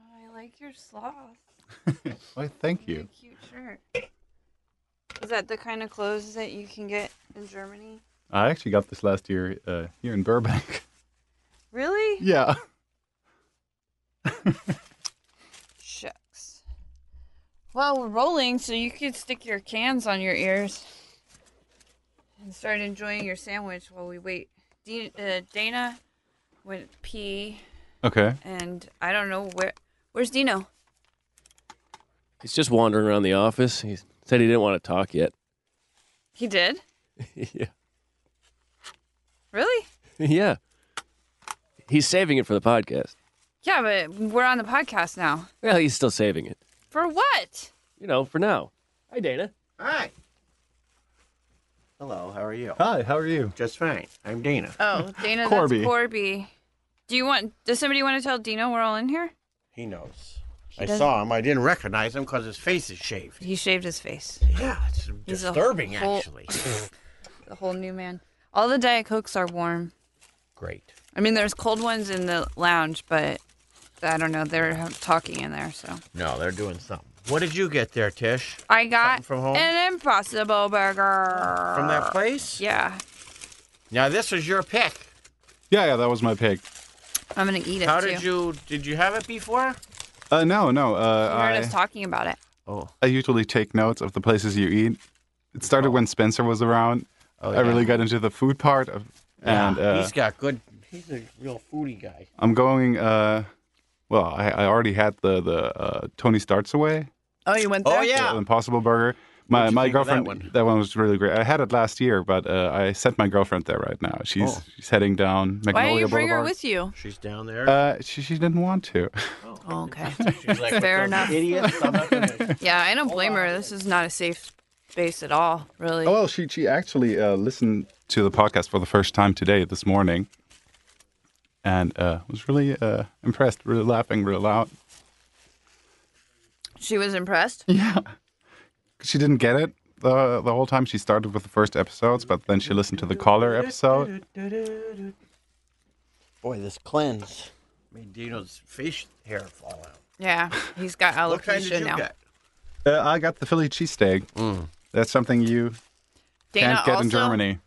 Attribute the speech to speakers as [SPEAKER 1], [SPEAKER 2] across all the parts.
[SPEAKER 1] Oh, like your sloth.
[SPEAKER 2] Why, thank
[SPEAKER 1] Really
[SPEAKER 2] you.
[SPEAKER 1] cute shirt. Is that the kind of clothes that you can get in Germany?
[SPEAKER 2] I actually got this last year uh, here in Burbank.
[SPEAKER 1] Really?
[SPEAKER 2] yeah.
[SPEAKER 1] Shucks. Well, we're rolling, so you could stick your cans on your ears and start enjoying your sandwich while we wait. Dina, uh, Dana went pee,
[SPEAKER 2] Okay.
[SPEAKER 1] and I don't know where. Where's Dino?
[SPEAKER 3] He's just wandering around the office. He said he didn't want to talk yet.
[SPEAKER 1] He did?
[SPEAKER 3] yeah.
[SPEAKER 1] Really?
[SPEAKER 3] Yeah. He's saving it for the podcast.
[SPEAKER 1] Yeah, but we're on the podcast now.
[SPEAKER 3] Well, he's still saving it.
[SPEAKER 1] For what?
[SPEAKER 3] You know, for now. Hi, Dana.
[SPEAKER 4] Hi. Hello, how are you?
[SPEAKER 2] Hi, how are you?
[SPEAKER 4] Just fine. I'm Dana.
[SPEAKER 1] Oh, Dana,
[SPEAKER 2] Corby.
[SPEAKER 1] that's Corby. Do you want? Does somebody want to tell Dino we're all in here?
[SPEAKER 4] He knows.
[SPEAKER 1] He
[SPEAKER 4] I
[SPEAKER 1] doesn't-
[SPEAKER 4] saw him. I didn't recognize him because his face is shaved.
[SPEAKER 1] He shaved his face.
[SPEAKER 4] Yeah, it's
[SPEAKER 1] He's a
[SPEAKER 4] disturbing,
[SPEAKER 1] whole-
[SPEAKER 4] actually.
[SPEAKER 1] The whole new man. All the Diet Cokes are warm.
[SPEAKER 4] Great.
[SPEAKER 1] I mean, there's cold ones in the lounge, but I don't know. They're ha- talking in there, so
[SPEAKER 4] No, they're doing something. What did you get there, Tish?
[SPEAKER 1] I got
[SPEAKER 4] Something from home?
[SPEAKER 1] an Impossible Burger
[SPEAKER 4] From that place?
[SPEAKER 1] Yeah,
[SPEAKER 4] Now this was your pick.
[SPEAKER 2] Yeah, yeah, that was my pick.
[SPEAKER 1] I'm gonna eat it
[SPEAKER 4] How
[SPEAKER 1] too.
[SPEAKER 4] did you did you have it before?
[SPEAKER 2] Uh, no, no.
[SPEAKER 1] You heard
[SPEAKER 2] Uh,
[SPEAKER 1] us
[SPEAKER 2] I,
[SPEAKER 1] talking about it.
[SPEAKER 4] Oh.
[SPEAKER 2] I usually take notes of the places you eat. It started when Spencer was around.
[SPEAKER 4] Oh,
[SPEAKER 2] I
[SPEAKER 4] yeah.
[SPEAKER 2] really got into the food part of, and
[SPEAKER 4] Yeah,
[SPEAKER 2] uh,
[SPEAKER 4] he's got good he's a real foodie guy.
[SPEAKER 2] I'm going. Uh, well, I, I already had the the uh, Tony starts away,
[SPEAKER 5] Oh, you went there?
[SPEAKER 4] Oh yeah.
[SPEAKER 2] the Impossible Burger. My
[SPEAKER 4] What'd you
[SPEAKER 2] my
[SPEAKER 4] think of that
[SPEAKER 2] girlfriend.
[SPEAKER 4] one?
[SPEAKER 2] was really great. I had it last year, but uh, I sent my girlfriend there right now. She's
[SPEAKER 4] Oh.
[SPEAKER 2] she's heading down Magnolia
[SPEAKER 5] Why don't you bring her
[SPEAKER 2] Boulevard.
[SPEAKER 5] with you?
[SPEAKER 4] She's down there.
[SPEAKER 2] Uh, she she didn't want to.
[SPEAKER 5] Oh, okay.
[SPEAKER 4] She's like
[SPEAKER 1] fair
[SPEAKER 4] "Those
[SPEAKER 1] enough.
[SPEAKER 4] idiots, I'm not gonna-"
[SPEAKER 1] Yeah, I don't blame her. This is not a safe space at all, really.
[SPEAKER 2] Oh, well, she she actually uh, listened to the podcast for the first time today this morning, and uh, was really uh, impressed, really laughing real loud.
[SPEAKER 1] She was impressed.
[SPEAKER 2] Yeah, she didn't get it the the whole time. She started with the first episodes, but then she listened to the caller episode.
[SPEAKER 4] Boy, this cleanse made Dino's face hair fall out.
[SPEAKER 1] Yeah, he's got alopecia
[SPEAKER 4] What kind did you
[SPEAKER 1] now.
[SPEAKER 4] get?
[SPEAKER 2] Uh, I got the Philly cheesesteak. That's something you
[SPEAKER 1] Dana
[SPEAKER 2] can't get
[SPEAKER 1] also,
[SPEAKER 2] in Germany.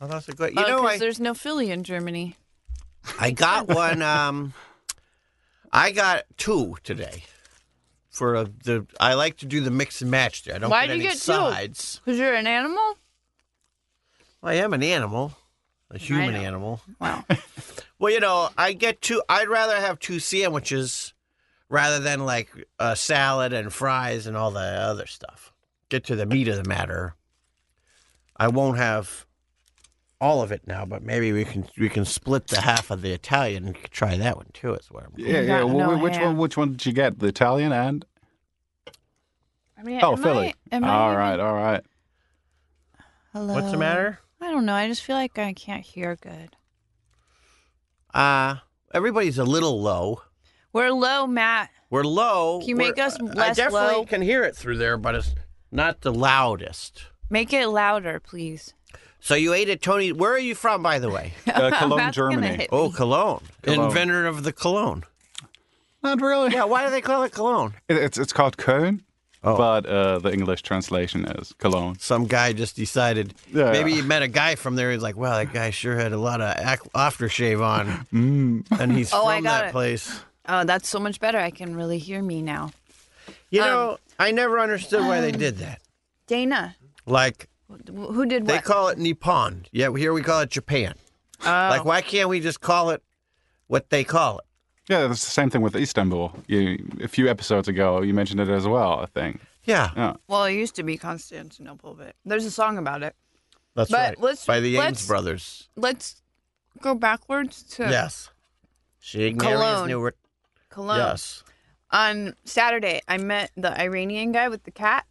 [SPEAKER 4] Oh, that's a good.
[SPEAKER 1] You
[SPEAKER 4] You know, I,
[SPEAKER 1] there's no Philly in Germany.
[SPEAKER 4] I got one. Um, I got two today. For a, the, I like to do the mix and match there. I don't
[SPEAKER 1] Why'd
[SPEAKER 4] get
[SPEAKER 1] you
[SPEAKER 4] any
[SPEAKER 1] get two?
[SPEAKER 4] sides.
[SPEAKER 1] Cause you're an animal.
[SPEAKER 4] I am an animal, a human
[SPEAKER 1] know.
[SPEAKER 4] animal.
[SPEAKER 1] Wow.
[SPEAKER 4] Well, you know, I get two. I'd rather have two sandwiches rather than like a salad and fries and all the other stuff. Get to the meat of the matter. I won't have all of it now, but maybe we can we can split the half of the Italian and try that one too. Is where I'm
[SPEAKER 2] Yeah, yeah.
[SPEAKER 5] got
[SPEAKER 2] wh-
[SPEAKER 5] no
[SPEAKER 2] wh- which
[SPEAKER 5] ham.
[SPEAKER 2] one? Which one did you get? The Italian and
[SPEAKER 1] I mean,
[SPEAKER 2] oh,
[SPEAKER 1] am
[SPEAKER 2] Philly.
[SPEAKER 1] I, am I
[SPEAKER 2] All
[SPEAKER 1] even-
[SPEAKER 2] right, all right.
[SPEAKER 5] Hello.
[SPEAKER 4] What's the matter?
[SPEAKER 5] I don't know. I just feel like I can't hear good.
[SPEAKER 4] Uh everybody's a little low.
[SPEAKER 1] We're low, Matt.
[SPEAKER 4] We're low.
[SPEAKER 1] Can you
[SPEAKER 4] We're- uh,
[SPEAKER 1] make us
[SPEAKER 4] I
[SPEAKER 1] less
[SPEAKER 4] definitely
[SPEAKER 1] low?
[SPEAKER 4] can hear it through there, but it's not the loudest.
[SPEAKER 1] Make it louder, please.
[SPEAKER 4] So you ate at Tony. Where are you from, by the way?
[SPEAKER 2] Uh, Cologne,
[SPEAKER 1] Matt's gonna
[SPEAKER 2] Germany.
[SPEAKER 1] hit
[SPEAKER 4] Oh,
[SPEAKER 1] me.
[SPEAKER 4] cologne.
[SPEAKER 2] Cologne.
[SPEAKER 4] Inventor of the cologne.
[SPEAKER 2] Not really.
[SPEAKER 4] Yeah, why do they call it cologne?
[SPEAKER 2] It, it's it's called Köln,
[SPEAKER 4] Oh.
[SPEAKER 2] but uh, the English translation is Cologne.
[SPEAKER 4] Some guy just decided.
[SPEAKER 2] Yeah.
[SPEAKER 4] Maybe he met a guy from there. He's like, wow, that guy sure had a lot of ac- aftershave on. And he's
[SPEAKER 1] Oh,
[SPEAKER 4] from
[SPEAKER 1] I got
[SPEAKER 4] that
[SPEAKER 1] it.
[SPEAKER 4] place.
[SPEAKER 1] Oh, that's so much better. I can really hear me now. Um,
[SPEAKER 4] You know, I never understood why they did that.
[SPEAKER 1] Dana,
[SPEAKER 4] Like,
[SPEAKER 1] wh- who did
[SPEAKER 4] they
[SPEAKER 1] what?
[SPEAKER 4] call it Nippon. Yeah, here we call it Japan.
[SPEAKER 1] oh,
[SPEAKER 4] Like, why can't we just call it what they call it?
[SPEAKER 2] Yeah, that's the same thing with Istanbul. You, a few episodes ago, you mentioned it as well. I think.
[SPEAKER 4] Yeah,
[SPEAKER 2] Yeah.
[SPEAKER 1] well, it used to be Constantinople, but there's a song about it.
[SPEAKER 4] that's
[SPEAKER 1] But
[SPEAKER 4] right.
[SPEAKER 1] let's-
[SPEAKER 4] By the
[SPEAKER 1] let's-
[SPEAKER 4] Ames brothers.
[SPEAKER 1] Let's go backwards to
[SPEAKER 4] Yes. She
[SPEAKER 1] Cologne.
[SPEAKER 4] ignorantly knew it.
[SPEAKER 1] Cologne.
[SPEAKER 4] Yes.
[SPEAKER 1] On Saturday, I met the Iranian guy with the cat.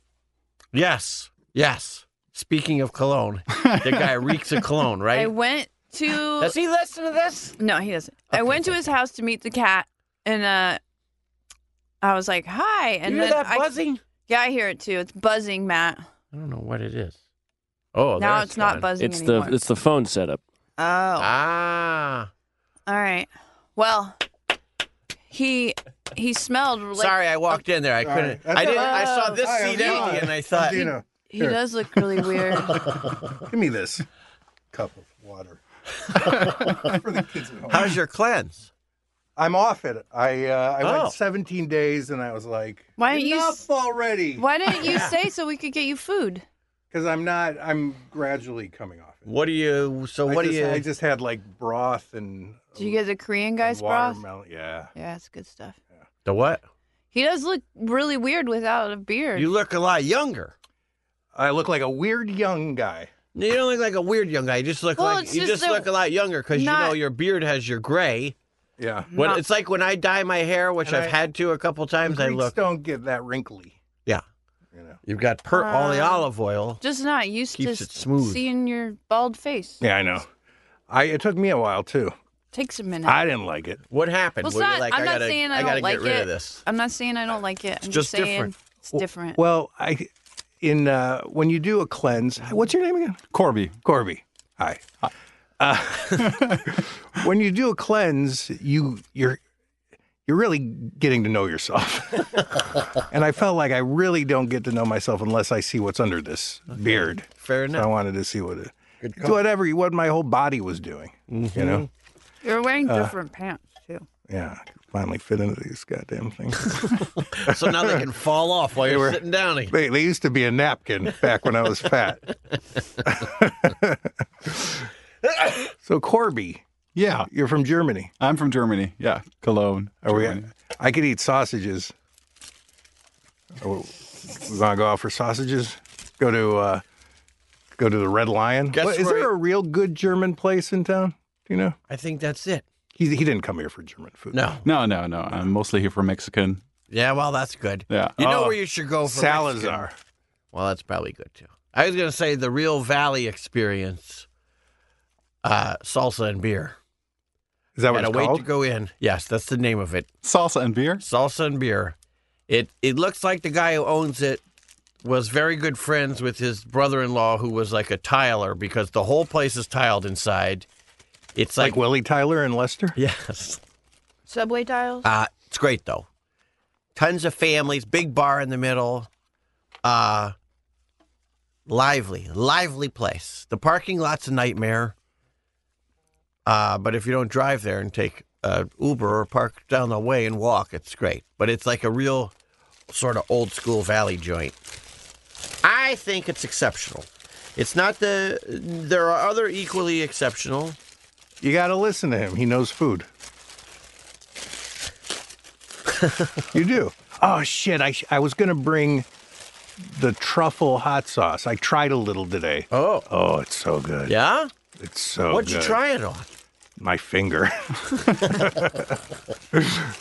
[SPEAKER 4] Yes. Yes. Speaking of cologne, the guy reeks of cologne,
[SPEAKER 1] I
[SPEAKER 4] right?
[SPEAKER 1] went to.
[SPEAKER 4] Does he listen to this?
[SPEAKER 1] No, he doesn't. I
[SPEAKER 4] Okay,
[SPEAKER 1] went to his house to meet the cat, and uh, I was like, "Hi," and
[SPEAKER 4] you hear
[SPEAKER 1] then
[SPEAKER 4] that
[SPEAKER 1] I,
[SPEAKER 4] buzzing?
[SPEAKER 1] yeah, I hear it too. It's buzzing, Matt.
[SPEAKER 4] I don't know what it is. Oh,
[SPEAKER 1] now
[SPEAKER 4] there
[SPEAKER 1] it's not
[SPEAKER 4] gone.
[SPEAKER 1] buzzing
[SPEAKER 3] It's
[SPEAKER 1] anymore.
[SPEAKER 3] the it's the phone setup.
[SPEAKER 1] oh,
[SPEAKER 4] Ah,
[SPEAKER 1] all right. Well,
[SPEAKER 6] He he smelled like
[SPEAKER 4] Sorry,
[SPEAKER 1] uh,
[SPEAKER 4] I walked in there. I
[SPEAKER 7] Sorry.
[SPEAKER 4] couldn't.
[SPEAKER 7] That's
[SPEAKER 4] I didn't.
[SPEAKER 7] all
[SPEAKER 4] I saw this
[SPEAKER 7] Hi, I'm
[SPEAKER 4] seat
[SPEAKER 7] John.
[SPEAKER 4] empty, and I thought,
[SPEAKER 7] Dina,
[SPEAKER 1] He
[SPEAKER 7] Here.
[SPEAKER 1] does look really weird.
[SPEAKER 7] give me this cup of water. For the kids at home.
[SPEAKER 4] "How's your cleanse?"
[SPEAKER 7] I'm off it. I uh, I
[SPEAKER 4] Oh.
[SPEAKER 7] went 17 days and I was like,
[SPEAKER 1] Why don't you
[SPEAKER 7] enough
[SPEAKER 1] s-
[SPEAKER 7] already?
[SPEAKER 1] Why didn't you say so we could get you food?
[SPEAKER 7] Because I'm not. I'm gradually coming off it.
[SPEAKER 4] What do you? So what
[SPEAKER 7] I
[SPEAKER 4] do
[SPEAKER 7] just,
[SPEAKER 4] you?
[SPEAKER 7] I just had like broth and.
[SPEAKER 1] Did you get the Korean
[SPEAKER 7] and
[SPEAKER 1] guy's broth?
[SPEAKER 7] watermelon- Yeah.
[SPEAKER 1] Yeah, it's good stuff.
[SPEAKER 4] the what?
[SPEAKER 1] He does look really weird without a beard.
[SPEAKER 4] You look a lot younger.
[SPEAKER 7] I look like a weird young guy.
[SPEAKER 4] You don't look like a weird young guy. You just look
[SPEAKER 1] Well,
[SPEAKER 4] like
[SPEAKER 1] it's
[SPEAKER 4] you
[SPEAKER 1] just
[SPEAKER 4] just
[SPEAKER 1] that-
[SPEAKER 4] look a lot younger because you know
[SPEAKER 1] not-
[SPEAKER 4] your beard has your gray.
[SPEAKER 7] Yeah.
[SPEAKER 4] When
[SPEAKER 1] Not-
[SPEAKER 4] it's like when I dye my hair, which
[SPEAKER 7] And
[SPEAKER 4] I've
[SPEAKER 7] I-
[SPEAKER 4] had to a couple times, I
[SPEAKER 7] Greeks
[SPEAKER 4] look.
[SPEAKER 7] don't get that wrinkly.
[SPEAKER 4] Yeah.
[SPEAKER 7] You know.
[SPEAKER 4] You've got per- all the
[SPEAKER 1] Uh,
[SPEAKER 4] olive oil.
[SPEAKER 1] Just not used to
[SPEAKER 4] Keeps it smooth.
[SPEAKER 1] seeing your bald face.
[SPEAKER 7] Yeah, I know. I it took me a while too.
[SPEAKER 1] Takes a minute.
[SPEAKER 7] I didn't like it.
[SPEAKER 4] What happened?
[SPEAKER 1] Well, it's
[SPEAKER 4] Were you
[SPEAKER 1] not-
[SPEAKER 4] like,
[SPEAKER 1] I'm
[SPEAKER 4] I
[SPEAKER 1] not
[SPEAKER 4] gotta,
[SPEAKER 1] saying I
[SPEAKER 4] I
[SPEAKER 1] don't
[SPEAKER 4] gotta get
[SPEAKER 1] like
[SPEAKER 4] rid of
[SPEAKER 1] it.
[SPEAKER 4] this.
[SPEAKER 1] I'm not saying I don't like it. I'm just,
[SPEAKER 4] just
[SPEAKER 1] saying
[SPEAKER 4] different.
[SPEAKER 1] it's different.
[SPEAKER 7] Well, I in uh when you do a cleanse, what's your name again?
[SPEAKER 2] Corby.
[SPEAKER 7] Corby. Hi. Uh, when you do a cleanse, you you're you're really getting to know yourself. and I felt like I really don't get to know myself unless I see what's under this beard.
[SPEAKER 4] Fair
[SPEAKER 7] So I
[SPEAKER 4] enough.
[SPEAKER 7] wanted to see what it it's whatever what my whole body was doing. You know?
[SPEAKER 1] You're wearing
[SPEAKER 7] Uh,
[SPEAKER 1] different pants too.
[SPEAKER 7] Yeah. I could finally fit into these goddamn things.
[SPEAKER 4] so now they can fall off while you're
[SPEAKER 7] were-
[SPEAKER 4] sitting down again.
[SPEAKER 7] They, they used to be a napkin back when I was fat. so Corby,
[SPEAKER 2] Yeah.
[SPEAKER 7] you're from Germany.
[SPEAKER 2] I'm from Germany. Yeah. Cologne.
[SPEAKER 7] Are we?
[SPEAKER 2] Germany.
[SPEAKER 7] I could eat sausages. Are We want to go out for sausages. Go to uh, go to the Red Lion.
[SPEAKER 4] Guess
[SPEAKER 7] What- is
[SPEAKER 4] where
[SPEAKER 7] there
[SPEAKER 4] I-
[SPEAKER 7] a real good German place in town? Do you know?
[SPEAKER 4] I think that's it.
[SPEAKER 7] He he didn't come here for German food.
[SPEAKER 4] No.
[SPEAKER 2] No, no, no. I'm mostly here for Mexican.
[SPEAKER 4] Yeah, well, that's good.
[SPEAKER 2] Yeah.
[SPEAKER 4] You know
[SPEAKER 7] Oh,
[SPEAKER 4] where you should go for Mexican?
[SPEAKER 7] Salazar.
[SPEAKER 4] Well, that's probably good too. I was gonna say the real Valley experience, uh, salsa and beer.
[SPEAKER 7] Is that what
[SPEAKER 4] Gotta
[SPEAKER 7] it's
[SPEAKER 4] wait
[SPEAKER 7] called?
[SPEAKER 4] to go in. Yes, that's the name of it.
[SPEAKER 2] Salsa and beer.
[SPEAKER 4] Salsa and beer. It it looks like the guy who owns it was very good friends with his brother-in-law who was like a tiler because the whole place is tiled inside. It's
[SPEAKER 7] like
[SPEAKER 4] like,
[SPEAKER 7] Willie Tyler and Lester.
[SPEAKER 4] yes.
[SPEAKER 1] Subway tiles.
[SPEAKER 4] Uh, it's great though. Tons of families, big bar in the middle. Uh, lively, lively place. The parking lot's a nightmare. Uh, but if you don't drive there and take uh, Uber or park down the way and walk, it's great. But it's like a real sort of old school valley joint. I think it's exceptional. It's not the. There are other equally exceptional.
[SPEAKER 7] You got to listen to him. He knows food. you do. Oh shit! I sh- I was gonna bring the truffle hot sauce. I tried a little today.
[SPEAKER 4] Oh,
[SPEAKER 7] Oh, it's so good.
[SPEAKER 4] yeah.
[SPEAKER 7] it's so.
[SPEAKER 4] What'd you
[SPEAKER 7] good.
[SPEAKER 4] try it on?
[SPEAKER 7] My finger.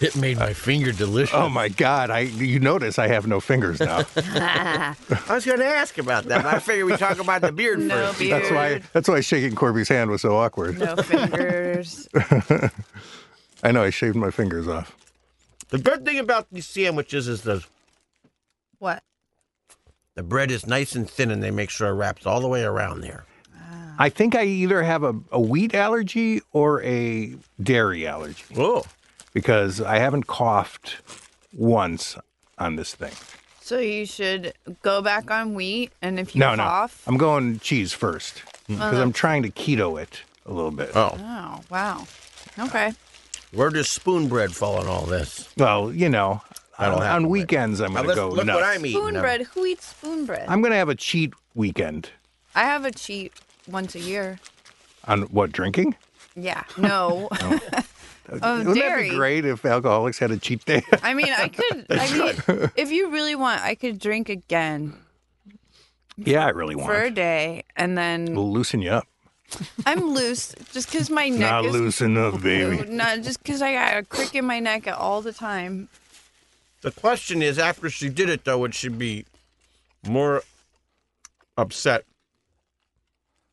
[SPEAKER 4] It made my finger delicious.
[SPEAKER 7] oh my god! I you notice I have no fingers now.
[SPEAKER 4] I was going to ask about that, but I figured we talk about the beard
[SPEAKER 1] No
[SPEAKER 4] first.
[SPEAKER 1] beard.
[SPEAKER 7] that's why that's why shaking Corby's hand was so awkward.
[SPEAKER 1] No fingers.
[SPEAKER 7] I know I shaved my fingers off.
[SPEAKER 4] The good thing about these sandwiches is the
[SPEAKER 1] what?
[SPEAKER 4] the bread is nice and thin, and they make sure it wraps all the way around there.
[SPEAKER 7] I think I either have a, a wheat allergy or a dairy allergy.
[SPEAKER 4] Whoa!
[SPEAKER 7] because I haven't coughed once on this thing.
[SPEAKER 1] So you should go back on wheat, and if you
[SPEAKER 7] No,
[SPEAKER 1] cough, Uh-huh.
[SPEAKER 7] no. I'm going cheese first because I'm trying to keto it a little bit.
[SPEAKER 4] Oh,
[SPEAKER 1] oh wow, okay.
[SPEAKER 4] where does spoon bread fall in all this?
[SPEAKER 7] Well, you know,
[SPEAKER 4] That'll
[SPEAKER 7] on,
[SPEAKER 4] happen,
[SPEAKER 7] on
[SPEAKER 4] right?
[SPEAKER 7] weekends I'm
[SPEAKER 4] Now,
[SPEAKER 7] going to
[SPEAKER 4] let's-
[SPEAKER 7] go
[SPEAKER 4] look
[SPEAKER 7] nuts.
[SPEAKER 4] what I'm eating.
[SPEAKER 1] Spoon
[SPEAKER 4] now.
[SPEAKER 1] bread. Who eats spoon bread? i
[SPEAKER 7] I'm going to have a cheat weekend
[SPEAKER 1] have a cheat once a year.
[SPEAKER 7] on what drinking?
[SPEAKER 1] Yeah. No. oh,
[SPEAKER 7] Wouldn't
[SPEAKER 1] dairy.
[SPEAKER 7] that be great if alcoholics had a cheat day?
[SPEAKER 1] I mean, I could. I mean, if you really want, I could drink again
[SPEAKER 7] yeah, I really want.
[SPEAKER 1] for a day, and then
[SPEAKER 7] It'll loosen you up.
[SPEAKER 1] I'm loose just because my neck
[SPEAKER 7] Not
[SPEAKER 1] is
[SPEAKER 7] loosen up, baby.
[SPEAKER 1] No, just because I got a crick in my neck at all the time.
[SPEAKER 4] The question is, after she did it, though, would she be more upset?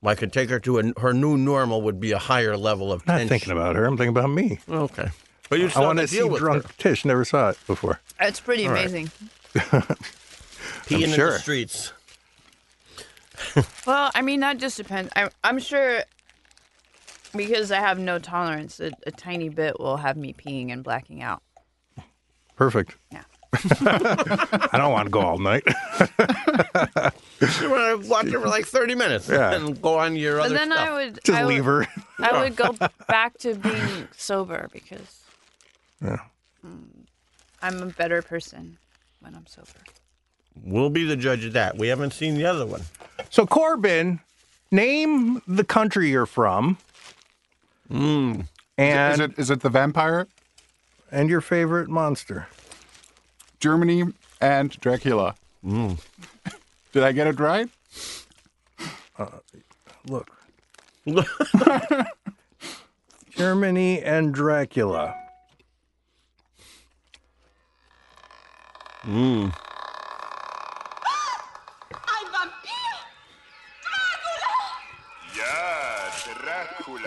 [SPEAKER 4] I could take her to a, her new normal would be a higher level of
[SPEAKER 7] Not
[SPEAKER 4] tension.
[SPEAKER 7] thinking about her. I'm thinking about me.
[SPEAKER 4] Okay, but you
[SPEAKER 7] I
[SPEAKER 4] still
[SPEAKER 7] want
[SPEAKER 4] to
[SPEAKER 7] to see
[SPEAKER 4] deal with
[SPEAKER 7] drunk
[SPEAKER 4] her.
[SPEAKER 7] Tish. Never saw it before.
[SPEAKER 1] It's pretty
[SPEAKER 7] right.
[SPEAKER 1] amazing.
[SPEAKER 4] peeing in
[SPEAKER 7] sure.
[SPEAKER 4] the streets.
[SPEAKER 1] Well, I mean, that just depends. I, I'm sure because I have no tolerance. A, a tiny bit will have me peeing and blacking out.
[SPEAKER 7] Perfect.
[SPEAKER 1] Yeah.
[SPEAKER 7] I don't want to go all night.
[SPEAKER 4] You want to watch it for like 30 minutes
[SPEAKER 7] Yeah.
[SPEAKER 4] and go on your
[SPEAKER 1] But
[SPEAKER 4] other
[SPEAKER 1] then
[SPEAKER 4] stuff.
[SPEAKER 1] I would
[SPEAKER 7] Just
[SPEAKER 1] I would,
[SPEAKER 7] leave her.
[SPEAKER 1] I would go back to being sober because Mm, I'm a better person when I'm sober.
[SPEAKER 4] We'll be the judge of that. We haven't seen the other one.
[SPEAKER 7] So Corbin, name the country you're from. Mm. And
[SPEAKER 2] Is it is it the vampire,
[SPEAKER 7] and your favorite monster.
[SPEAKER 2] Germany, and Dracula?
[SPEAKER 7] Mm.
[SPEAKER 2] Did I get it right?
[SPEAKER 7] Look. Germany and Dracula.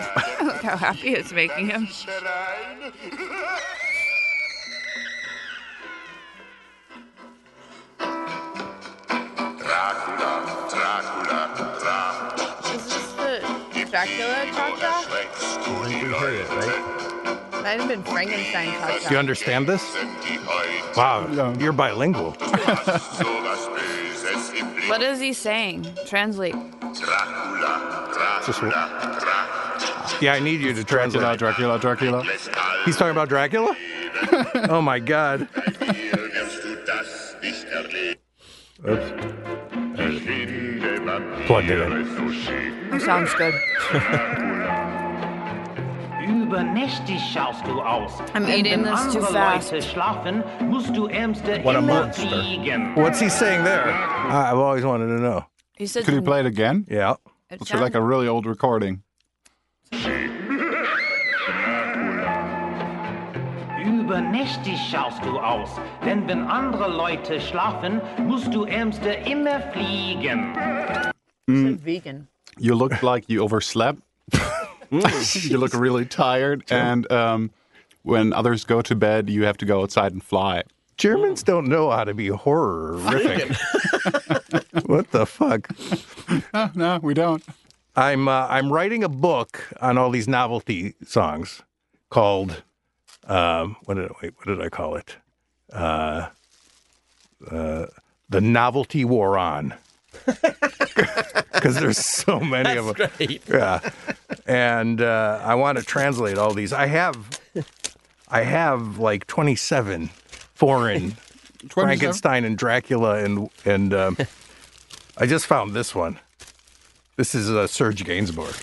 [SPEAKER 6] Look how happy it's making him.
[SPEAKER 1] Is this the Dracula cha-cha? Might have been Frankenstein
[SPEAKER 7] Do you
[SPEAKER 1] cha-cha.
[SPEAKER 7] understand this? Wow, you're bilingual.
[SPEAKER 1] What is he saying? Translate.
[SPEAKER 7] Just- yeah, I need you to
[SPEAKER 2] Dracula,
[SPEAKER 7] translate.
[SPEAKER 2] Dracula, Dracula.
[SPEAKER 7] He's talking about Dracula? oh my god. Plugged it in.
[SPEAKER 1] That sounds good.
[SPEAKER 8] Übernächtig schaust du aus.
[SPEAKER 1] I'm
[SPEAKER 8] Denn
[SPEAKER 1] eating
[SPEAKER 8] wenn
[SPEAKER 1] this too
[SPEAKER 8] andere
[SPEAKER 1] fast.
[SPEAKER 8] Leute schlafen, musst du ärmste
[SPEAKER 4] What a
[SPEAKER 8] immer
[SPEAKER 4] monster.
[SPEAKER 8] fliegen.
[SPEAKER 7] What's he saying there? I- I've always wanted to know.
[SPEAKER 1] He said
[SPEAKER 2] Could you play it again?
[SPEAKER 7] Yeah.
[SPEAKER 1] it
[SPEAKER 2] It's like a really old recording.
[SPEAKER 8] Übernächtig schaust du aus. Denn wenn andere Leute schlafen, musst du ärmste immer fliegen.
[SPEAKER 1] sounds vegan.
[SPEAKER 2] You look like you overslept.
[SPEAKER 7] Mm.
[SPEAKER 2] you look really tired, and um, when others go to bed, you have to go outside and fly.
[SPEAKER 7] Germans don't know how to be horrorific. what the fuck?
[SPEAKER 2] No, no, we don't.
[SPEAKER 7] I'm uh, I'm writing a book on all these novelty songs called um, what did wait what did I call it? Uh, uh, the novelty war on because there's so many of them. Yeah, and uh, I want to translate all these. I have I have like 27 foreign
[SPEAKER 2] 27?
[SPEAKER 7] Frankenstein and Dracula and and um, I just found this one. This is uh, Serge Gainsbourg.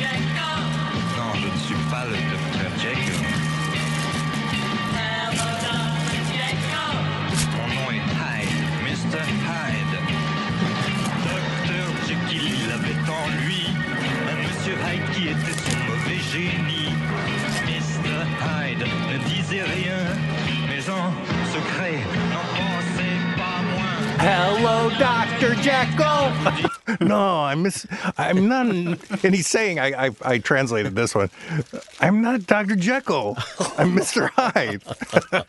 [SPEAKER 9] Non, je ne suis pas le docteur Jekyll. Mon nom est Hyde, Mr. Hyde. Docteur Jekyll, il avait en lui un monsieur Hyde qui était son mauvais génie. Mr. Hyde ne disait rien, mais en secret n'en pensait pas moins.
[SPEAKER 7] Hello, Doctor Jekyll. no, I'm miss. I'm not. And he's saying, I, I, I translated this one. I'm not Doctor Jekyll. I'm Mister Hyde.
[SPEAKER 4] I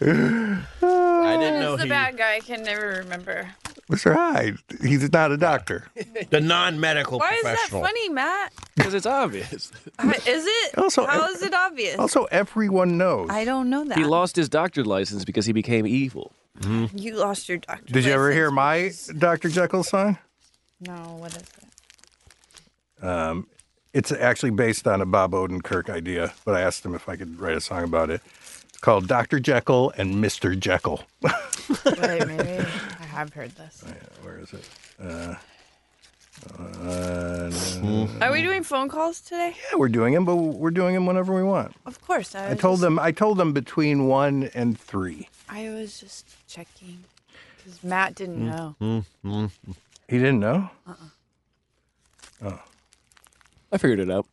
[SPEAKER 4] didn't know
[SPEAKER 6] The
[SPEAKER 4] he,
[SPEAKER 6] bad guy I can never remember.
[SPEAKER 7] Mister Hyde. He's not a doctor.
[SPEAKER 4] the non-medical
[SPEAKER 6] Why is that
[SPEAKER 4] professional.
[SPEAKER 6] funny, Matt?
[SPEAKER 3] Because it's obvious.
[SPEAKER 6] Uh, Is it?
[SPEAKER 7] Also,
[SPEAKER 6] how
[SPEAKER 7] ev-
[SPEAKER 6] is it obvious?
[SPEAKER 7] Also, everyone knows.
[SPEAKER 1] I don't know that.
[SPEAKER 3] He lost his doctor's license because he became evil.
[SPEAKER 6] you lost your doctor.
[SPEAKER 7] Did you ever hear my Doctor Jekyll song?
[SPEAKER 6] No, what is it?
[SPEAKER 7] It's actually based on a Bob Odenkirk idea, but I asked him if I could write a song about it. It's called Doctor Jekyll and Mister Jekyll.
[SPEAKER 1] Wait, maybe I have heard this.
[SPEAKER 7] Where is it? Uh, uh,
[SPEAKER 6] Are we doing phone calls today?
[SPEAKER 7] Yeah, we're doing them, but we're doing them whenever we want.
[SPEAKER 6] Of course. I,
[SPEAKER 7] I
[SPEAKER 6] was
[SPEAKER 7] told
[SPEAKER 6] just-
[SPEAKER 7] them. I told them between one and three.
[SPEAKER 6] I was just checking because
[SPEAKER 7] Mm.
[SPEAKER 6] Matt didn't know.
[SPEAKER 7] He didn't know.
[SPEAKER 3] I figured it out.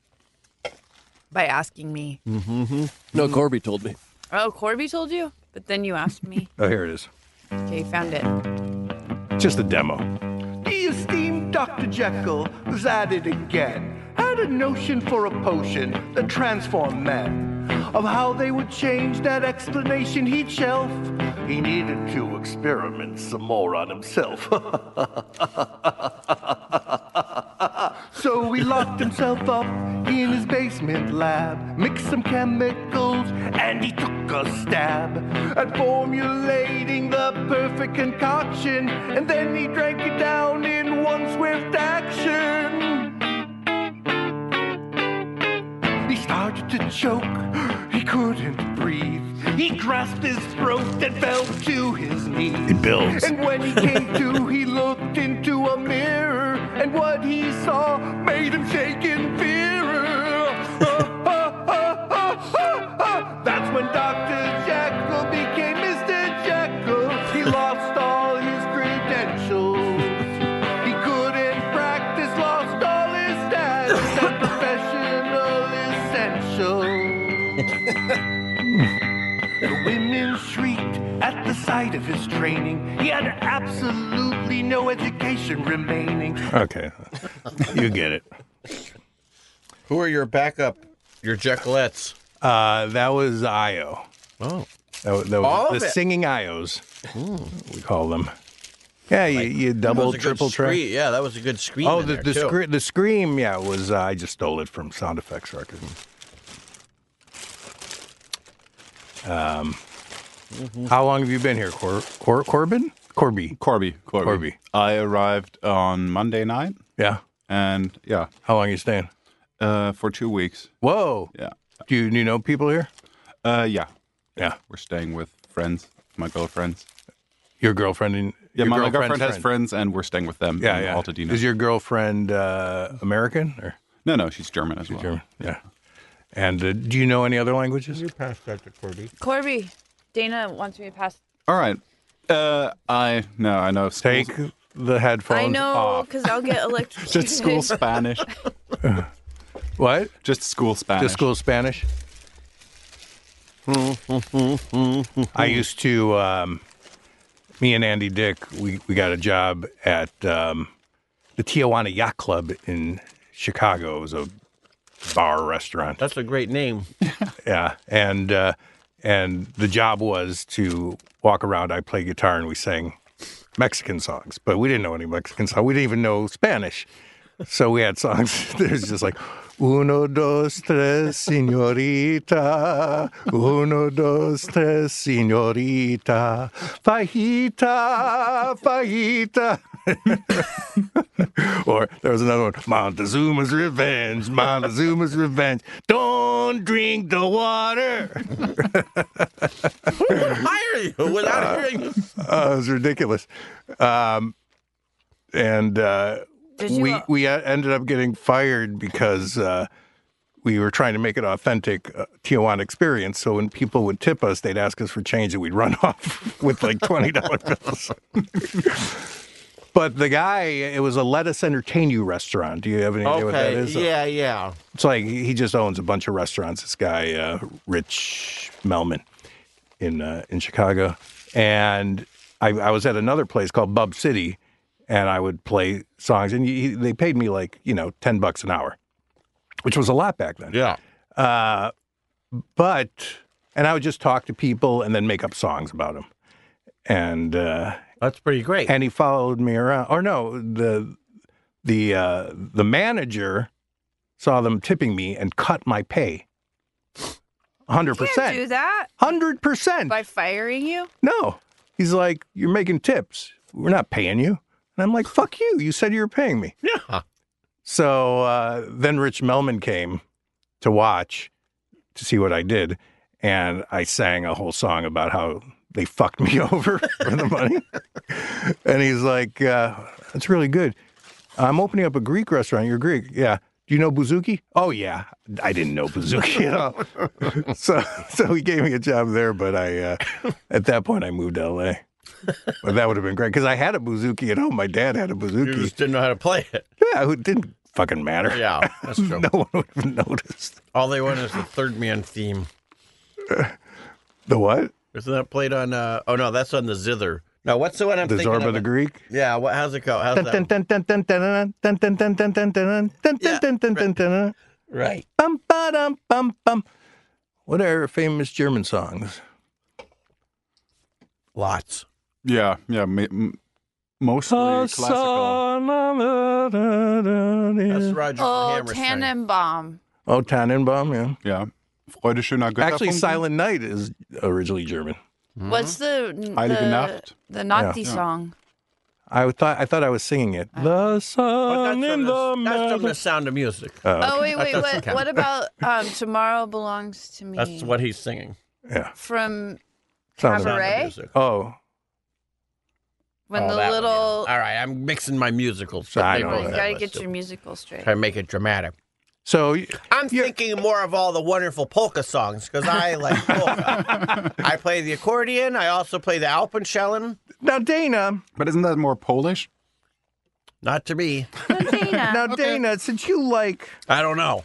[SPEAKER 1] By asking me.
[SPEAKER 7] Mm.
[SPEAKER 3] No, Corby told me.
[SPEAKER 1] Oh, Corby told you? But then you asked me.
[SPEAKER 7] Oh, here it is.
[SPEAKER 1] Okay, found it.
[SPEAKER 7] Just a demo.
[SPEAKER 10] The esteemed Dr. Jekyll was at it again. Had a notion for a potion that transformed men.
[SPEAKER 9] of how they would change that explanation he'd shelf. He needed to experiment some more on himself. so he locked himself up in his basement lab, mixed some chemicals, and he took a stab at formulating the perfect concoction. And then he drank it down in one swift action. He started to choke. He couldn't breathe. He grasped his throat and fell to his knees.
[SPEAKER 7] It builds.
[SPEAKER 9] And when he came to, he looked into a mirror, and what he saw made him shake in fear. That's when Dr. Jekyll became Mr. Jekyll. He lost all his credentials. He couldn't practice, lost all his status and professional essentials. the women shrieked at the sight of his training. He had absolutely no education remaining.
[SPEAKER 7] Okay. you get it.
[SPEAKER 4] Who are your backup, your Jekyllettes?
[SPEAKER 7] Uh, that was Io.
[SPEAKER 4] Oh.
[SPEAKER 7] That, wa- that was
[SPEAKER 4] All of
[SPEAKER 7] the
[SPEAKER 4] it.
[SPEAKER 7] singing Ios.
[SPEAKER 2] Hmm.
[SPEAKER 7] We call them. Yeah, you, you double, triple track.
[SPEAKER 4] Yeah, that was a good screen.
[SPEAKER 7] Oh, the the, scre- the scream, yeah, was uh, I just stole it from Sound Effects Records.
[SPEAKER 2] Mm-hmm.
[SPEAKER 7] Um, how long have you been here, Cor- Cor- Corbin? Corby?
[SPEAKER 2] Corby, Corby.
[SPEAKER 7] Corby.
[SPEAKER 2] I arrived on Monday night,
[SPEAKER 7] Yeah.
[SPEAKER 2] and yeah,
[SPEAKER 7] How long you staying?
[SPEAKER 2] uh, for two weeks.
[SPEAKER 7] Whoa.
[SPEAKER 2] Yeah,
[SPEAKER 7] Do you, you know people here?
[SPEAKER 2] uh, yeah,
[SPEAKER 7] Yeah.
[SPEAKER 2] we're staying with friends, my girlfriends.
[SPEAKER 7] Your girlfriend and
[SPEAKER 2] Yeah,
[SPEAKER 7] your
[SPEAKER 2] my, my
[SPEAKER 7] girlfriend's
[SPEAKER 2] girlfriend has friends, and we're staying with them.
[SPEAKER 7] Yeah,
[SPEAKER 2] in
[SPEAKER 7] yeah.
[SPEAKER 2] Altadena.
[SPEAKER 7] Is your girlfriend uh, American or
[SPEAKER 2] no, no, she's German as well.
[SPEAKER 7] German? Yeah. And uh, do you know any other languages?
[SPEAKER 11] You passed that to Corby.
[SPEAKER 1] Corby, Dana wants me to pass.
[SPEAKER 2] All right. Uh, I no, I know. school's-
[SPEAKER 7] Take the headphones
[SPEAKER 1] I know,
[SPEAKER 7] off.
[SPEAKER 1] because I'll get electrocuted.
[SPEAKER 2] just school Spanish.
[SPEAKER 7] What?
[SPEAKER 2] Just school Spanish.
[SPEAKER 7] Just school Spanish. I used to. Um, me and Andy Dick, we, we got a job at um, the Tijuana Yacht Club in Chicago. It was a bar restaurant.
[SPEAKER 4] That's a great name.
[SPEAKER 7] Yeah, and uh, and the job was to walk around. I play guitar and we sang Mexican songs, but we didn't know any Mexican song. We didn't even know Spanish, so we had songs. There's just like uno dos tres señorita, uno dos tres señorita, fajita, fajita. Or there was another one, Montezuma's Revenge, Montezuma's Revenge. Don't drink the water.
[SPEAKER 4] Hire you without hearing.
[SPEAKER 7] Uh, it was ridiculous. Um, and uh, we, we uh, ended up getting fired because uh, we were trying to make an authentic uh, Tijuana experience. So when people would tip us, they'd ask us for change and we'd run off with like $20 bills. But the guy, it was a Let Us Entertain You restaurant. Do you have any idea what that
[SPEAKER 4] Okay.
[SPEAKER 7] is?
[SPEAKER 4] Yeah, yeah.
[SPEAKER 7] It's like he just owns a bunch of restaurants. This guy, uh, Rich Melman, in uh, in Chicago, and I, I was at another place called Bub City, and I would play songs, and he, they paid me like you know ten bucks an hour, which was a lot back then. Uh,
[SPEAKER 4] Yeah.
[SPEAKER 7] But and I would just talk to people and then make up songs about them, and uh,
[SPEAKER 4] That's pretty great.
[SPEAKER 7] and he followed me around. Or no, the the uh, the manager saw them tipping me and cut my pay. Hundred
[SPEAKER 1] Can't do
[SPEAKER 7] percent.
[SPEAKER 1] that
[SPEAKER 7] Hundred percent.
[SPEAKER 1] by firing you.
[SPEAKER 7] No, he's like, you're making tips. We're not paying you. And I'm like, fuck you. You said you were paying me.
[SPEAKER 4] yeah.
[SPEAKER 7] So uh, then Rich Melman came to watch to see what I did, and I sang a whole song about how they fucked me over for the money. and he's like, uh, "That's really good. I'm opening up a Greek restaurant. You're Greek, yeah." Do you know Buzuki? Oh yeah, I didn't know Buzuki at all. so, so he gave me a job there, but I, uh, at that point, I moved to LA. But that would have been great because I had a Buzuki at home. My dad had a
[SPEAKER 4] You
[SPEAKER 7] Buzuki.
[SPEAKER 4] just didn't know how to play it.
[SPEAKER 7] Yeah, who didn't fucking matter.
[SPEAKER 4] Yeah, that's true.
[SPEAKER 7] No one would have noticed.
[SPEAKER 4] All they want is the third man theme.
[SPEAKER 7] The what?
[SPEAKER 4] Isn't that played on? Uh, oh no, that's on the zither. No, what's the one I'm
[SPEAKER 7] The
[SPEAKER 4] thinking
[SPEAKER 7] Zorba
[SPEAKER 4] of?
[SPEAKER 7] the Greek?
[SPEAKER 4] Yeah, what? How's it go? How's that? one? Yeah,
[SPEAKER 7] Right.
[SPEAKER 4] Right.
[SPEAKER 7] Bum, ba, dum, bum, bum. What are famous German songs?
[SPEAKER 4] Lots.
[SPEAKER 2] Yeah, yeah. Ma- m- mostly classical.
[SPEAKER 7] That's
[SPEAKER 4] That's Roger
[SPEAKER 1] Oh,
[SPEAKER 4] Hammerstein.
[SPEAKER 1] Tannenbaum.
[SPEAKER 7] Oh, Tannenbaum, yeah.
[SPEAKER 2] Yeah. Freude schöner Götterfunken.
[SPEAKER 7] Actually, Silent Night is originally German.
[SPEAKER 1] What's the
[SPEAKER 2] Heilige
[SPEAKER 1] the,
[SPEAKER 2] Nacht.
[SPEAKER 1] the Nazi
[SPEAKER 2] Yeah.
[SPEAKER 1] song?
[SPEAKER 7] I thought I thought I was singing it. The
[SPEAKER 4] But
[SPEAKER 7] sun
[SPEAKER 4] that's, from
[SPEAKER 7] in the
[SPEAKER 4] the, that's from
[SPEAKER 7] meadow.
[SPEAKER 4] the sound of music.
[SPEAKER 1] Oh wait, wait. What,
[SPEAKER 4] That doesn't count.
[SPEAKER 1] what about um, "Tomorrow Belongs to Me"?
[SPEAKER 4] That's what he's singing.
[SPEAKER 7] Yeah,
[SPEAKER 1] from
[SPEAKER 7] sound of
[SPEAKER 1] Cabaret. Hooray.
[SPEAKER 4] music.
[SPEAKER 7] Oh,
[SPEAKER 1] when
[SPEAKER 4] Oh,
[SPEAKER 1] the
[SPEAKER 4] that one,
[SPEAKER 1] little.
[SPEAKER 4] yeah. All right, I'm mixing my musicals.
[SPEAKER 7] So I
[SPEAKER 4] They
[SPEAKER 7] know
[SPEAKER 1] Well,
[SPEAKER 7] Oh,
[SPEAKER 1] you
[SPEAKER 7] that
[SPEAKER 1] gotta
[SPEAKER 4] was
[SPEAKER 1] get
[SPEAKER 4] too.
[SPEAKER 1] your musical straight.
[SPEAKER 4] Try to make it dramatic.
[SPEAKER 7] so
[SPEAKER 4] I'm thinking more of all the wonderful polka songs because I like polka. I play the accordion. I also play the Alpenschellen.
[SPEAKER 7] now Dana,
[SPEAKER 2] But isn't that more Polish?
[SPEAKER 4] Not to me.
[SPEAKER 7] now Dana, since you like
[SPEAKER 4] I don't know.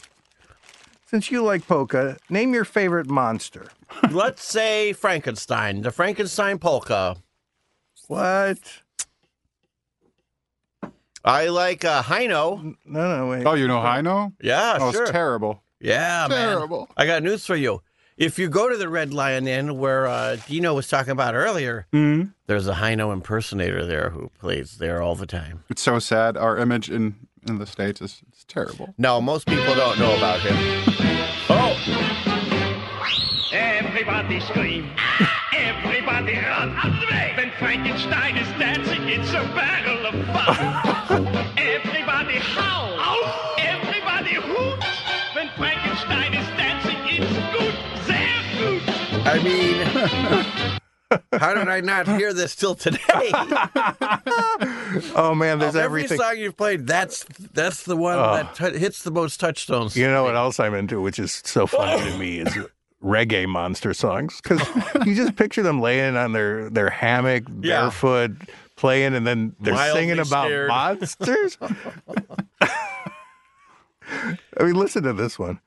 [SPEAKER 7] since you like polka, name your favorite monster.
[SPEAKER 4] Let's say Frankenstein, the Frankenstein polka.
[SPEAKER 7] What?
[SPEAKER 4] I like uh, Heino.
[SPEAKER 7] No, no, wait.
[SPEAKER 2] Oh, you know Heino?
[SPEAKER 4] Yeah,
[SPEAKER 2] Oh,
[SPEAKER 4] sure.
[SPEAKER 2] it's terrible.
[SPEAKER 4] yeah,
[SPEAKER 2] terrible.
[SPEAKER 4] man. I got news for you. If you go to the Red Lion Inn, where uh, Dino was talking about earlier, there's a Heino impersonator there who plays there all the time.
[SPEAKER 2] It's so sad. Our image in in the states is it's terrible.
[SPEAKER 4] No, most people don't know about him. Oh,
[SPEAKER 12] Everybody scream. Everybody run away. When Frankenstein is dancing, it's a barrel of fun. Everybody howl. Everybody hoot. When Frankenstein is dancing, it's good. Sehr good.
[SPEAKER 4] I mean, how did I not hear this till today?
[SPEAKER 7] Oh man, there's
[SPEAKER 4] Every
[SPEAKER 7] everything.
[SPEAKER 4] song you've played, that's that's the one that t- hits the most touchstones.
[SPEAKER 7] You know what else I'm into, which is so funny to me, is reggae monster songs because you just picture them laying on their their hammock,
[SPEAKER 4] Yeah.
[SPEAKER 7] barefoot, playing, and then they're
[SPEAKER 4] Mildly
[SPEAKER 7] singing about
[SPEAKER 4] scared.
[SPEAKER 7] monsters. I mean, listen to this one.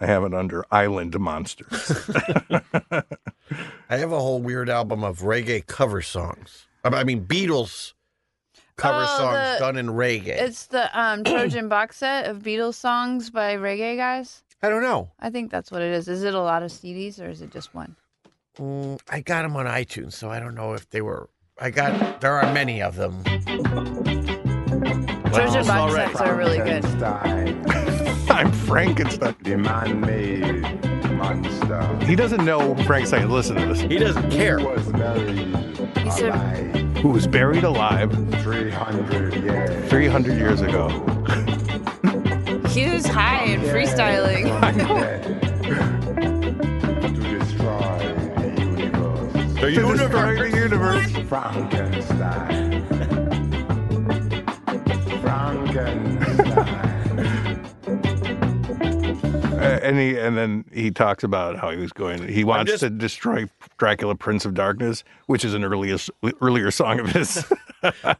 [SPEAKER 7] I have it under Island Monsters.
[SPEAKER 4] I have a whole weird album of reggae cover songs. I I mean, Beatles cover
[SPEAKER 1] Oh,
[SPEAKER 4] songs
[SPEAKER 1] the-
[SPEAKER 4] done in reggae.
[SPEAKER 1] It's the um, Trojan box set of Beatles songs by reggae guys.
[SPEAKER 4] I don't know.
[SPEAKER 1] I think that's what it is. Is it a lot of CDs or is it just one?
[SPEAKER 4] Mm, I got them on iTunes, so I don't know if they were. I got. There are many of them.
[SPEAKER 1] Trojan box
[SPEAKER 4] already.
[SPEAKER 1] sets are really good.
[SPEAKER 7] I'm Frankenstein.
[SPEAKER 13] The man-made monster
[SPEAKER 7] He doesn't know Frankenstein. Listen to this.
[SPEAKER 4] He doesn't care.
[SPEAKER 13] was buried
[SPEAKER 1] He's a-
[SPEAKER 13] alive
[SPEAKER 7] Who was buried alive
[SPEAKER 13] 300 years
[SPEAKER 7] 300 years ago.
[SPEAKER 1] He was high and freestyling.
[SPEAKER 13] from death to destroy the universe.
[SPEAKER 4] The
[SPEAKER 7] To destroy the universe.
[SPEAKER 13] Frankenstein. Frankenstein.
[SPEAKER 7] Uh, and he and then he talks about how he was going. He wants
[SPEAKER 4] just-
[SPEAKER 7] to destroy Dracula, Prince of Darkness, which is an earliest earlier song of his.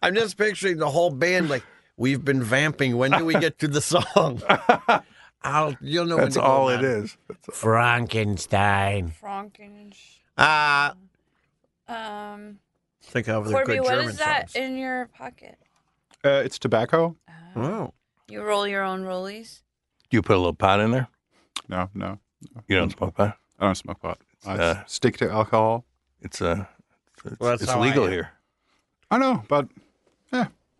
[SPEAKER 4] I'm just picturing the whole band like we've been vamping. When do we get to the song? I'll you'll know. when
[SPEAKER 7] That's
[SPEAKER 4] to go
[SPEAKER 7] all it
[SPEAKER 4] on.
[SPEAKER 7] is. That's-
[SPEAKER 4] Frankenstein.
[SPEAKER 6] Franken.
[SPEAKER 4] Ah,
[SPEAKER 6] Um,
[SPEAKER 4] think of the
[SPEAKER 6] Corby,
[SPEAKER 4] good
[SPEAKER 6] what
[SPEAKER 4] German
[SPEAKER 6] is that
[SPEAKER 4] songs.
[SPEAKER 6] in your pocket?
[SPEAKER 2] Uh, it's tobacco.
[SPEAKER 4] Oh,
[SPEAKER 6] You roll your own rollies.
[SPEAKER 7] Do you put a little pot in there?
[SPEAKER 2] No, no.
[SPEAKER 7] You don't smoke pot.
[SPEAKER 2] I don't smoke pot. I
[SPEAKER 7] Uh,
[SPEAKER 2] s- stick to alcohol.
[SPEAKER 7] It's uh, it's,
[SPEAKER 4] Well, that's
[SPEAKER 7] it's
[SPEAKER 4] how I
[SPEAKER 7] legal
[SPEAKER 4] am.
[SPEAKER 7] here.
[SPEAKER 2] I know, but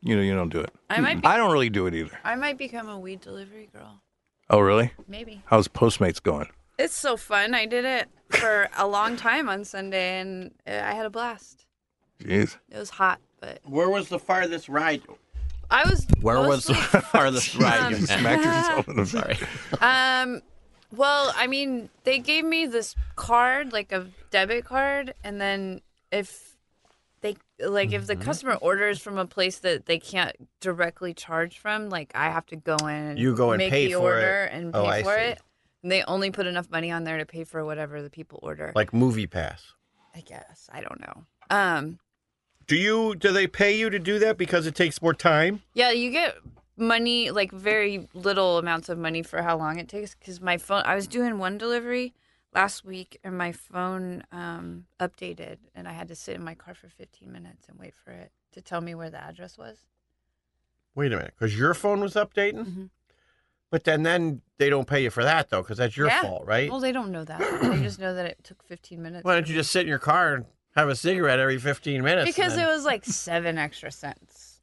[SPEAKER 7] You know, you don't do it.
[SPEAKER 4] Hmm.
[SPEAKER 1] I might be,
[SPEAKER 7] I don't really do it either.
[SPEAKER 1] I might become a weed delivery girl.
[SPEAKER 7] Oh, really?
[SPEAKER 1] Maybe.
[SPEAKER 7] How's Postmates going?
[SPEAKER 1] It's so fun. I did it for a long time on Sunday and uh, I had a blast.
[SPEAKER 7] Jeez.
[SPEAKER 1] It was hot, but
[SPEAKER 4] where was the farthest ride?
[SPEAKER 1] I was
[SPEAKER 4] Where was the
[SPEAKER 1] mostly
[SPEAKER 4] farthest ride?
[SPEAKER 7] You
[SPEAKER 4] you had?
[SPEAKER 7] smacked yourself in the Sorry.
[SPEAKER 1] Um, well, I mean, they gave me this card, like a debit card, and then if they like if
[SPEAKER 4] Mm-hmm.
[SPEAKER 1] the customer orders from a place that they can't directly charge from, like I have to go in, and
[SPEAKER 4] You go and
[SPEAKER 1] make
[SPEAKER 4] pay
[SPEAKER 1] the
[SPEAKER 4] for
[SPEAKER 1] order
[SPEAKER 4] it.
[SPEAKER 1] and pay
[SPEAKER 4] Oh, I
[SPEAKER 1] for
[SPEAKER 4] see.
[SPEAKER 1] it. And they only put enough money on there to pay for whatever the people order.
[SPEAKER 4] Like movie pass.
[SPEAKER 1] I guess I don't know. Um,
[SPEAKER 4] Do you? Do they pay you to do that because it takes more time?
[SPEAKER 1] Yeah, you get money like very little amounts of money for how long it takes because my phone. I was doing one delivery last week and my phone um, updated, and I had to sit in my car for 15 minutes and wait for it to tell me where the address was. Mm-hmm.
[SPEAKER 4] Wait a minute, because your phone was updating. But then, then they don't pay you for that though, because that's your
[SPEAKER 1] Yeah.
[SPEAKER 4] fault, right?
[SPEAKER 1] Well, they don't know that. They just know that it took 15 minutes.
[SPEAKER 4] Why don't you just sit in your car and have a cigarette every 15 minutes? and
[SPEAKER 1] Because
[SPEAKER 4] then-
[SPEAKER 1] it was like seven extra cents.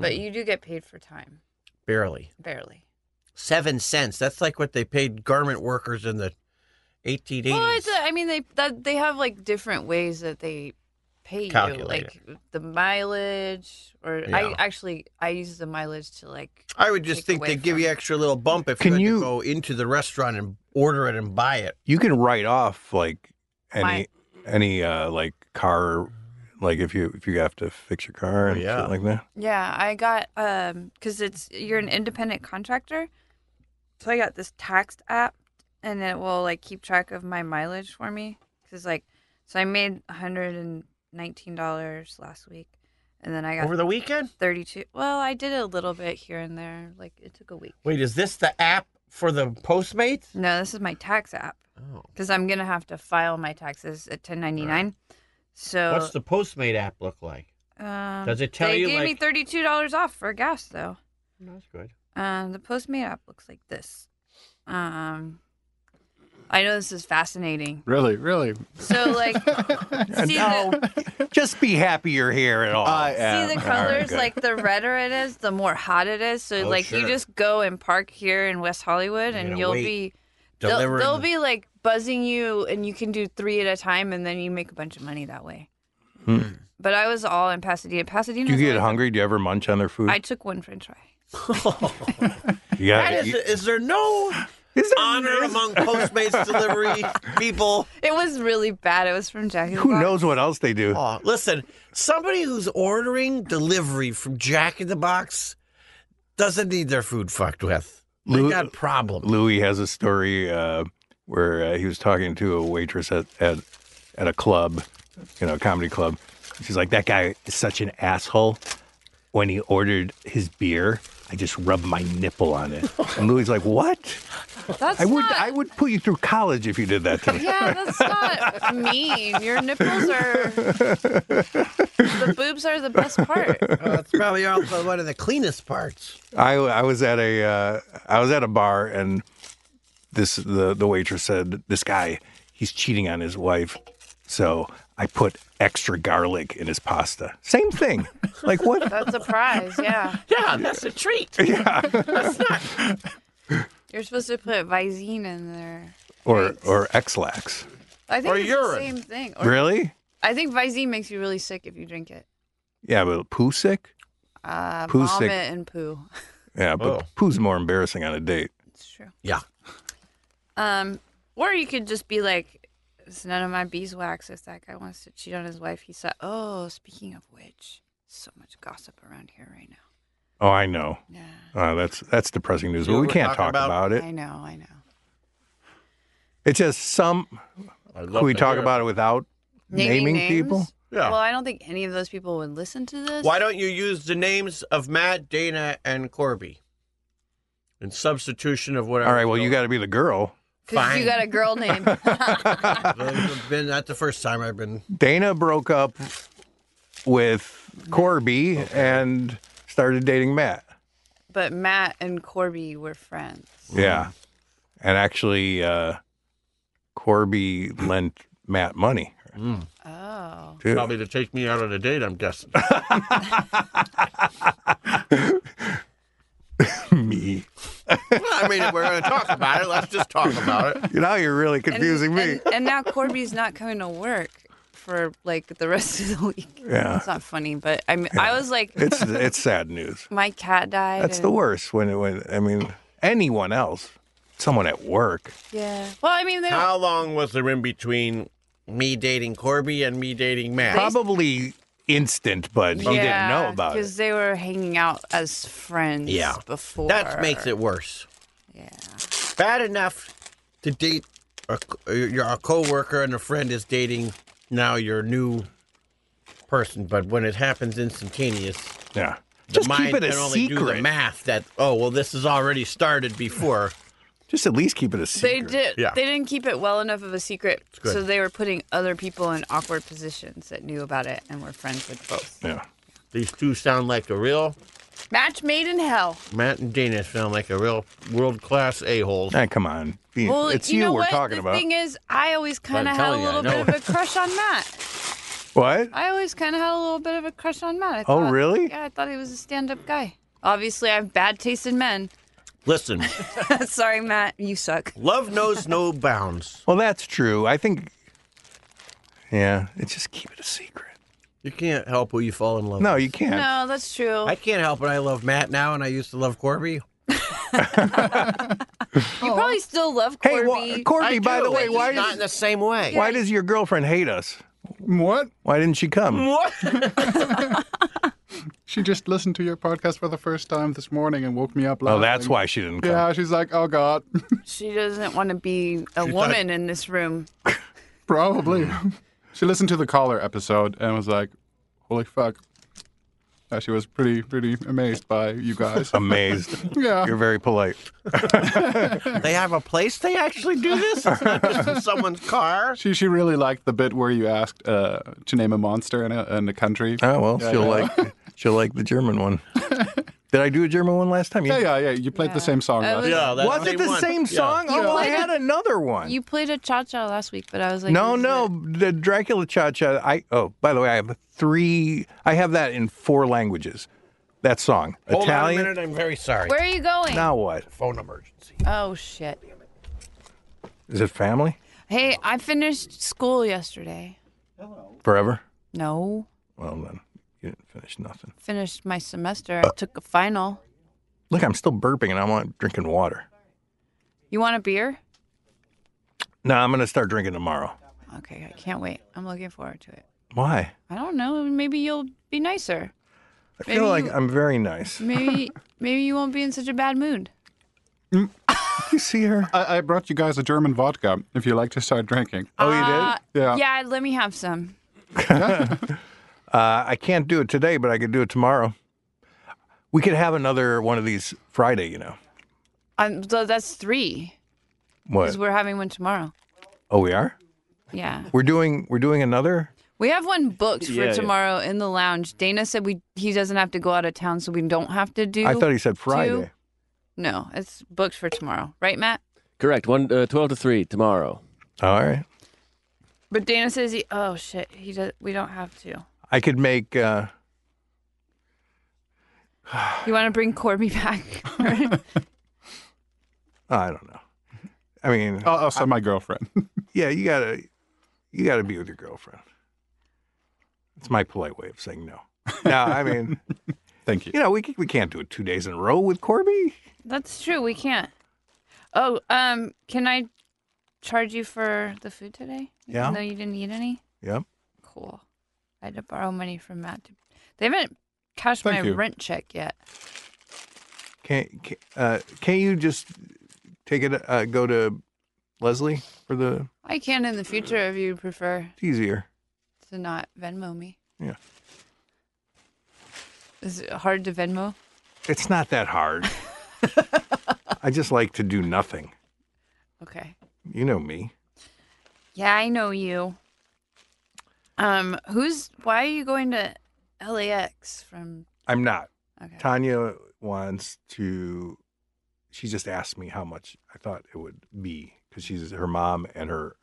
[SPEAKER 4] Mm.
[SPEAKER 1] But you do get paid for time,
[SPEAKER 4] barely
[SPEAKER 1] barely.
[SPEAKER 4] seven cents. That's like what they paid garment workers in the 1880s.
[SPEAKER 1] Well, it's a, I mean, they that, they have like different ways that they pay you,
[SPEAKER 4] Calculate
[SPEAKER 1] like the mileage, or
[SPEAKER 4] Yeah.
[SPEAKER 1] I actually I use the mileage to like
[SPEAKER 4] I would just
[SPEAKER 1] take
[SPEAKER 4] think
[SPEAKER 1] away
[SPEAKER 4] they give
[SPEAKER 1] from-
[SPEAKER 4] you extra little bump if you, had
[SPEAKER 7] Can
[SPEAKER 4] to
[SPEAKER 7] you-
[SPEAKER 4] go into the restaurant and order it and buy it.
[SPEAKER 7] You can write off like any
[SPEAKER 1] My-
[SPEAKER 7] any uh like car like if you if you have to fix your car and
[SPEAKER 4] yeah.
[SPEAKER 7] shit like that.
[SPEAKER 1] Yeah, I got um because it's you're an independent contractor, so I got this taxed app, and it will like keep track of my mileage for me. Cause like, so I made one hundred and nineteen dollars last week, and then I got
[SPEAKER 4] Over the weekend?
[SPEAKER 1] thirty two. Well, I did a little bit here and there. Like it took a week.
[SPEAKER 4] Wait, is this the app for the Postmates?
[SPEAKER 1] No, this is my tax app
[SPEAKER 4] Oh.
[SPEAKER 1] because I'm gonna have to file my taxes at ten ninety nine. So
[SPEAKER 4] What's the Postmate app look like?
[SPEAKER 1] um,
[SPEAKER 4] does it tell
[SPEAKER 1] they
[SPEAKER 4] you,
[SPEAKER 1] gave me
[SPEAKER 4] like-
[SPEAKER 1] thirty two dollars off for gas though.
[SPEAKER 4] That's good.
[SPEAKER 1] Um, the Postmate app looks like this. Um, I know this is fascinating.
[SPEAKER 2] Really, really.
[SPEAKER 1] So, like, see, the,
[SPEAKER 7] Just be happy you're here at all.
[SPEAKER 2] I am.
[SPEAKER 1] see the
[SPEAKER 7] Alright,
[SPEAKER 1] colors.
[SPEAKER 7] good.
[SPEAKER 1] like, the redder it is, the more hot it is. So,
[SPEAKER 4] Oh,
[SPEAKER 1] like,
[SPEAKER 4] sure.
[SPEAKER 1] you just go and park here in West Hollywood,
[SPEAKER 4] gotta
[SPEAKER 1] and you'll
[SPEAKER 4] wait.
[SPEAKER 1] be they'll,
[SPEAKER 4] Delivering
[SPEAKER 1] they'll
[SPEAKER 4] the-
[SPEAKER 1] be like buzzing you, and you can do three at a time, and then you make a bunch of money that way. But I was all in Pasadena. Pasadena.
[SPEAKER 7] Hmm. Do you get hungry? Do you ever munch on their food?
[SPEAKER 1] I took one French fry.
[SPEAKER 7] You gotta-
[SPEAKER 4] That is,
[SPEAKER 7] you-
[SPEAKER 4] is there no
[SPEAKER 7] Is there-
[SPEAKER 4] honor among Postmates delivery people?
[SPEAKER 1] It was really bad. It was from Jack. in the
[SPEAKER 7] Who
[SPEAKER 1] Box.
[SPEAKER 7] knows what else they do?
[SPEAKER 4] Oh, listen, somebody who's ordering delivery from Jack in the Box doesn't need their food fucked with. They
[SPEAKER 7] Lou-
[SPEAKER 4] got problems.
[SPEAKER 7] Louis has a story uh, where uh, he was talking to a waitress at, at at a club, you know, a comedy club. She's like, "That guy is such an asshole." When he ordered his beer, I just rubbed my nipple on it. And Louis's like, "What?
[SPEAKER 1] That's
[SPEAKER 7] I would
[SPEAKER 1] not-
[SPEAKER 7] I would put you through college if you did that to me."
[SPEAKER 1] Yeah, that's not mean. Your nipples are the boobs are the best part.
[SPEAKER 4] That's Uh, probably also one of the cleanest parts.
[SPEAKER 7] I I was at a uh, I was at a bar and this the the waitress said this guy he's cheating on his wife, so I put extra garlic in his pasta. Same thing. Like what?
[SPEAKER 1] That's a prize. Yeah,
[SPEAKER 4] Yeah, that's a treat.
[SPEAKER 1] you're supposed to put Visine in there.
[SPEAKER 7] or or X-Lax.
[SPEAKER 1] I think
[SPEAKER 4] Or
[SPEAKER 1] it's
[SPEAKER 4] urine.
[SPEAKER 1] the same thing. Or,
[SPEAKER 7] Really?
[SPEAKER 1] I think Visine makes you really sick if you drink it.
[SPEAKER 7] Yeah, but poo sick.
[SPEAKER 1] Uh,
[SPEAKER 7] Poo
[SPEAKER 1] vomit
[SPEAKER 7] sick.
[SPEAKER 1] and poo.
[SPEAKER 7] Yeah, but
[SPEAKER 4] Oh.
[SPEAKER 7] poo's more embarrassing on a date.
[SPEAKER 1] It's true.
[SPEAKER 4] Yeah.
[SPEAKER 1] Um, or you could just be like, "It's none of my beeswax." If that guy wants to cheat on his wife, he said, "Oh, speaking of which, so much gossip around here right now."
[SPEAKER 7] Oh, I know.
[SPEAKER 1] Yeah.
[SPEAKER 7] Uh, that's that's depressing news,
[SPEAKER 4] See
[SPEAKER 7] but
[SPEAKER 4] what
[SPEAKER 7] we
[SPEAKER 4] we're
[SPEAKER 7] can't
[SPEAKER 4] talking
[SPEAKER 7] talk
[SPEAKER 4] about?
[SPEAKER 7] about, it.
[SPEAKER 1] I know. I know.
[SPEAKER 7] It's just some. Can we talk about it without naming, people?
[SPEAKER 4] Yeah.
[SPEAKER 1] Well, I don't think any of those people would listen to this.
[SPEAKER 4] Why don't you use the names of Matt, Dana, and Corby in substitution of whatever?
[SPEAKER 7] All right. Well, you got to be the girl.
[SPEAKER 1] Because you
[SPEAKER 4] fine.
[SPEAKER 1] got a girl name.
[SPEAKER 4] Those have been that's the first time I've been.
[SPEAKER 7] Dana broke up with Corby and started dating Matt.
[SPEAKER 1] but Matt and Corby were friends.
[SPEAKER 4] Mm-hmm.
[SPEAKER 7] Yeah. And actually, uh, Corby lent Matt money,
[SPEAKER 4] Mm.
[SPEAKER 1] Oh.
[SPEAKER 7] too.
[SPEAKER 4] Probably to take me out on a date, I'm guessing.
[SPEAKER 7] me.
[SPEAKER 4] I mean, if we're going to talk about it, let's just talk about it.
[SPEAKER 7] Now you're really
[SPEAKER 1] And-
[SPEAKER 7] confusing me.
[SPEAKER 1] And, and now Corby's not coming to work for like the rest of the week.
[SPEAKER 7] Yeah.
[SPEAKER 1] It's not funny, but I mean, I was like,
[SPEAKER 7] it's it's sad news.
[SPEAKER 1] my cat died.
[SPEAKER 7] That's the
[SPEAKER 1] and-
[SPEAKER 7] worst when it when I mean anyone else, someone at work.
[SPEAKER 1] Yeah. Well, I mean, they don't.
[SPEAKER 4] How long was there in between me dating Corby and me dating Matt?
[SPEAKER 7] Probably instant, but you didn't know about it.
[SPEAKER 1] Because they were hanging out as friends
[SPEAKER 4] Yeah.
[SPEAKER 1] before.
[SPEAKER 4] That makes it worse.
[SPEAKER 1] Yeah.
[SPEAKER 4] Bad enough to date a, uh, your a coworker and a friend is dating now your new person, but when it happens instantaneous,
[SPEAKER 7] Yeah.
[SPEAKER 4] the
[SPEAKER 7] Just
[SPEAKER 4] mind
[SPEAKER 7] keep it a
[SPEAKER 4] can only do the
[SPEAKER 7] secret.
[SPEAKER 4] math that oh well this has already started before.
[SPEAKER 7] Just at least keep it a
[SPEAKER 1] They
[SPEAKER 7] secret.
[SPEAKER 1] did.
[SPEAKER 4] Yeah.
[SPEAKER 1] They didn't keep it well enough of a secret,
[SPEAKER 4] good.
[SPEAKER 1] so they were putting other people in awkward positions that knew about it and were friends with both.
[SPEAKER 7] Yeah.
[SPEAKER 4] These two sound like the real
[SPEAKER 1] Match made in hell.
[SPEAKER 4] Matt and Dana sound like a real world class a hole.
[SPEAKER 7] Ah, come on. Be-
[SPEAKER 1] Well,
[SPEAKER 7] it's
[SPEAKER 1] you,
[SPEAKER 7] you,
[SPEAKER 1] know
[SPEAKER 7] we're
[SPEAKER 1] what?
[SPEAKER 7] talking
[SPEAKER 1] the
[SPEAKER 7] about.
[SPEAKER 1] thing is, I always kind of had a
[SPEAKER 9] telling you, I
[SPEAKER 1] little bit of
[SPEAKER 9] know.
[SPEAKER 1] a crush on Matt.
[SPEAKER 7] what?
[SPEAKER 1] I always kind of had a little bit of a crush on Matt. I
[SPEAKER 7] Oh,
[SPEAKER 1] thought-
[SPEAKER 7] really?
[SPEAKER 1] Yeah, I thought he was a stand-up guy. Obviously, I have bad taste in men.
[SPEAKER 4] Listen,
[SPEAKER 1] Sorry, Matt, you suck.
[SPEAKER 4] love knows no bounds.
[SPEAKER 7] Well, that's true. I think. Yeah, it's just keep it a secret.
[SPEAKER 4] You can't help who you fall in love
[SPEAKER 7] No,
[SPEAKER 4] with.
[SPEAKER 7] you can't.
[SPEAKER 1] No, that's true.
[SPEAKER 4] I can't help it. I love Matt now, and I used to love Corby.
[SPEAKER 1] you probably still love
[SPEAKER 7] Hey,
[SPEAKER 1] Corby.
[SPEAKER 7] Well, Corby,
[SPEAKER 4] I
[SPEAKER 7] by
[SPEAKER 4] do,
[SPEAKER 7] the way,
[SPEAKER 4] but
[SPEAKER 7] why
[SPEAKER 4] not
[SPEAKER 7] does
[SPEAKER 4] in the same way?
[SPEAKER 7] why does your girlfriend hate us?
[SPEAKER 2] What?
[SPEAKER 7] Why didn't she come?
[SPEAKER 2] She just listened to your podcast for the first time this morning and woke me up
[SPEAKER 7] Oh,
[SPEAKER 2] laughing.
[SPEAKER 7] that's why she didn't come.
[SPEAKER 2] Yeah, she's like, oh god,
[SPEAKER 1] she doesn't want to be a woman in this room.
[SPEAKER 2] probably.
[SPEAKER 7] Hmm.
[SPEAKER 2] she listened to the caller episode and was like, holy fuck. Uh, she was pretty, pretty amazed by you guys.
[SPEAKER 7] Amazed.
[SPEAKER 2] yeah.
[SPEAKER 7] You're very polite.
[SPEAKER 4] They have a place they actually do this? It's not just in someone's car.
[SPEAKER 2] She she really liked the bit where you asked uh, to name a monster in a, in a country.
[SPEAKER 7] Oh well,
[SPEAKER 2] Yeah,
[SPEAKER 7] she'll
[SPEAKER 2] yeah.
[SPEAKER 7] like she'll like the German one. Did I do a German one last time?
[SPEAKER 2] Yeah, yeah, yeah. You played the same song.
[SPEAKER 1] I
[SPEAKER 2] last
[SPEAKER 1] was-
[SPEAKER 2] time.
[SPEAKER 4] Oh, that's
[SPEAKER 7] Was it the
[SPEAKER 4] one.
[SPEAKER 7] same
[SPEAKER 4] Yeah.
[SPEAKER 7] song? Oh, well, I
[SPEAKER 1] Yeah.
[SPEAKER 7] had another one.
[SPEAKER 1] You played a cha cha last week, but I was like,
[SPEAKER 7] no,
[SPEAKER 1] this is
[SPEAKER 7] no,
[SPEAKER 1] it.
[SPEAKER 7] the Dracula Cha Cha. I oh, by the way, I have three. I have that in four languages. That song,
[SPEAKER 4] Hold
[SPEAKER 7] Italian.
[SPEAKER 4] on a minute. I'm very sorry.
[SPEAKER 1] Where are you going?
[SPEAKER 7] Now what?
[SPEAKER 4] Phone emergency.
[SPEAKER 1] Oh shit.
[SPEAKER 7] Is it family
[SPEAKER 1] Hey, I finished school yesterday.
[SPEAKER 7] forever?
[SPEAKER 1] No,
[SPEAKER 7] Well then, you didn't finish nothing.
[SPEAKER 1] finished my semester. I took a final.
[SPEAKER 7] Look, I'm still burping and I'm on drinking water.
[SPEAKER 1] You want a beer?
[SPEAKER 7] No, I'm gonna start drinking tomorrow.
[SPEAKER 1] Okay, I can't wait. I'm looking forward to it.
[SPEAKER 7] Why?
[SPEAKER 1] I don't know. Maybe you'll be nicer.
[SPEAKER 7] I
[SPEAKER 1] Maybe
[SPEAKER 7] feel like
[SPEAKER 1] you-
[SPEAKER 7] I'm very nice.
[SPEAKER 1] Maybe maybe you won't be in such a bad mood.
[SPEAKER 7] You see her?
[SPEAKER 1] Uh,
[SPEAKER 2] I, I brought you guys a German vodka if you like to start drinking.
[SPEAKER 7] Oh, you did?
[SPEAKER 1] Uh,
[SPEAKER 2] Yeah.
[SPEAKER 1] Yeah, let me have some.
[SPEAKER 7] I can't do it today, but I could do it tomorrow. We could have another one of these Friday, you know.
[SPEAKER 1] Um, so that's three
[SPEAKER 7] What?
[SPEAKER 1] because we're having one tomorrow.
[SPEAKER 7] Oh, we are.
[SPEAKER 1] Yeah,
[SPEAKER 7] We're doing. We're doing another.
[SPEAKER 1] we have one booked for
[SPEAKER 3] Yeah, yeah.
[SPEAKER 1] tomorrow in the lounge. Dana said we he doesn't have to go out of town, so we don't have to do.
[SPEAKER 7] I thought he said Friday.
[SPEAKER 1] No, it's booked for tomorrow, right, Matt?
[SPEAKER 3] Correct. One uh, twelve to three tomorrow.
[SPEAKER 7] All right.
[SPEAKER 1] But Dana says he. Oh shit, he does. We don't have to.
[SPEAKER 7] I could make. Uh,
[SPEAKER 1] You want to bring Corby back?
[SPEAKER 7] oh, I don't know. I mean,
[SPEAKER 2] I'll, I'll send my girlfriend.
[SPEAKER 7] yeah, you gotta, you gotta be with your girlfriend. It's my polite way of saying no. No, I mean,
[SPEAKER 2] Thank you.
[SPEAKER 7] you know, we c- we can't do it two days in a row with Corby.
[SPEAKER 1] That's true. We can't. Oh, um, can I charge you for the food today?
[SPEAKER 7] Yeah.
[SPEAKER 1] Even though you didn't eat any.
[SPEAKER 7] Yep.
[SPEAKER 1] Cool. I had to borrow money from Matt. To... They haven't cashed
[SPEAKER 2] Thank
[SPEAKER 1] my
[SPEAKER 2] you.
[SPEAKER 1] rent check yet.
[SPEAKER 7] Can can, uh, can you just take it? Uh, go to Leslie for the.
[SPEAKER 1] I can in the future if you prefer
[SPEAKER 7] It's easier.
[SPEAKER 1] to not Venmo me.
[SPEAKER 7] Yeah.
[SPEAKER 1] Is it hard to Venmo?
[SPEAKER 7] It's not that hard. I just like to do nothing.
[SPEAKER 1] Okay.
[SPEAKER 7] You know me.
[SPEAKER 1] Yeah, I know you. Um, who's why are you going to LAX from
[SPEAKER 7] I'm not.
[SPEAKER 1] Okay.
[SPEAKER 7] Tanya wants to. She just asked me how much I thought it would be because she's her mom and her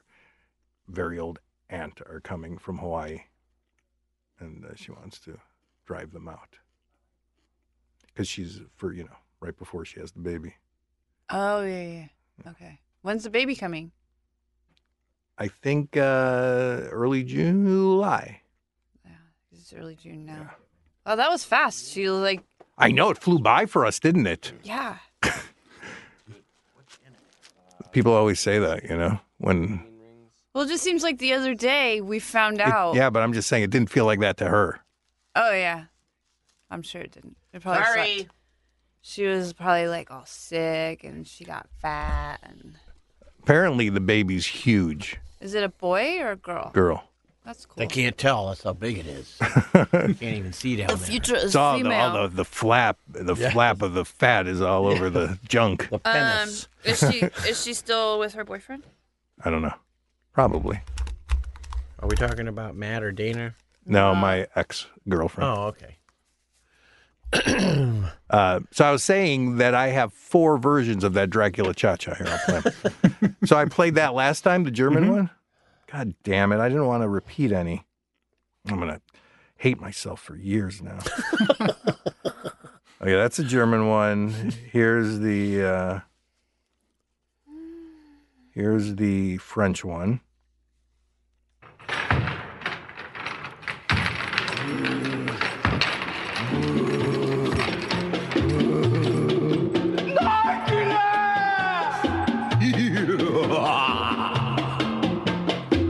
[SPEAKER 7] very old aunt are coming from Hawaii, and uh, she wants to drive them out because she's for you know right before she has the baby.
[SPEAKER 1] Oh yeah, yeah, yeah. Okay. When's the baby coming?
[SPEAKER 7] I think uh, early July.
[SPEAKER 1] It's early June now. Oh, that was fast. She was like,
[SPEAKER 7] I know it flew by for us, didn't it?
[SPEAKER 1] yeah.
[SPEAKER 7] People always say that, you know, when
[SPEAKER 1] Well, it just seems like the other day we found
[SPEAKER 7] It-
[SPEAKER 1] out.
[SPEAKER 7] yeah, but I'm just saying it didn't feel like that to her.
[SPEAKER 1] Oh yeah. I'm sure it didn't. It probably
[SPEAKER 4] Sorry.
[SPEAKER 1] sucked. She was probably like all sick and she got fat and
[SPEAKER 7] Apparently, the baby's huge,
[SPEAKER 1] is it a boy or a girl?
[SPEAKER 7] girl.
[SPEAKER 1] That's cool.
[SPEAKER 4] They can't tell. That's how big it is. can't even see down
[SPEAKER 1] The
[SPEAKER 4] there.
[SPEAKER 1] future is
[SPEAKER 7] It's all the,
[SPEAKER 1] female. Um,
[SPEAKER 7] all the, the flap, the flap of the fat is all over the junk.
[SPEAKER 4] The
[SPEAKER 1] um,
[SPEAKER 4] penis.
[SPEAKER 1] is she is she still with her boyfriend?
[SPEAKER 7] I don't know. Probably.
[SPEAKER 4] Are we talking about Matt or Dana?
[SPEAKER 7] No, my ex girlfriend.
[SPEAKER 4] Oh, okay.
[SPEAKER 7] Uh, so I was saying that I have four versions of that Dracula Cha Cha here. I'll play. so I played that last time, the German one. God damn it! I didn't want to repeat any. I'm gonna hate myself for years now. okay, that's a German one. Here's the uh, here's the French one.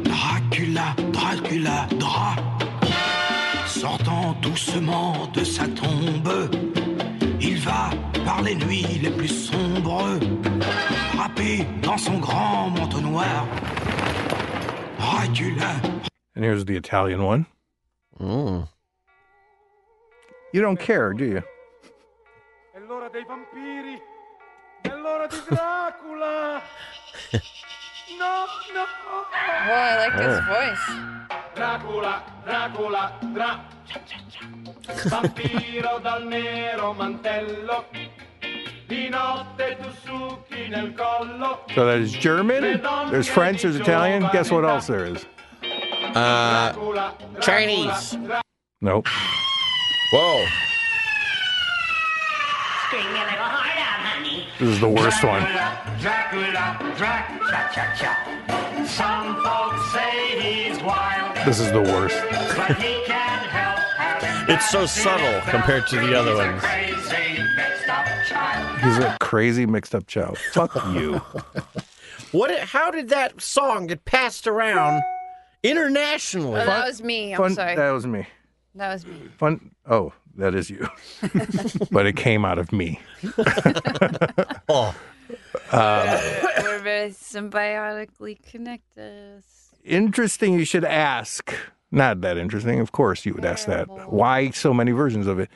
[SPEAKER 12] Dracula, Dracula, Dra. Sortant doucement de sa tombe, il va par les nuits les plus sombres, frappé dans son grand manteau noir. Dracula,
[SPEAKER 7] And here's the Italian one. You don't care, do you?
[SPEAKER 1] Well, Oh, I like
[SPEAKER 7] Oh.
[SPEAKER 1] his voice.
[SPEAKER 7] So there's German, there's French, there's Italian. Guess what else there is?
[SPEAKER 4] Uh, Chinese.
[SPEAKER 7] Nope.
[SPEAKER 4] Whoa.
[SPEAKER 7] This is the worst one. This is the worst.
[SPEAKER 4] It's so subtle compared to the other ones.
[SPEAKER 7] He's a crazy mixed up child. Fuck you.
[SPEAKER 4] What? How did that song get passed around internationally?
[SPEAKER 1] Oh,
[SPEAKER 7] Uh,
[SPEAKER 1] that was me. I'm
[SPEAKER 7] Fun,
[SPEAKER 1] sorry.
[SPEAKER 7] That was me.
[SPEAKER 1] That was me.
[SPEAKER 7] Fun. Oh, that is you. but it came out of me.
[SPEAKER 4] Oh,
[SPEAKER 1] We're very symbiotically connected.
[SPEAKER 7] Interesting. You should ask. Not that interesting. Of course, you would ask that. Why so many versions of it?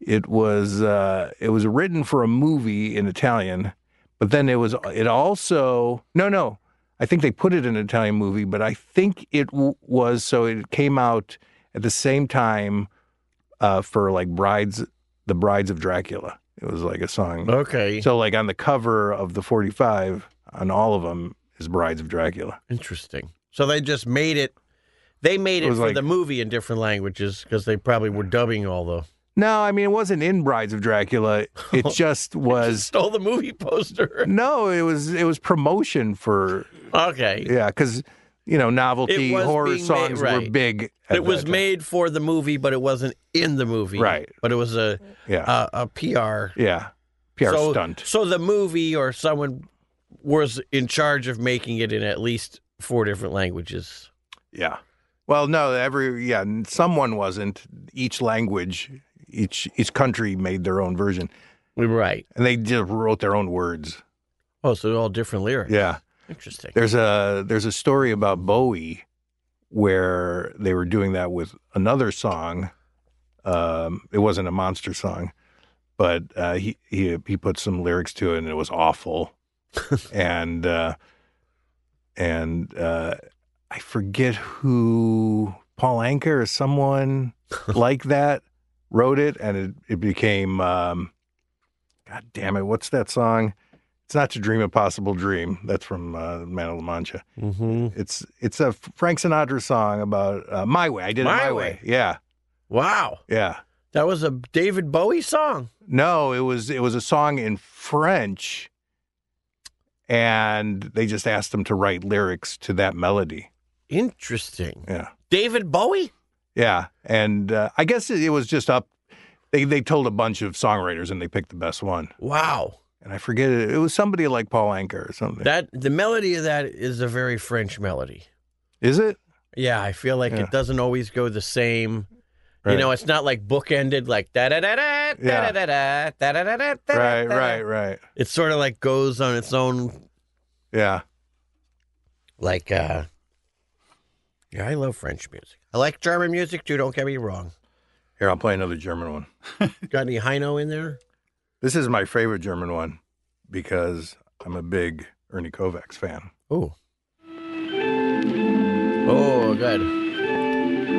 [SPEAKER 7] It was uh, it was written for a movie in Italian, but then it was it also no no. I think they put it in an Italian movie, but I think it w- was so it came out at the same time uh, for like brides the brides of Dracula. It was like a
[SPEAKER 4] Oh.
[SPEAKER 7] song.
[SPEAKER 4] okay.
[SPEAKER 7] So like on the cover of the 45 on all of them is Brides of Dracula.
[SPEAKER 4] Interesting. So they just made it. They made
[SPEAKER 7] It
[SPEAKER 4] it,
[SPEAKER 7] was
[SPEAKER 4] for
[SPEAKER 7] like-
[SPEAKER 4] the movie in different languages because they probably were dubbing all the.
[SPEAKER 7] No, I mean it wasn't in Brides of Dracula. It just was
[SPEAKER 4] Stole the movie poster.
[SPEAKER 7] No, it was it was promotion for
[SPEAKER 4] okay.
[SPEAKER 7] yeah, cuz you know, novelty
[SPEAKER 4] It was
[SPEAKER 7] horror
[SPEAKER 4] being made-
[SPEAKER 7] songs were
[SPEAKER 4] right.
[SPEAKER 7] big. at
[SPEAKER 4] It was
[SPEAKER 7] that time.
[SPEAKER 4] made for the movie, but it wasn't in the movie.
[SPEAKER 7] Right.
[SPEAKER 4] But it was a
[SPEAKER 7] Yeah.
[SPEAKER 4] a, a PR
[SPEAKER 7] yeah. PR
[SPEAKER 4] so,
[SPEAKER 7] stunt.
[SPEAKER 4] So the movie or someone was in charge of making it in at least four different languages.
[SPEAKER 7] Yeah. Well, no, every yeah, n- someone wasn't each language each each country made their own version
[SPEAKER 4] Right.
[SPEAKER 7] and they just wrote their own words.
[SPEAKER 4] Oh, so all different lyrics.
[SPEAKER 7] Yeah.
[SPEAKER 4] Interesting.
[SPEAKER 7] There's a there's a story about Bowie where they were doing that with another song. Um, it wasn't a monster song, but uh, he he he put some lyrics to it, and it was awful. and uh, and uh, I forget who Paul Anker or someone like that wrote it, and it it became. Um, God damn it! What's that song? It's not to dream a possible dream. That's from uh, Man of La Mancha.
[SPEAKER 4] Mm-hmm.
[SPEAKER 7] It's it's a Frank Sinatra song about uh, my way. I did it
[SPEAKER 4] My
[SPEAKER 7] my way.
[SPEAKER 4] Way.
[SPEAKER 7] Yeah,
[SPEAKER 4] Wow.
[SPEAKER 7] yeah.
[SPEAKER 4] That was a David Bowie song.
[SPEAKER 7] No, it was it was a song in French, and they just asked him to write lyrics to that melody.
[SPEAKER 4] Interesting.
[SPEAKER 7] Yeah,
[SPEAKER 4] David Bowie?
[SPEAKER 7] yeah. And uh, I guess it, it was just up. They they told a bunch of songwriters and they picked the best one.
[SPEAKER 4] Wow.
[SPEAKER 7] And I forget it. It was somebody like Paul Anker or something.
[SPEAKER 4] That the melody of that is a very French melody.
[SPEAKER 7] Is it?
[SPEAKER 4] Yeah, I feel like
[SPEAKER 7] Yeah.
[SPEAKER 4] it doesn't always go the same. You
[SPEAKER 7] Right.
[SPEAKER 4] know, it's not like bookended like da da da da da da da
[SPEAKER 7] Yeah.
[SPEAKER 4] da da da da da da.
[SPEAKER 7] Right, right, right.
[SPEAKER 4] It sort of like goes on its own
[SPEAKER 7] Yeah.
[SPEAKER 4] like uh yeah i love french music i like german music too don't get me wrong
[SPEAKER 7] Here, I'll play another German one.
[SPEAKER 4] got any heino in there
[SPEAKER 7] This is my favorite German one because I'm a big Ernie Kovacs fan.
[SPEAKER 4] oh oh good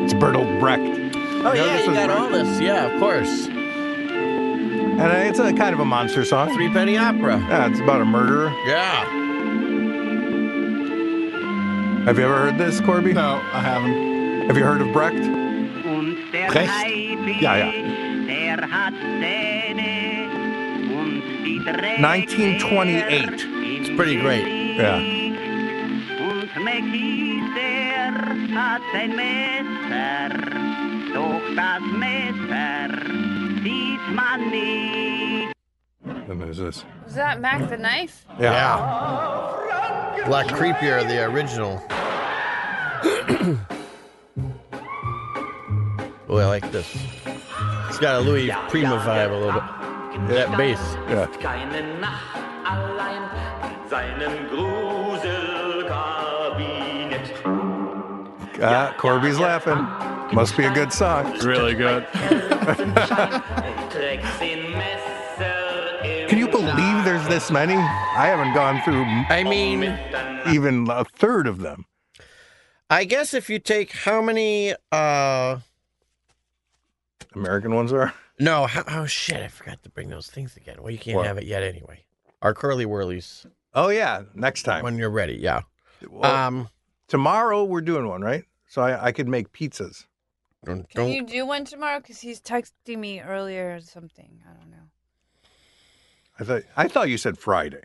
[SPEAKER 7] It's Bertolt Brecht.
[SPEAKER 4] oh yeah
[SPEAKER 7] this
[SPEAKER 4] you
[SPEAKER 7] was
[SPEAKER 4] got
[SPEAKER 7] Brecht.
[SPEAKER 4] all this yeah of course
[SPEAKER 7] And it's a kind of a monster song.
[SPEAKER 4] Three Penny Opera.
[SPEAKER 7] Yeah, it's about a murderer.
[SPEAKER 4] Yeah.
[SPEAKER 7] Have you ever heard this, Corby?
[SPEAKER 2] No, I haven't.
[SPEAKER 7] Have you heard of Brecht?
[SPEAKER 14] Und der
[SPEAKER 2] Recht?
[SPEAKER 14] Heilig,
[SPEAKER 2] Ja, ja.
[SPEAKER 14] der hat Zähne und die trägt
[SPEAKER 7] 1928.
[SPEAKER 14] er
[SPEAKER 4] It's pretty
[SPEAKER 14] im
[SPEAKER 4] great.
[SPEAKER 14] Gesicht.
[SPEAKER 7] Yeah.
[SPEAKER 14] Und McKeeter hat ein Messer, doch das Messer sieht man nicht.
[SPEAKER 7] And there's this.
[SPEAKER 1] Was that Mac the Knife?
[SPEAKER 7] Yeah.
[SPEAKER 4] Yeah. A lot creepier the original. oh, I like this. It's got a Louis Prima vibe a little bit. That bass.
[SPEAKER 7] Yeah.
[SPEAKER 14] Keine Nacht allein in seinem Gruselkabinett.
[SPEAKER 7] Ah, Corby's laughing. Must be a good song.
[SPEAKER 3] It's really good.
[SPEAKER 14] Kerzenschein und trägt sein Messer im
[SPEAKER 7] Can you believe there's this many? I haven't gone through m-
[SPEAKER 4] I mean,
[SPEAKER 7] even a third of them.
[SPEAKER 4] I guess if you take how many, uh,
[SPEAKER 7] American ones are.
[SPEAKER 4] no, how, oh shit, I forgot to bring those things again. Well, you can't
[SPEAKER 7] What?
[SPEAKER 4] have it yet anyway. Our curly whirlies
[SPEAKER 7] Oh yeah, next time.
[SPEAKER 4] when you're ready. Yeah.
[SPEAKER 7] Well,
[SPEAKER 4] um,
[SPEAKER 7] tomorrow we're doing one, right? So I, I could make pizzas.
[SPEAKER 4] don't,
[SPEAKER 1] Can
[SPEAKER 4] don't-
[SPEAKER 1] you do one tomorrow? Because he's texting me earlier or something. I don't know.
[SPEAKER 7] I thought I thought you said Friday.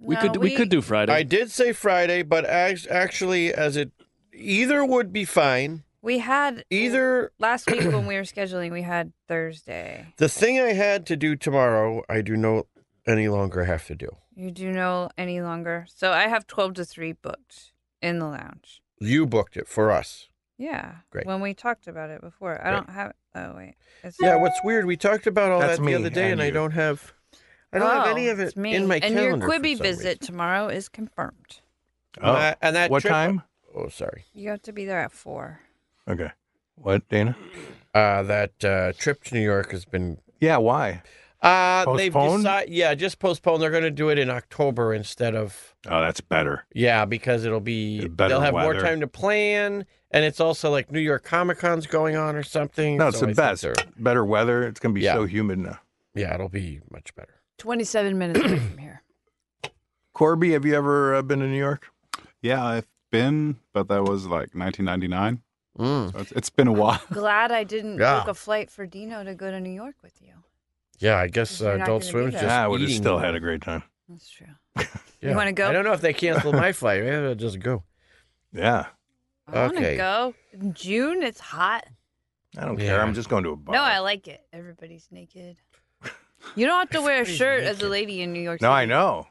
[SPEAKER 3] We
[SPEAKER 1] No,
[SPEAKER 3] could we, could do Friday.
[SPEAKER 4] I did say Friday, but act- actually, as it either would be fine.
[SPEAKER 1] We had
[SPEAKER 4] Either
[SPEAKER 1] last week when we were scheduling. We had Thursday.
[SPEAKER 4] the thing I had to do tomorrow, I do no any longer have to do.
[SPEAKER 1] You do know any longer. So I have 12 to 3 booked in the lounge.
[SPEAKER 4] You booked it for us.
[SPEAKER 1] Yeah.
[SPEAKER 4] Great.
[SPEAKER 1] When we talked about it before. I don't have Oh wait. It's
[SPEAKER 4] Yeah. What's weird? We talked about all
[SPEAKER 7] That's
[SPEAKER 4] that
[SPEAKER 7] me
[SPEAKER 4] the other day,
[SPEAKER 7] and
[SPEAKER 4] and, I
[SPEAKER 7] you.
[SPEAKER 4] don't have. I don't have
[SPEAKER 1] Oh,
[SPEAKER 4] any of it
[SPEAKER 1] it's me.
[SPEAKER 4] in my
[SPEAKER 1] And
[SPEAKER 4] calendar.
[SPEAKER 1] your
[SPEAKER 4] for
[SPEAKER 1] Quibi
[SPEAKER 4] some
[SPEAKER 1] visit
[SPEAKER 4] reason.
[SPEAKER 1] tomorrow is confirmed.
[SPEAKER 4] My- and that
[SPEAKER 7] Oh. what
[SPEAKER 4] trip-
[SPEAKER 7] time?
[SPEAKER 4] Oh, sorry.
[SPEAKER 1] You have to be there at 4.
[SPEAKER 7] Okay. What, Dana?
[SPEAKER 4] Uh, that uh, trip to New York has been.
[SPEAKER 7] Yeah. Why?
[SPEAKER 4] Uh, they've
[SPEAKER 7] Postponed?
[SPEAKER 4] decided. Yeah, just postponed. They're going to do it in October instead of.
[SPEAKER 7] Oh, that's better.
[SPEAKER 4] Yeah, because it'll be
[SPEAKER 2] Better
[SPEAKER 4] they'll have more
[SPEAKER 2] weather.
[SPEAKER 4] time to plan, and it's also like New York Comic Con's going on or something.
[SPEAKER 7] No, it's
[SPEAKER 4] so I
[SPEAKER 7] the
[SPEAKER 4] think
[SPEAKER 7] best.
[SPEAKER 4] they're-
[SPEAKER 7] Better weather. It's gonna be
[SPEAKER 4] Yeah.
[SPEAKER 7] so humid now.
[SPEAKER 4] Yeah, it'll be much better.
[SPEAKER 1] 27 minutes away from here.
[SPEAKER 7] Corby, have you ever uh, been to New York?
[SPEAKER 2] Yeah, I've been, but that was like 1999.
[SPEAKER 4] Mm.
[SPEAKER 2] So it's, it's been a while.
[SPEAKER 1] Glad I didn't
[SPEAKER 4] Yeah.
[SPEAKER 1] book a flight for Dino to go to New York with you.
[SPEAKER 4] Yeah, I guess uh,
[SPEAKER 1] You're not
[SPEAKER 4] Adult
[SPEAKER 1] gonna be
[SPEAKER 4] Swim's
[SPEAKER 1] there.
[SPEAKER 4] just.
[SPEAKER 7] Yeah, I would have
[SPEAKER 4] eating.
[SPEAKER 7] still had a great time.
[SPEAKER 1] That's true.
[SPEAKER 4] Yeah.
[SPEAKER 1] wanna go?
[SPEAKER 4] I don't know if they canceled my flight. Maybe I'll just go.
[SPEAKER 7] Yeah.
[SPEAKER 1] I want
[SPEAKER 4] Okay.
[SPEAKER 1] to go. In June, it's hot.
[SPEAKER 7] I don't
[SPEAKER 4] Yeah.
[SPEAKER 7] care. I'm just going to a bar.
[SPEAKER 1] No, I like it. Everybody's naked. You don't have to wear a shirt as a lady in New York City.
[SPEAKER 7] No, I know.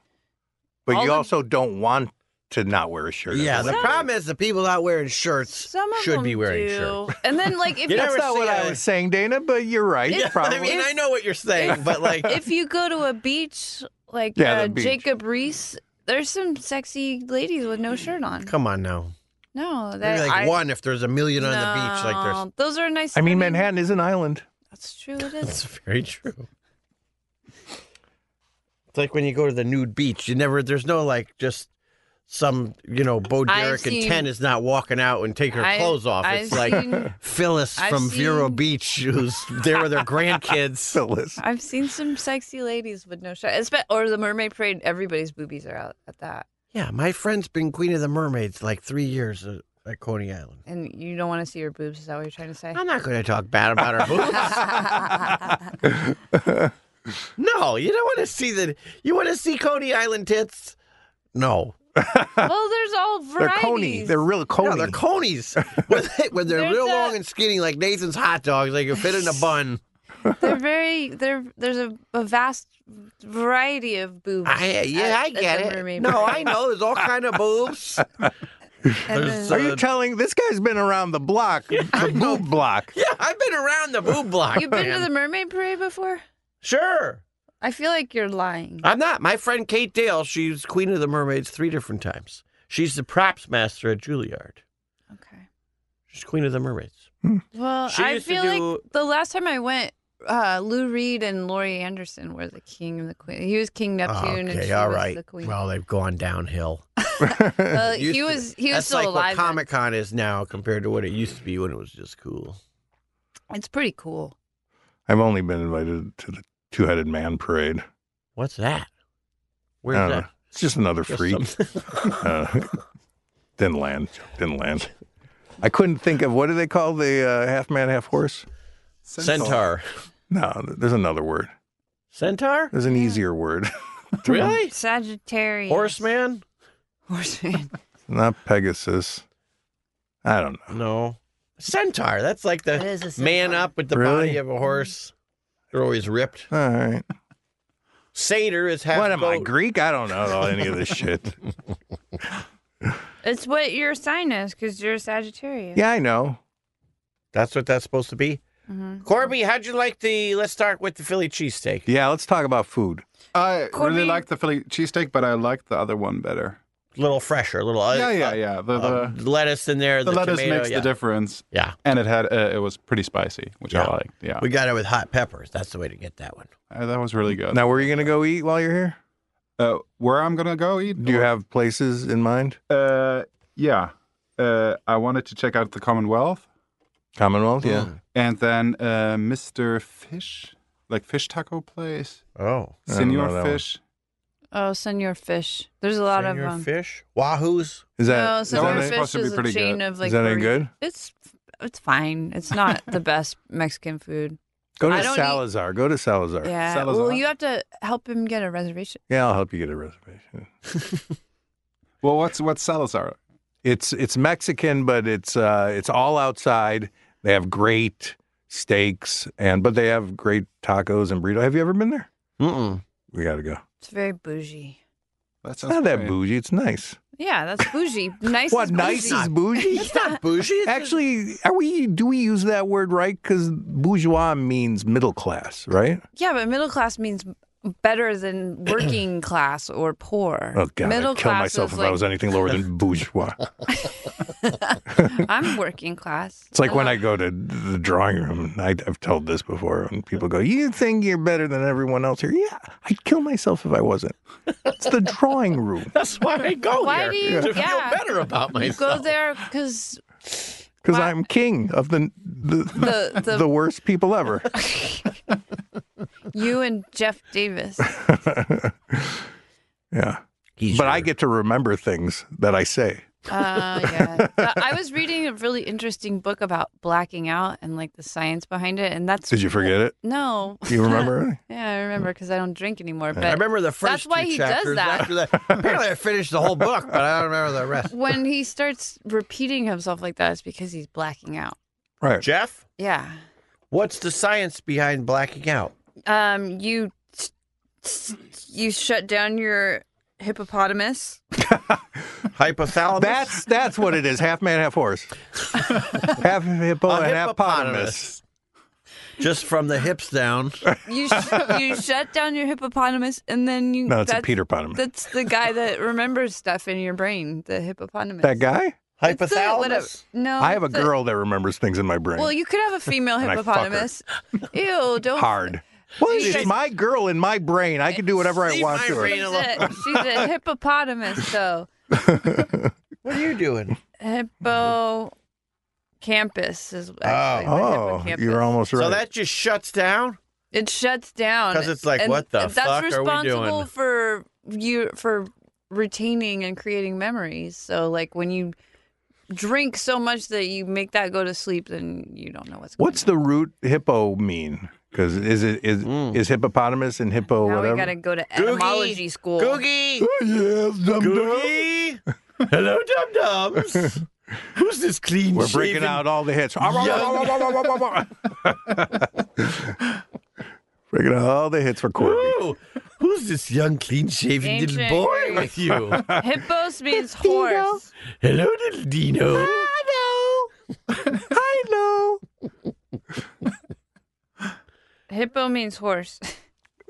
[SPEAKER 7] But
[SPEAKER 1] All
[SPEAKER 7] you
[SPEAKER 1] the-
[SPEAKER 7] also don't want to not wear a shirt.
[SPEAKER 4] Yeah,
[SPEAKER 7] as a
[SPEAKER 4] the
[SPEAKER 7] lady.
[SPEAKER 4] problem is the people out wearing shirts
[SPEAKER 1] Some of
[SPEAKER 4] should
[SPEAKER 1] them
[SPEAKER 4] be wearing
[SPEAKER 1] do.
[SPEAKER 4] shirts.
[SPEAKER 1] And then like if
[SPEAKER 4] You
[SPEAKER 1] you,
[SPEAKER 4] never
[SPEAKER 7] That's not
[SPEAKER 4] see
[SPEAKER 7] what I
[SPEAKER 4] a-
[SPEAKER 7] was saying, Dana, but you're right.
[SPEAKER 1] It's-
[SPEAKER 7] probably.
[SPEAKER 4] I mean, I know what you're saying, but like,
[SPEAKER 1] if you go to a beach like
[SPEAKER 7] Yeah, the
[SPEAKER 1] uh,
[SPEAKER 7] beach.
[SPEAKER 1] Jacob Reese, there's some sexy ladies with no shirt on.
[SPEAKER 4] come on now.
[SPEAKER 1] No, that
[SPEAKER 4] Maybe like
[SPEAKER 1] I,
[SPEAKER 4] one if there's a million on the beach. Like there's.
[SPEAKER 1] no, those are nice.
[SPEAKER 7] I mean,
[SPEAKER 1] looking-
[SPEAKER 7] Manhattan is an island.
[SPEAKER 1] That's true. It
[SPEAKER 4] That's
[SPEAKER 1] is.
[SPEAKER 4] very true. It's like when you go to the nude beach. You never. There's no like just some you know Bo
[SPEAKER 1] I've
[SPEAKER 4] Derek and
[SPEAKER 1] seen-
[SPEAKER 4] Ten is not walking out and taking her
[SPEAKER 1] I-
[SPEAKER 4] clothes off.
[SPEAKER 1] I've
[SPEAKER 4] It's like
[SPEAKER 1] seen-
[SPEAKER 4] Phyllis
[SPEAKER 1] I've
[SPEAKER 4] from Vero
[SPEAKER 1] seen-
[SPEAKER 4] Beach who's there with her grandkids.
[SPEAKER 7] Phyllis.
[SPEAKER 1] I've seen some sexy ladies with no shirt, Espe- or the Mermaid Parade. Everybody's boobies are out at that,
[SPEAKER 4] Yeah, my friend's been Queen of the Mermaids like three years at, at Coney Island.
[SPEAKER 1] and you don't want to see your boobs. Is that what you're trying to say?
[SPEAKER 4] I'm not going to talk bad about her boobs. no, you don't want to see the. You want to see Coney Island tits? No.
[SPEAKER 1] well, there's all
[SPEAKER 7] They're
[SPEAKER 1] varieties.
[SPEAKER 7] coney. They're real coney.
[SPEAKER 4] No, they're conies. when, they, when they're
[SPEAKER 1] There's
[SPEAKER 4] real
[SPEAKER 1] a-
[SPEAKER 4] long and skinny, like Nathan's hot dogs, they can fit in a bun.
[SPEAKER 1] They're very there. There's a, a vast variety of boobs.
[SPEAKER 4] I, yeah, I
[SPEAKER 1] at- at
[SPEAKER 4] get
[SPEAKER 1] the
[SPEAKER 4] it.
[SPEAKER 1] mermaid
[SPEAKER 4] No, I
[SPEAKER 1] parade.
[SPEAKER 4] know. There's all kind of boobs.
[SPEAKER 1] And
[SPEAKER 4] There's
[SPEAKER 1] then
[SPEAKER 7] Are you telling this guy's been around the block, the boob block?
[SPEAKER 4] Yeah, I've been around the boob block.
[SPEAKER 1] you've been to
[SPEAKER 4] man.
[SPEAKER 1] the mermaid parade before?
[SPEAKER 4] Sure.
[SPEAKER 1] I feel like you're lying.
[SPEAKER 4] I'm not. My friend Kate Dale, she's Queen of the Mermaids three different times. She's the props master at Juilliard.
[SPEAKER 1] Okay.
[SPEAKER 4] She's Queen of the Mermaids.
[SPEAKER 1] Well,
[SPEAKER 4] She
[SPEAKER 1] I
[SPEAKER 4] used to
[SPEAKER 1] feel
[SPEAKER 4] do-
[SPEAKER 1] like the last time I went, uh, Lou Reed and Laurie Anderson were the king and the queen. He was King Neptune, and she was the queen.
[SPEAKER 4] Well, they've gone downhill.
[SPEAKER 1] Well,
[SPEAKER 4] It used
[SPEAKER 1] he
[SPEAKER 4] to-
[SPEAKER 1] was he was
[SPEAKER 4] That's
[SPEAKER 1] still
[SPEAKER 4] like
[SPEAKER 1] alive.
[SPEAKER 4] what
[SPEAKER 1] then.
[SPEAKER 4] Comic Con is now compared to what it used to be when it was just cool.
[SPEAKER 1] It's pretty cool.
[SPEAKER 7] I've only been invited to the Two Headed Man Parade.
[SPEAKER 4] What's that?
[SPEAKER 7] I
[SPEAKER 4] Where's
[SPEAKER 7] don't know.
[SPEAKER 4] that?
[SPEAKER 7] It's just another freak. uh, didn't land. Didn't land. I couldn't think of what do they call the uh, half man, half horse?
[SPEAKER 4] Centaur.
[SPEAKER 7] No, there's another word.
[SPEAKER 4] Centaur?
[SPEAKER 7] There's an easier word.
[SPEAKER 4] Really?
[SPEAKER 1] Sagittarius.
[SPEAKER 4] Horseman?
[SPEAKER 1] Horseman.
[SPEAKER 7] Not Pegasus. I don't know.
[SPEAKER 4] No. Centaur. That's like
[SPEAKER 15] It
[SPEAKER 4] the
[SPEAKER 15] is a centaur.
[SPEAKER 4] man up with the
[SPEAKER 7] Really?
[SPEAKER 4] body of a horse. They're always ripped.
[SPEAKER 7] All right.
[SPEAKER 4] Satyr is half
[SPEAKER 7] What am I,
[SPEAKER 4] goat.
[SPEAKER 7] Greek? I don't know any of this shit.
[SPEAKER 1] It's what your sign is because you're a Sagittarius.
[SPEAKER 7] Yeah, I know.
[SPEAKER 4] That's what that's supposed to be.
[SPEAKER 1] Mm-hmm.
[SPEAKER 4] Corby, how'd you like the? Let's start with the Philly cheesesteak.
[SPEAKER 7] Yeah, let's talk about food.
[SPEAKER 2] I really
[SPEAKER 1] Corbin-
[SPEAKER 2] like the Philly cheesesteak, but I like the other one better.
[SPEAKER 4] A little fresher, a little. Uh,
[SPEAKER 2] yeah, yeah, yeah. The, the,
[SPEAKER 7] um,
[SPEAKER 4] uh, lettuce in there.
[SPEAKER 2] the, lettuce
[SPEAKER 4] tomato,
[SPEAKER 2] makes
[SPEAKER 4] yeah.
[SPEAKER 2] the difference,
[SPEAKER 4] Yeah,
[SPEAKER 2] and it had uh, it was pretty spicy, which
[SPEAKER 4] Yeah.
[SPEAKER 2] I liked. Yeah,
[SPEAKER 4] we got it with hot peppers. That's the way to get that one.
[SPEAKER 2] Uh, that was really good.
[SPEAKER 7] Now, where are you going to go eat while you're here?
[SPEAKER 2] uh, where I'm gonna go eat?
[SPEAKER 7] Do you have places in mind?
[SPEAKER 2] Uh, yeah, uh, I wanted to check out the Commonwealth,
[SPEAKER 7] Commonwealth? Yeah.
[SPEAKER 4] Mm.
[SPEAKER 2] and then uh, Mr. Fish, like fish taco place,
[SPEAKER 4] Oh,
[SPEAKER 7] I don't know
[SPEAKER 2] Senor
[SPEAKER 7] that one.
[SPEAKER 2] Fish.
[SPEAKER 1] Oh, Senor Fish. There's a lot of um,
[SPEAKER 4] your
[SPEAKER 1] them.
[SPEAKER 4] fish, wahoos.
[SPEAKER 7] Is that,
[SPEAKER 1] No,
[SPEAKER 7] is that,
[SPEAKER 1] Senor
[SPEAKER 2] one's
[SPEAKER 7] any-
[SPEAKER 1] Fish
[SPEAKER 2] supposed to be
[SPEAKER 1] is a
[SPEAKER 2] pretty
[SPEAKER 1] chain
[SPEAKER 2] good.
[SPEAKER 1] of like.
[SPEAKER 7] is that any
[SPEAKER 1] burrito-
[SPEAKER 7] good?
[SPEAKER 1] It's it's fine. It's not the best Mexican food.
[SPEAKER 7] Go
[SPEAKER 1] I
[SPEAKER 7] to
[SPEAKER 1] don't eat-
[SPEAKER 7] Salazar. Go to Salazar. Yeah.
[SPEAKER 1] Yeah.
[SPEAKER 2] Salazar?
[SPEAKER 1] Well, you have to help him get a reservation.
[SPEAKER 7] I'll help you get a reservation.
[SPEAKER 2] Well, what's what's Salazar?
[SPEAKER 7] It's it's Mexican, but it's uh, it's all outside. They have great steaks and but they have great tacos and burrito. Have you ever been there?
[SPEAKER 4] Mm-mm.
[SPEAKER 7] We got to go.
[SPEAKER 1] It's very bougie.
[SPEAKER 2] That
[SPEAKER 7] It's
[SPEAKER 2] sounds
[SPEAKER 7] not that
[SPEAKER 2] great.
[SPEAKER 7] bougie. It's nice.
[SPEAKER 1] Yeah, that's bougie. Nice.
[SPEAKER 7] what
[SPEAKER 1] is
[SPEAKER 7] nice
[SPEAKER 1] bougie.
[SPEAKER 7] is bougie?
[SPEAKER 4] It's not bougie. It's
[SPEAKER 7] Actually, are we do we use that word right? Because bourgeois means middle class, right?
[SPEAKER 1] Yeah, but middle class means better than working class or poor.
[SPEAKER 7] Oh god,
[SPEAKER 1] middle
[SPEAKER 7] I'd kill
[SPEAKER 1] class
[SPEAKER 7] myself
[SPEAKER 1] is
[SPEAKER 7] if
[SPEAKER 1] like
[SPEAKER 7] I was anything lower than bourgeois.
[SPEAKER 1] I'm working class.
[SPEAKER 7] It's like when I go to the drawing room. I, I've told this before, and people go, "You think you're better than everyone else here?" Yeah, I'd kill myself if I wasn't. It's the drawing room
[SPEAKER 4] That's why I go
[SPEAKER 1] Why
[SPEAKER 4] there
[SPEAKER 1] do you-
[SPEAKER 4] to
[SPEAKER 1] yeah.
[SPEAKER 4] feel better about
[SPEAKER 1] You go
[SPEAKER 4] myself.
[SPEAKER 1] there because
[SPEAKER 7] because I'm king of the the,
[SPEAKER 1] the,
[SPEAKER 7] the
[SPEAKER 1] the
[SPEAKER 7] worst people ever.
[SPEAKER 1] you and Jeff Davis.
[SPEAKER 7] Yeah,
[SPEAKER 4] He's
[SPEAKER 7] but I
[SPEAKER 4] your-
[SPEAKER 7] get to remember things that I say.
[SPEAKER 1] Uh, yeah. Uh, I was reading a really interesting book about blacking out and like the science behind it, and that's
[SPEAKER 7] Did you forget it?
[SPEAKER 1] no.
[SPEAKER 7] Do you remember?
[SPEAKER 1] Yeah, I remember because I don't drink anymore. But
[SPEAKER 4] I remember the first
[SPEAKER 1] That's why
[SPEAKER 4] two
[SPEAKER 1] he does
[SPEAKER 4] chapters.
[SPEAKER 1] that.
[SPEAKER 4] After that, apparently I finished the whole book, but I don't remember the rest.
[SPEAKER 1] when he starts repeating himself like that, it's because he's blacking out.
[SPEAKER 7] Right.
[SPEAKER 4] Jeff,
[SPEAKER 1] Yeah.
[SPEAKER 4] what's the science behind blacking out?
[SPEAKER 1] Um, you you shut down your hippopotamus.
[SPEAKER 4] Hypothalamus.
[SPEAKER 7] That's that's what it is. Half man, half horse. half
[SPEAKER 4] a
[SPEAKER 7] hippo and hippopotamus.
[SPEAKER 4] hippopotamus. Just from the hips down.
[SPEAKER 1] You sh- you shut down your hippopotamus, and then you.
[SPEAKER 7] No, it's a
[SPEAKER 1] that's-
[SPEAKER 7] Peter Potamus.
[SPEAKER 1] That's the guy that remembers stuff in your brain. The hippopotamus.
[SPEAKER 7] That guy?
[SPEAKER 1] It's the- whatever-
[SPEAKER 4] Hypothalamus.
[SPEAKER 1] no,
[SPEAKER 7] I have a
[SPEAKER 1] it's the-
[SPEAKER 7] girl that remembers things in my brain.
[SPEAKER 1] Well, you could have a female
[SPEAKER 7] And I fuck her.
[SPEAKER 1] hippopotamus. Ew, don't.
[SPEAKER 7] Hard. Well,
[SPEAKER 1] You
[SPEAKER 7] it's
[SPEAKER 1] guys-
[SPEAKER 7] my girl in my brain. I can do whatever I
[SPEAKER 4] Leave
[SPEAKER 7] want
[SPEAKER 4] my
[SPEAKER 7] to her.
[SPEAKER 4] brain
[SPEAKER 1] She's a, she's a hippopotamus, though.
[SPEAKER 4] What are you doing?
[SPEAKER 1] Hippocampus is actually the
[SPEAKER 7] Oh,
[SPEAKER 1] hippocampus.
[SPEAKER 7] you're almost right.
[SPEAKER 4] So that just shuts down.
[SPEAKER 1] It shuts down
[SPEAKER 4] 'Cause it's like,
[SPEAKER 1] And
[SPEAKER 4] what the
[SPEAKER 1] that's
[SPEAKER 4] fuck are we doing?
[SPEAKER 1] responsible for you for retaining and creating memories. So like when you drink so much that you make that go to sleep, then you don't know what's going
[SPEAKER 7] What's the root hippo mean? Because is it is
[SPEAKER 4] Mm.
[SPEAKER 7] is hippopotamus and hippo
[SPEAKER 1] on. Now
[SPEAKER 7] whatever?
[SPEAKER 1] we gotta go to etymology school.
[SPEAKER 4] Googie.
[SPEAKER 7] Oh, yes, dum dum.
[SPEAKER 4] Googie. Hello, dum dums. Who's this clean?
[SPEAKER 7] We're breaking
[SPEAKER 4] shaven-
[SPEAKER 7] out all the hits. breaking out all the hits for Corby.
[SPEAKER 4] Ooh, who's this young, clean-shaven little
[SPEAKER 1] Ancient
[SPEAKER 4] boy
[SPEAKER 1] Greek.
[SPEAKER 4] with you?
[SPEAKER 1] Hippos means horse.
[SPEAKER 4] Hello, little Dino.
[SPEAKER 7] I know.
[SPEAKER 1] Hippo means horse.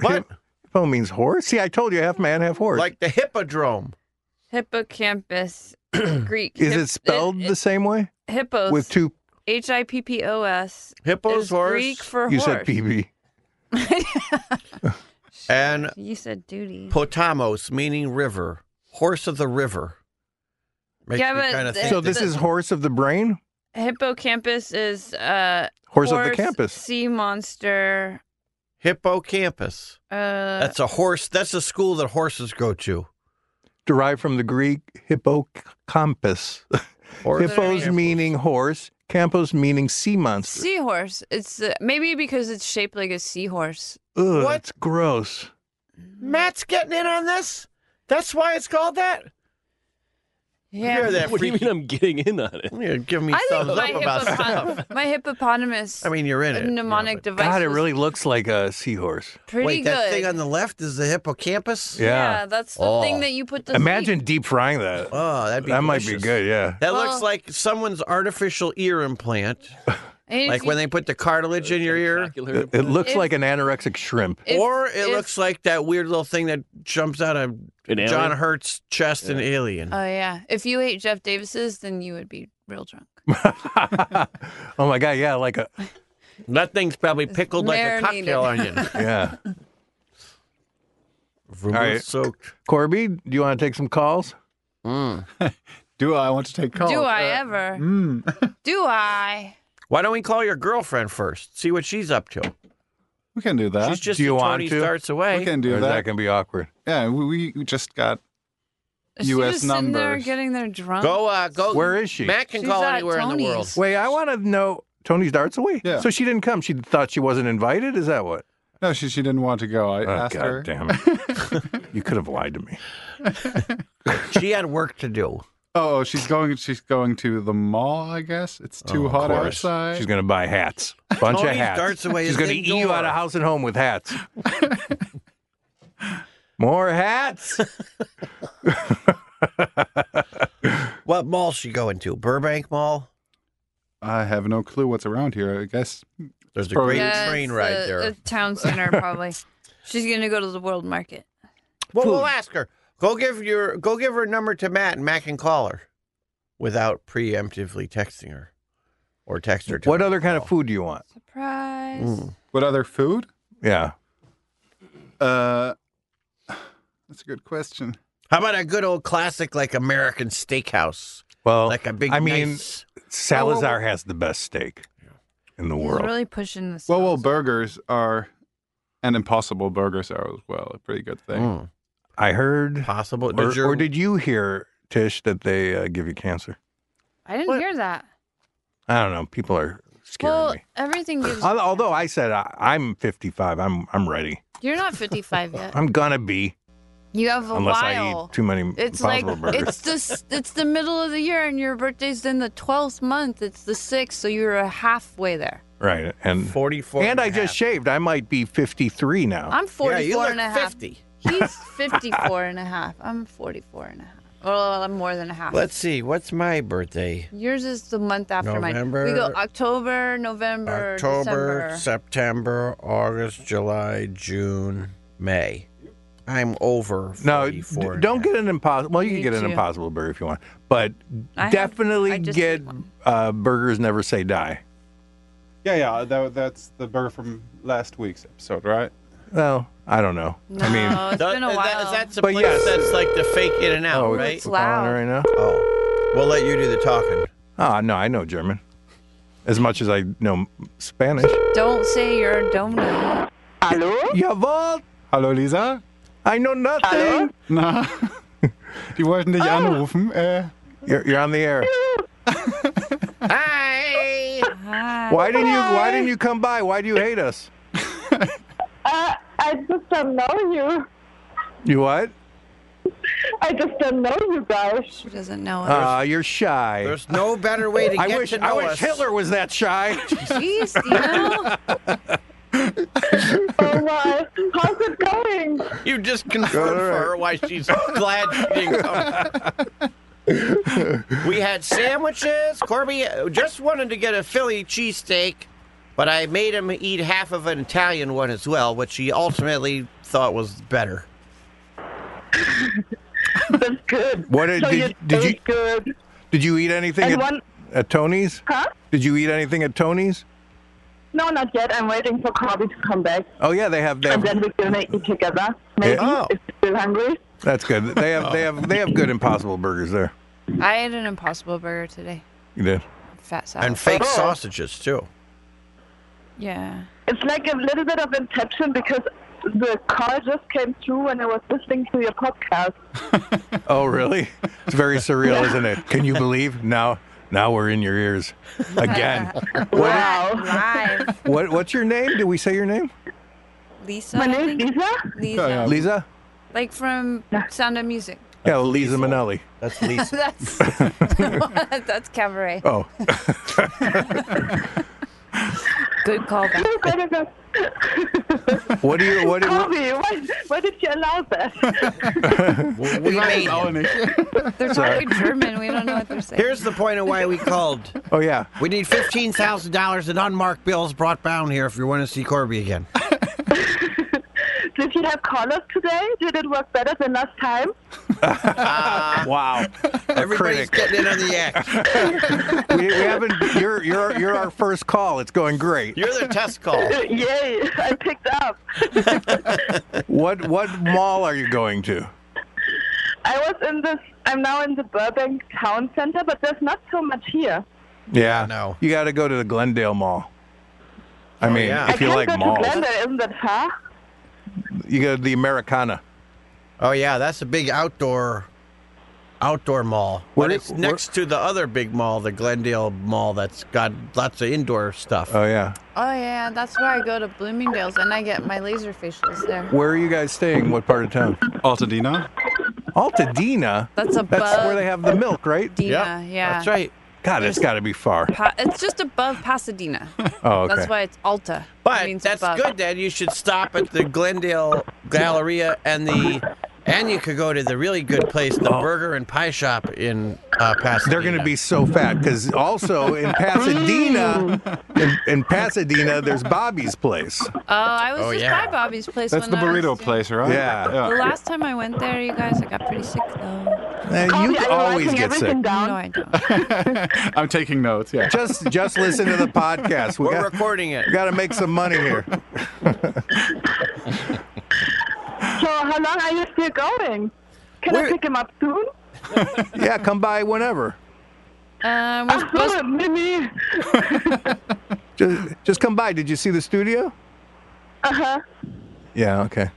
[SPEAKER 4] What?
[SPEAKER 7] Hippo means horse. See, I told you, half man, half horse.
[SPEAKER 4] Like the hippodrome.
[SPEAKER 1] Hippocampus, Greek.
[SPEAKER 7] is
[SPEAKER 1] Hip-
[SPEAKER 7] it spelled
[SPEAKER 1] it-
[SPEAKER 7] the same way
[SPEAKER 1] hippos
[SPEAKER 7] with two?
[SPEAKER 1] H I P P O S
[SPEAKER 4] Hippos,
[SPEAKER 1] is
[SPEAKER 4] horse,
[SPEAKER 1] Greek for
[SPEAKER 7] You
[SPEAKER 1] horse.
[SPEAKER 7] said PB.
[SPEAKER 4] and
[SPEAKER 1] You said duty.
[SPEAKER 4] potamos, meaning river. Horse of the river. Makes
[SPEAKER 1] Yeah,
[SPEAKER 4] me
[SPEAKER 1] but
[SPEAKER 4] kinda
[SPEAKER 1] the-
[SPEAKER 4] think
[SPEAKER 7] So this
[SPEAKER 4] that-
[SPEAKER 7] is horse of the brain,
[SPEAKER 1] Hippocampus is uh
[SPEAKER 7] horse, of the campus.
[SPEAKER 1] sea monster,
[SPEAKER 4] Hippocampus.
[SPEAKER 1] Uh,
[SPEAKER 4] That's a horse. That's a school that horses go to.
[SPEAKER 7] Derived from the Greek hippocampus.
[SPEAKER 4] Horse.
[SPEAKER 7] Hippos meaning horse, campus meaning sea monster.
[SPEAKER 1] seahorse. It's uh, maybe because it's shaped like a seahorse.
[SPEAKER 7] Ugh,
[SPEAKER 4] What?
[SPEAKER 7] that's gross.
[SPEAKER 4] Matt's getting in on this. That's why it's called that.
[SPEAKER 1] Yeah.
[SPEAKER 4] Hear that
[SPEAKER 3] What do you
[SPEAKER 4] freaky-
[SPEAKER 3] mean I'm getting in on it?
[SPEAKER 4] You're giving me
[SPEAKER 1] I think
[SPEAKER 4] thumbs
[SPEAKER 1] my,
[SPEAKER 4] up about stuff.
[SPEAKER 1] hippopot- my hippopotamus
[SPEAKER 4] I mean, you're in it. you know,
[SPEAKER 1] mnemonic
[SPEAKER 4] but-
[SPEAKER 1] device
[SPEAKER 7] God, it
[SPEAKER 1] was
[SPEAKER 7] really looks like a seahorse.
[SPEAKER 1] pretty
[SPEAKER 4] Wait,
[SPEAKER 1] good.
[SPEAKER 4] that thing on the left is the hippocampus.
[SPEAKER 7] Yeah.
[SPEAKER 1] that's the
[SPEAKER 4] Oh.
[SPEAKER 1] thing that you put to
[SPEAKER 7] Imagine deep frying that.
[SPEAKER 4] Oh, that'd be
[SPEAKER 7] that might be
[SPEAKER 4] delicious.
[SPEAKER 7] good, yeah.
[SPEAKER 4] That
[SPEAKER 1] Well-
[SPEAKER 4] looks like someone's artificial ear implant,
[SPEAKER 1] sleep.
[SPEAKER 4] like when they put the cartilage in your ear,
[SPEAKER 3] Ocular-
[SPEAKER 7] It, it looks
[SPEAKER 1] If-
[SPEAKER 7] like an anorexic shrimp.
[SPEAKER 1] If-
[SPEAKER 4] or it
[SPEAKER 1] if-
[SPEAKER 4] looks like that weird little thing that jumps out of
[SPEAKER 3] An alien?
[SPEAKER 4] John Hurt's chest in Alien.
[SPEAKER 1] Oh yeah. If you ate Jeff Davis's, then you would be real drunk.
[SPEAKER 7] oh my god, yeah, like a
[SPEAKER 4] that thing's probably pickled like a
[SPEAKER 1] marinated.
[SPEAKER 4] cocktail onion,
[SPEAKER 7] yeah.
[SPEAKER 4] vermouth soaked.
[SPEAKER 7] Corby, do you want to take some calls?
[SPEAKER 2] Do I want to take calls?
[SPEAKER 1] Do I ever? Do I?
[SPEAKER 4] Why don't we call your girlfriend first? See what she's up to.
[SPEAKER 2] We can do that.
[SPEAKER 4] She's just
[SPEAKER 7] do you
[SPEAKER 4] a
[SPEAKER 7] want
[SPEAKER 4] Tony
[SPEAKER 7] to?
[SPEAKER 4] starts
[SPEAKER 2] we
[SPEAKER 4] away.
[SPEAKER 2] can do
[SPEAKER 7] or is that
[SPEAKER 2] that.
[SPEAKER 7] gonna be awkward?
[SPEAKER 2] Yeah, we, we just got.
[SPEAKER 1] She
[SPEAKER 2] US
[SPEAKER 1] was sitting there
[SPEAKER 2] numbers.
[SPEAKER 1] getting there drunk.
[SPEAKER 4] Go, uh, go.
[SPEAKER 7] Where is she?
[SPEAKER 4] Matt can
[SPEAKER 1] She's
[SPEAKER 4] call
[SPEAKER 1] at
[SPEAKER 4] anywhere in the world.
[SPEAKER 1] Tony's.
[SPEAKER 7] Wait, I want to know. Tony's darts away.
[SPEAKER 2] Yeah.
[SPEAKER 7] So she didn't come. She thought she wasn't invited. Is that what?
[SPEAKER 2] No, she she didn't want to go. I
[SPEAKER 7] Oh,
[SPEAKER 2] asked
[SPEAKER 7] God
[SPEAKER 2] her.
[SPEAKER 7] damn it! you could have lied to me.
[SPEAKER 4] She had work to do.
[SPEAKER 2] Oh, she's going. She's going to the mall. I guess it's too
[SPEAKER 7] Oh, Of
[SPEAKER 2] hot
[SPEAKER 7] course.
[SPEAKER 2] outside.
[SPEAKER 7] She's gonna buy hats. Bunch of
[SPEAKER 4] Tony's
[SPEAKER 7] hats.
[SPEAKER 4] darts away
[SPEAKER 7] She's
[SPEAKER 4] is
[SPEAKER 7] gonna eat you
[SPEAKER 4] indoor.
[SPEAKER 7] out of house and home with hats. More hats.
[SPEAKER 4] What mall's she going to? Burbank Mall.
[SPEAKER 2] I have no clue what's around here. I guess
[SPEAKER 4] There's a
[SPEAKER 2] Probably-
[SPEAKER 4] great
[SPEAKER 1] Yeah,
[SPEAKER 4] train
[SPEAKER 1] it's
[SPEAKER 4] ride
[SPEAKER 1] the-
[SPEAKER 4] there.
[SPEAKER 1] The town center probably. She's gonna go to the world market.
[SPEAKER 4] Well, we'll ask her. Go give your go give her number to Matt, and Matt can call her without preemptively texting her or text her. To
[SPEAKER 7] what other kind of food do you want?
[SPEAKER 1] Surprise.
[SPEAKER 2] what other food?
[SPEAKER 7] Yeah.
[SPEAKER 2] Uh, that's a good question.
[SPEAKER 4] How about a good old classic like American steakhouse,
[SPEAKER 7] Well,
[SPEAKER 4] like a big.
[SPEAKER 7] Oh, I mean,
[SPEAKER 4] nice-
[SPEAKER 7] Salazar has the best steak in the
[SPEAKER 1] He's
[SPEAKER 7] world.
[SPEAKER 1] really pushing this.
[SPEAKER 2] Well, well, burgers are, and impossible burgers are as well a pretty good thing.
[SPEAKER 7] Hmm.
[SPEAKER 4] Mm.
[SPEAKER 7] I heard,
[SPEAKER 4] possible.
[SPEAKER 7] or,
[SPEAKER 4] your-
[SPEAKER 7] or did you hear, Tish, that they uh, give you cancer?
[SPEAKER 1] I didn't hear that.
[SPEAKER 7] I don't know. People are scaring
[SPEAKER 1] Well,
[SPEAKER 7] me.
[SPEAKER 1] everything gives.
[SPEAKER 7] Al- Although I said I, I'm 55, I'm I'm ready.
[SPEAKER 1] You're not 55 yet.
[SPEAKER 7] I'm gonna be
[SPEAKER 1] You have a
[SPEAKER 7] unless I
[SPEAKER 1] while.
[SPEAKER 7] eat too many
[SPEAKER 1] It's like
[SPEAKER 7] impossible burgers.
[SPEAKER 1] it's just it's the middle of the year and your birthday's in the twelfth month. It's the sixth, so you're halfway there.
[SPEAKER 7] right, and
[SPEAKER 4] 44
[SPEAKER 7] and I just shaved. I might be 53 now.
[SPEAKER 1] I'm
[SPEAKER 4] yeah,
[SPEAKER 1] 44
[SPEAKER 4] you look
[SPEAKER 1] and a half.
[SPEAKER 4] 50.
[SPEAKER 1] He's 54 and a half. I'm 44 and a half. Well, I'm more than a half.
[SPEAKER 4] Let's see. What's my birthday?
[SPEAKER 1] Yours is the month after mine. We go
[SPEAKER 4] November-
[SPEAKER 1] October, November,
[SPEAKER 4] October,
[SPEAKER 1] December.
[SPEAKER 4] September, August, July, June, May. I'm over.
[SPEAKER 7] No,
[SPEAKER 4] 44
[SPEAKER 7] d-
[SPEAKER 4] and
[SPEAKER 7] don't
[SPEAKER 4] a
[SPEAKER 7] get an impossible. Well, you
[SPEAKER 1] Me
[SPEAKER 7] can get an
[SPEAKER 1] too.
[SPEAKER 7] impossible burger if you want, but
[SPEAKER 1] I have-
[SPEAKER 7] definitely
[SPEAKER 1] I just
[SPEAKER 7] get
[SPEAKER 1] ate one.
[SPEAKER 7] uh, burgers. Never say die.
[SPEAKER 2] Yeah, yeah. That, that's the burger from last week's episode, right?
[SPEAKER 7] Well, I don't know.
[SPEAKER 1] No,
[SPEAKER 7] I mean,
[SPEAKER 1] Oh, it's
[SPEAKER 4] That-
[SPEAKER 1] been a
[SPEAKER 4] that-
[SPEAKER 1] while.
[SPEAKER 4] that's a
[SPEAKER 7] But
[SPEAKER 4] place
[SPEAKER 7] yes.
[SPEAKER 4] that's like the fake in and out,
[SPEAKER 7] oh,
[SPEAKER 4] right?
[SPEAKER 7] we're calling it
[SPEAKER 1] loud.
[SPEAKER 7] right now.
[SPEAKER 4] Oh, we'll let you do the talking.
[SPEAKER 7] Oh, no, I know German as much as I know Spanish.
[SPEAKER 1] Don't say you're a donut.
[SPEAKER 7] Jawohl,
[SPEAKER 2] Hallo Lisa.
[SPEAKER 7] I know nothing.
[SPEAKER 2] Na, die wollten dich anrufen. Äh,
[SPEAKER 7] You're, you're on the air. Why didn't you? Why didn't you come by? Why do you hate us?
[SPEAKER 9] I, I just don't know you.
[SPEAKER 7] You what?
[SPEAKER 9] I just don't know you guys.
[SPEAKER 1] She doesn't know it.
[SPEAKER 7] Uh, you're shy.
[SPEAKER 4] There's no better way to
[SPEAKER 7] I
[SPEAKER 4] get
[SPEAKER 7] wish.
[SPEAKER 4] to know
[SPEAKER 7] I wish
[SPEAKER 4] us.
[SPEAKER 7] Hitler was that shy.
[SPEAKER 1] Jeez, you know?
[SPEAKER 9] Oh my, how's it going?
[SPEAKER 4] You just confirmed for her why she's glad she didn't come. we had sandwiches. Corby uh, just wanted to get a Philly cheesesteak, but I made him eat half of an Italian one as well, which he ultimately thought was better.
[SPEAKER 9] That's good.
[SPEAKER 7] What did-
[SPEAKER 9] so
[SPEAKER 7] did
[SPEAKER 9] you
[SPEAKER 7] you- did you-
[SPEAKER 9] ate good?
[SPEAKER 7] Did you eat anything
[SPEAKER 9] And
[SPEAKER 7] at,
[SPEAKER 9] one-
[SPEAKER 7] at Tony's?
[SPEAKER 9] Huh?
[SPEAKER 7] Did you eat anything at Tony's?
[SPEAKER 9] No, not yet. I'm waiting for Corby to come back,
[SPEAKER 7] Oh yeah, they have. They
[SPEAKER 9] and
[SPEAKER 7] have
[SPEAKER 9] then we're gonna eat together. Maybe
[SPEAKER 7] Oh.
[SPEAKER 9] if you're still hungry.
[SPEAKER 7] that's good. They have. They have. They have good Impossible burgers there.
[SPEAKER 1] I ate an Impossible Burger today.
[SPEAKER 7] You did.
[SPEAKER 4] Oh.
[SPEAKER 1] Fat salad.
[SPEAKER 4] And fake sausages, too.
[SPEAKER 1] yeah.
[SPEAKER 9] it's like a little bit of intention because the call just came through when I was listening to your podcast.
[SPEAKER 7] Oh, really? It's very surreal, isn't it? Can you believe? Now, now we're in your ears again.
[SPEAKER 9] Wow.
[SPEAKER 6] Live.
[SPEAKER 7] What? What's your name? Did we say your name?
[SPEAKER 6] Lisa.
[SPEAKER 9] My
[SPEAKER 6] I
[SPEAKER 9] name is
[SPEAKER 6] think.
[SPEAKER 9] Lisa.
[SPEAKER 6] Lisa.
[SPEAKER 2] yeah.
[SPEAKER 7] Lisa.
[SPEAKER 6] Like from Sound of Music.
[SPEAKER 7] Yeah, well, Lisa Minnelli.
[SPEAKER 4] That's Lisa.
[SPEAKER 6] That's that's cabaret.
[SPEAKER 7] Oh,
[SPEAKER 6] Good callback.
[SPEAKER 9] Oh, God, oh, God.
[SPEAKER 7] what do you? What? Do you,
[SPEAKER 9] Kobe, why, why did you allow that?
[SPEAKER 4] We made him.
[SPEAKER 6] They're talking German. We don't know what they're saying.
[SPEAKER 4] Here's the point of why we called.
[SPEAKER 7] oh yeah.
[SPEAKER 4] We need fifteen thousand dollars in unmarked bills brought down here if you want to see Corby again.
[SPEAKER 9] did you have callers today? Did it work better than last time?
[SPEAKER 7] Wow.
[SPEAKER 4] Everybody's getting in on the act.
[SPEAKER 7] We, we haven't. You're you're you're our first call. It's going great.
[SPEAKER 4] You're the test call.
[SPEAKER 9] Uh, Yay, I picked up.
[SPEAKER 7] What what mall are you going to?
[SPEAKER 9] I was in this, I'm now in the Burbank Town Center, but there's not so much here.
[SPEAKER 7] Yeah.
[SPEAKER 4] no.
[SPEAKER 7] You got to go to the Glendale Mall. I mean,
[SPEAKER 4] Oh, yeah.
[SPEAKER 7] if you
[SPEAKER 9] I
[SPEAKER 7] like
[SPEAKER 9] can go to
[SPEAKER 7] malls,
[SPEAKER 9] Glendale, isn't that far?
[SPEAKER 7] you go to the Americana.
[SPEAKER 4] Oh yeah, that's a big outdoor outdoor mall.
[SPEAKER 7] Where
[SPEAKER 4] but
[SPEAKER 7] did-
[SPEAKER 4] it's next to the other big mall, the Glendale Mall, that's got lots of indoor stuff.
[SPEAKER 7] Oh yeah.
[SPEAKER 1] Oh yeah, that's where I go to Bloomingdale's and I get my laser facials there.
[SPEAKER 7] Where are you guys staying? What part of town?
[SPEAKER 2] Altadena.
[SPEAKER 7] Altadena.
[SPEAKER 1] That's above
[SPEAKER 7] That's where they have the milk, right?
[SPEAKER 1] Pasadena. yeah.
[SPEAKER 4] That's right.
[SPEAKER 7] God, it's got to be far.
[SPEAKER 1] Pa- it's just above Pasadena.
[SPEAKER 7] Oh, okay.
[SPEAKER 1] That's why it's Alta. It
[SPEAKER 4] But
[SPEAKER 1] means
[SPEAKER 4] that's
[SPEAKER 1] above.
[SPEAKER 4] good then. You should stop at the Glendale Galleria and the and you could go to the really good place, the burger and pie shop in uh, Pasadena.
[SPEAKER 7] Oh. They're going to be so fat because also in Pasadena, in, in Pasadena, there's Bobby's place.
[SPEAKER 1] Oh, I was
[SPEAKER 4] Oh,
[SPEAKER 1] just
[SPEAKER 4] yeah.
[SPEAKER 1] by Bobby's place.
[SPEAKER 2] That's
[SPEAKER 1] when
[SPEAKER 2] the
[SPEAKER 1] I was
[SPEAKER 2] burrito
[SPEAKER 1] young.
[SPEAKER 2] place, right?
[SPEAKER 7] Yeah.
[SPEAKER 1] The last time I went there, you guys, I got pretty sick though.
[SPEAKER 7] Eh,
[SPEAKER 9] Kobe,
[SPEAKER 7] you
[SPEAKER 9] I'm
[SPEAKER 7] always
[SPEAKER 9] writing
[SPEAKER 7] get
[SPEAKER 9] everything
[SPEAKER 7] sick.
[SPEAKER 9] down.
[SPEAKER 1] No, I don't.
[SPEAKER 2] I'm taking notes. Yeah.
[SPEAKER 7] Just just listen to the podcast. We
[SPEAKER 4] We're
[SPEAKER 7] got,
[SPEAKER 4] recording it.
[SPEAKER 7] got to make some money here.
[SPEAKER 9] So how long are you still going? Can I
[SPEAKER 4] Where-
[SPEAKER 9] pick him up soon?
[SPEAKER 7] Yeah, come by whenever.
[SPEAKER 1] Um, we're supposed
[SPEAKER 9] Oh, Mimi.
[SPEAKER 7] Just just come by. Did you see the studio?
[SPEAKER 9] Uh huh.
[SPEAKER 7] Yeah. Okay.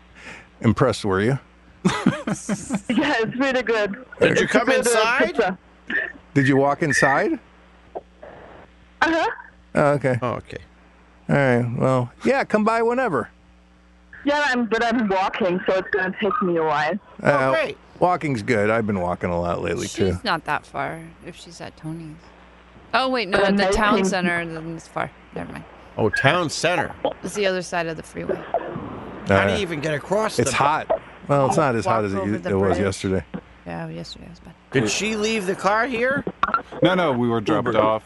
[SPEAKER 7] Impressed were you?
[SPEAKER 9] Yeah, it's really good.
[SPEAKER 4] Did you come inside?
[SPEAKER 9] Uh
[SPEAKER 7] Did you walk inside?
[SPEAKER 9] huh.
[SPEAKER 7] Oh, okay.
[SPEAKER 4] Oh, okay.
[SPEAKER 7] All right. Well, yeah. Come by whenever.
[SPEAKER 9] Yeah, I'm, but I'm walking, so it's gonna take me a while.
[SPEAKER 7] Uh,
[SPEAKER 4] great.
[SPEAKER 7] Walking's good. I've been walking a lot lately too.
[SPEAKER 1] Oh, She's not that far if she's at Tony's. Oh wait, no,
[SPEAKER 9] But
[SPEAKER 1] in the
[SPEAKER 9] I
[SPEAKER 1] town
[SPEAKER 9] think-
[SPEAKER 1] center, then it's far. Never mind.
[SPEAKER 4] Oh, town center.
[SPEAKER 1] It's the other side of the freeway.
[SPEAKER 7] All
[SPEAKER 4] How do
[SPEAKER 7] right.
[SPEAKER 4] you even get across?
[SPEAKER 7] Uh, It's
[SPEAKER 4] the,
[SPEAKER 7] hot. Well, it's not as hot as it,
[SPEAKER 1] Walk over
[SPEAKER 7] u-
[SPEAKER 1] the
[SPEAKER 7] it was
[SPEAKER 1] bridge.
[SPEAKER 7] yesterday.
[SPEAKER 1] Yeah, yesterday was bad.
[SPEAKER 4] Did she leave the car here?
[SPEAKER 2] No, no, we were dropped off.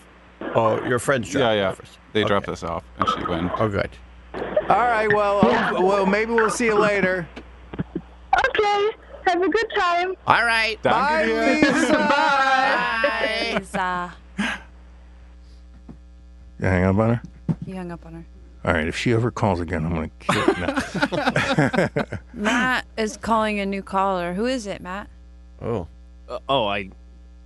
[SPEAKER 4] Oh, your friends dropped.
[SPEAKER 2] yeah,
[SPEAKER 4] you
[SPEAKER 2] yeah.
[SPEAKER 4] first.
[SPEAKER 2] They dropped us off, and she went.
[SPEAKER 4] Oh, good.
[SPEAKER 7] All right. Well, oh, well, maybe we'll see you later.
[SPEAKER 9] Okay. Have a good time.
[SPEAKER 4] All right.
[SPEAKER 7] Bye, Lisa. Bye.
[SPEAKER 1] Lisa.
[SPEAKER 7] You hang up on her.
[SPEAKER 1] He hung up on her.
[SPEAKER 7] All right. If she ever calls again, I'm gonna kill. her.
[SPEAKER 1] Matt is calling a new caller. Who is it, Matt?
[SPEAKER 4] Oh.
[SPEAKER 3] Uh, oh, I,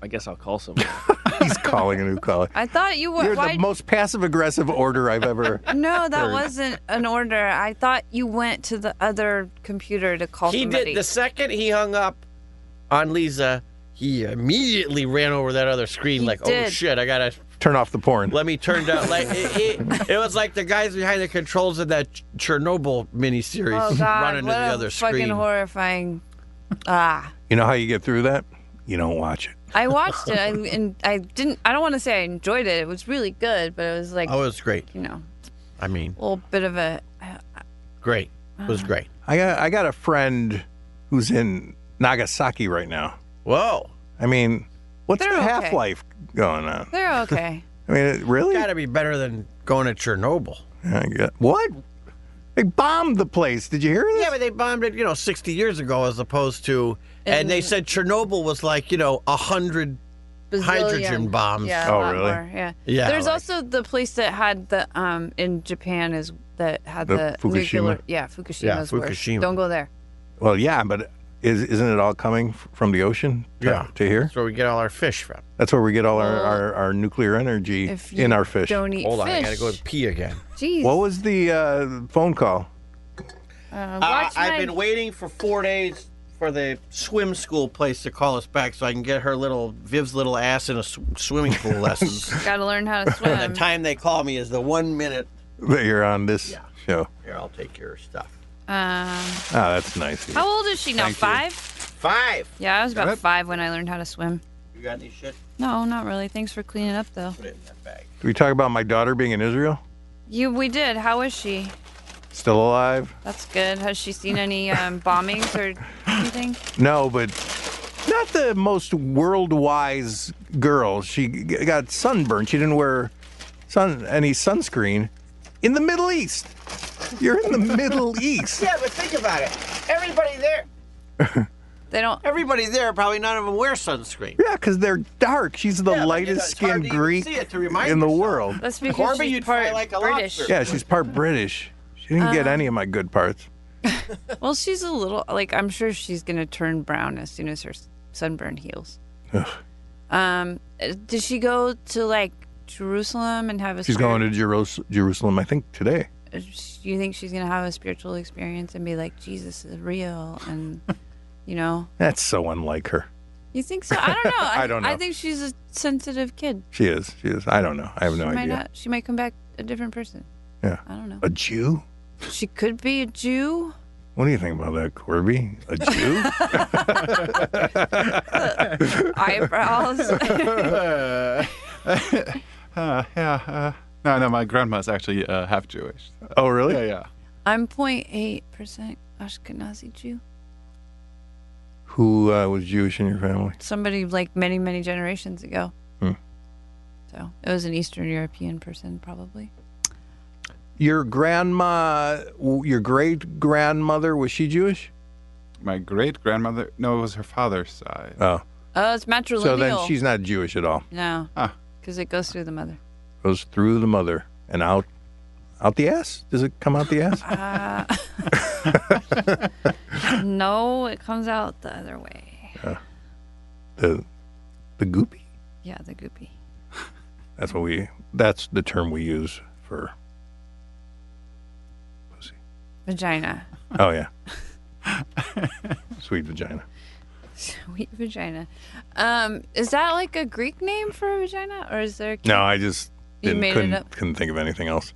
[SPEAKER 3] I guess I'll call someone.
[SPEAKER 7] No, he's calling a new caller.
[SPEAKER 1] I thought you were.
[SPEAKER 7] You're
[SPEAKER 1] why,
[SPEAKER 7] the most passive aggressive order I've ever.
[SPEAKER 1] no, that wasn't an order. I thought you went to the other computer to call
[SPEAKER 4] He
[SPEAKER 1] somebody.
[SPEAKER 4] did. The second he hung up on Lisa, he immediately ran over that other screen
[SPEAKER 1] He
[SPEAKER 4] like, oh,
[SPEAKER 1] did.
[SPEAKER 4] shit, I got to
[SPEAKER 7] Turn off the porn.
[SPEAKER 4] let me turn down. Like, it, it, it was like the guys behind the controls of that Ch- Chernobyl miniseries
[SPEAKER 1] Oh
[SPEAKER 4] running
[SPEAKER 1] God!
[SPEAKER 4] to
[SPEAKER 1] What
[SPEAKER 4] the
[SPEAKER 1] a
[SPEAKER 4] other
[SPEAKER 1] fucking
[SPEAKER 4] screen.
[SPEAKER 1] horrifying. Ah.
[SPEAKER 7] You know how you get through that? You don't watch it.
[SPEAKER 1] I watched it I, and I didn't. I don't want to say I enjoyed it. It was really good, but it was like
[SPEAKER 4] Oh, it was great.
[SPEAKER 1] you know
[SPEAKER 4] I mean,
[SPEAKER 1] a little bit of a. I-
[SPEAKER 4] great. It
[SPEAKER 1] Ah.
[SPEAKER 4] was great.
[SPEAKER 7] I got I got a friend who's in Nagasaki right now.
[SPEAKER 4] Whoa.
[SPEAKER 7] I mean, what's
[SPEAKER 1] They're
[SPEAKER 7] the
[SPEAKER 1] okay.
[SPEAKER 7] half life going on?
[SPEAKER 1] They're okay.
[SPEAKER 7] I mean, it- really?
[SPEAKER 4] Got to be better than going to Chernobyl.
[SPEAKER 7] I get- what? They bombed the place. Did you hear that?
[SPEAKER 4] Yeah, but they bombed it, you know, 60 years ago as opposed to. And, they said Chernobyl was like, you know, 100.
[SPEAKER 1] Bazillion.
[SPEAKER 4] Hydrogen bombs.
[SPEAKER 1] Yeah, a
[SPEAKER 7] Oh,
[SPEAKER 1] lot
[SPEAKER 7] really?
[SPEAKER 1] more, Yeah.
[SPEAKER 4] Yeah,
[SPEAKER 1] There's
[SPEAKER 4] like-
[SPEAKER 1] also the place that had the um in Japan is that had
[SPEAKER 7] The
[SPEAKER 1] the,
[SPEAKER 7] Fukushima?
[SPEAKER 1] nuclear. Yeah, Fukushima's worse.
[SPEAKER 4] Fukushima.
[SPEAKER 1] Don't go there.
[SPEAKER 7] Well, yeah, but is isn't it all coming f- from the ocean? To,
[SPEAKER 4] Yeah.
[SPEAKER 7] to here.
[SPEAKER 4] That's where we get all our fish from.
[SPEAKER 7] That's where we get all our, our, our nuclear energy
[SPEAKER 1] if you
[SPEAKER 7] in our fish.
[SPEAKER 1] Don't eat
[SPEAKER 4] Hold on,
[SPEAKER 1] fish.
[SPEAKER 4] I gotta go to pee again.
[SPEAKER 1] Jeez.
[SPEAKER 7] What was the uh, phone call?
[SPEAKER 1] Uh,
[SPEAKER 4] Uh,
[SPEAKER 1] watch
[SPEAKER 4] I've
[SPEAKER 1] my-
[SPEAKER 4] been waiting for four days for the swim school place to call us back so I can get her little Viv's little ass in a sw- swimming pool lessons.
[SPEAKER 1] Gotta learn how to
[SPEAKER 4] the
[SPEAKER 1] swim.
[SPEAKER 4] time they call me is the one minute.
[SPEAKER 7] that you're on this show.
[SPEAKER 4] Here, I'll take your stuff.
[SPEAKER 1] um,
[SPEAKER 7] Oh, that's nice. of you.
[SPEAKER 1] how old is she now? Five?
[SPEAKER 4] Five.
[SPEAKER 1] Yeah, I was about
[SPEAKER 7] Yep.
[SPEAKER 1] five when I learned how to swim.
[SPEAKER 4] You got any shit?
[SPEAKER 1] No, not really. Thanks for cleaning up, though.
[SPEAKER 4] Put it in that bag.
[SPEAKER 7] Did we talk about my daughter being in Israel?
[SPEAKER 1] You, we did. How is she?
[SPEAKER 7] Still alive?
[SPEAKER 1] That's good. Has she seen any um, bombings or anything?
[SPEAKER 7] No, but not the most world-wise girl. She g- got sunburned. She didn't wear sun any sunscreen in the Middle East. You're in the Middle East.
[SPEAKER 4] Yeah, but think about it. Everybody there,
[SPEAKER 1] They don't.
[SPEAKER 4] everybody there, probably none of them wear sunscreen.
[SPEAKER 7] Yeah, because they're dark. She's the
[SPEAKER 4] Yeah, but
[SPEAKER 7] lightest
[SPEAKER 4] it's hard
[SPEAKER 7] skinned
[SPEAKER 4] to even
[SPEAKER 7] Greek
[SPEAKER 4] see it to remind
[SPEAKER 7] in the
[SPEAKER 4] yourself.
[SPEAKER 7] world.
[SPEAKER 1] That's because
[SPEAKER 4] Corby,
[SPEAKER 1] she's
[SPEAKER 4] you'd fry
[SPEAKER 1] part
[SPEAKER 4] like a
[SPEAKER 1] British.
[SPEAKER 4] lobster.
[SPEAKER 7] Yeah, she's part British. She didn't
[SPEAKER 4] Uh-huh.
[SPEAKER 7] get any of my good parts.
[SPEAKER 1] Well, she's a little like I'm sure she's gonna turn brown as soon as her s- sunburn heals. um, uh, did she go to like Jerusalem and have a?
[SPEAKER 7] She's going to Jeros- Jerusalem, I think, today.
[SPEAKER 1] to. You think she's gonna have a spiritual experience and be like Jesus is real and, you know,
[SPEAKER 7] That's so unlike her.
[SPEAKER 1] you think so? I don't know.
[SPEAKER 7] I don't know.
[SPEAKER 1] I think she's a sensitive kid.
[SPEAKER 7] She is. She is. I don't know. I have no
[SPEAKER 1] she might
[SPEAKER 7] idea.
[SPEAKER 1] not. She might come back a different person.
[SPEAKER 7] Yeah. Uh,
[SPEAKER 1] I don't know.
[SPEAKER 7] A Jew?
[SPEAKER 1] She could be a Jew.
[SPEAKER 7] What do you think about that, Corby? A Jew?
[SPEAKER 1] Eyebrows.
[SPEAKER 2] Uh, yeah. Uh, no, no, my grandma's actually uh, half Jewish.
[SPEAKER 7] oh, really?
[SPEAKER 2] Yeah, yeah.
[SPEAKER 1] I'm 0.8% Ashkenazi Jew.
[SPEAKER 7] Who uh, was Jewish in your family?
[SPEAKER 1] Somebody like many, many generations ago.
[SPEAKER 7] Hmm.
[SPEAKER 1] So it was an Eastern European person, probably.
[SPEAKER 7] Your grandma, your great grandmother, was she Jewish?
[SPEAKER 2] My great grandmother. No, it was her father's side.
[SPEAKER 7] Oh.
[SPEAKER 1] Oh, it's matrilineal.
[SPEAKER 7] So then she's Ah. not Jewish at all.
[SPEAKER 1] No.
[SPEAKER 2] Huh.
[SPEAKER 1] Because it goes through the mother.
[SPEAKER 7] Goes through the mother and out. Out the ass? Does it come out the ass?
[SPEAKER 1] No, it comes out the other way.
[SPEAKER 7] the the goopy.
[SPEAKER 1] Yeah, the goopy.
[SPEAKER 7] That's what we. That's the term we use for.
[SPEAKER 1] Vagina.
[SPEAKER 7] Oh yeah. Sweet vagina.
[SPEAKER 1] Sweet vagina. Um, is that like a Greek name for a vagina? Or is there a cute,
[SPEAKER 7] No, I just
[SPEAKER 1] You
[SPEAKER 7] didn't
[SPEAKER 1] made it
[SPEAKER 7] couldn't
[SPEAKER 1] up.
[SPEAKER 7] couldn't think of anything else.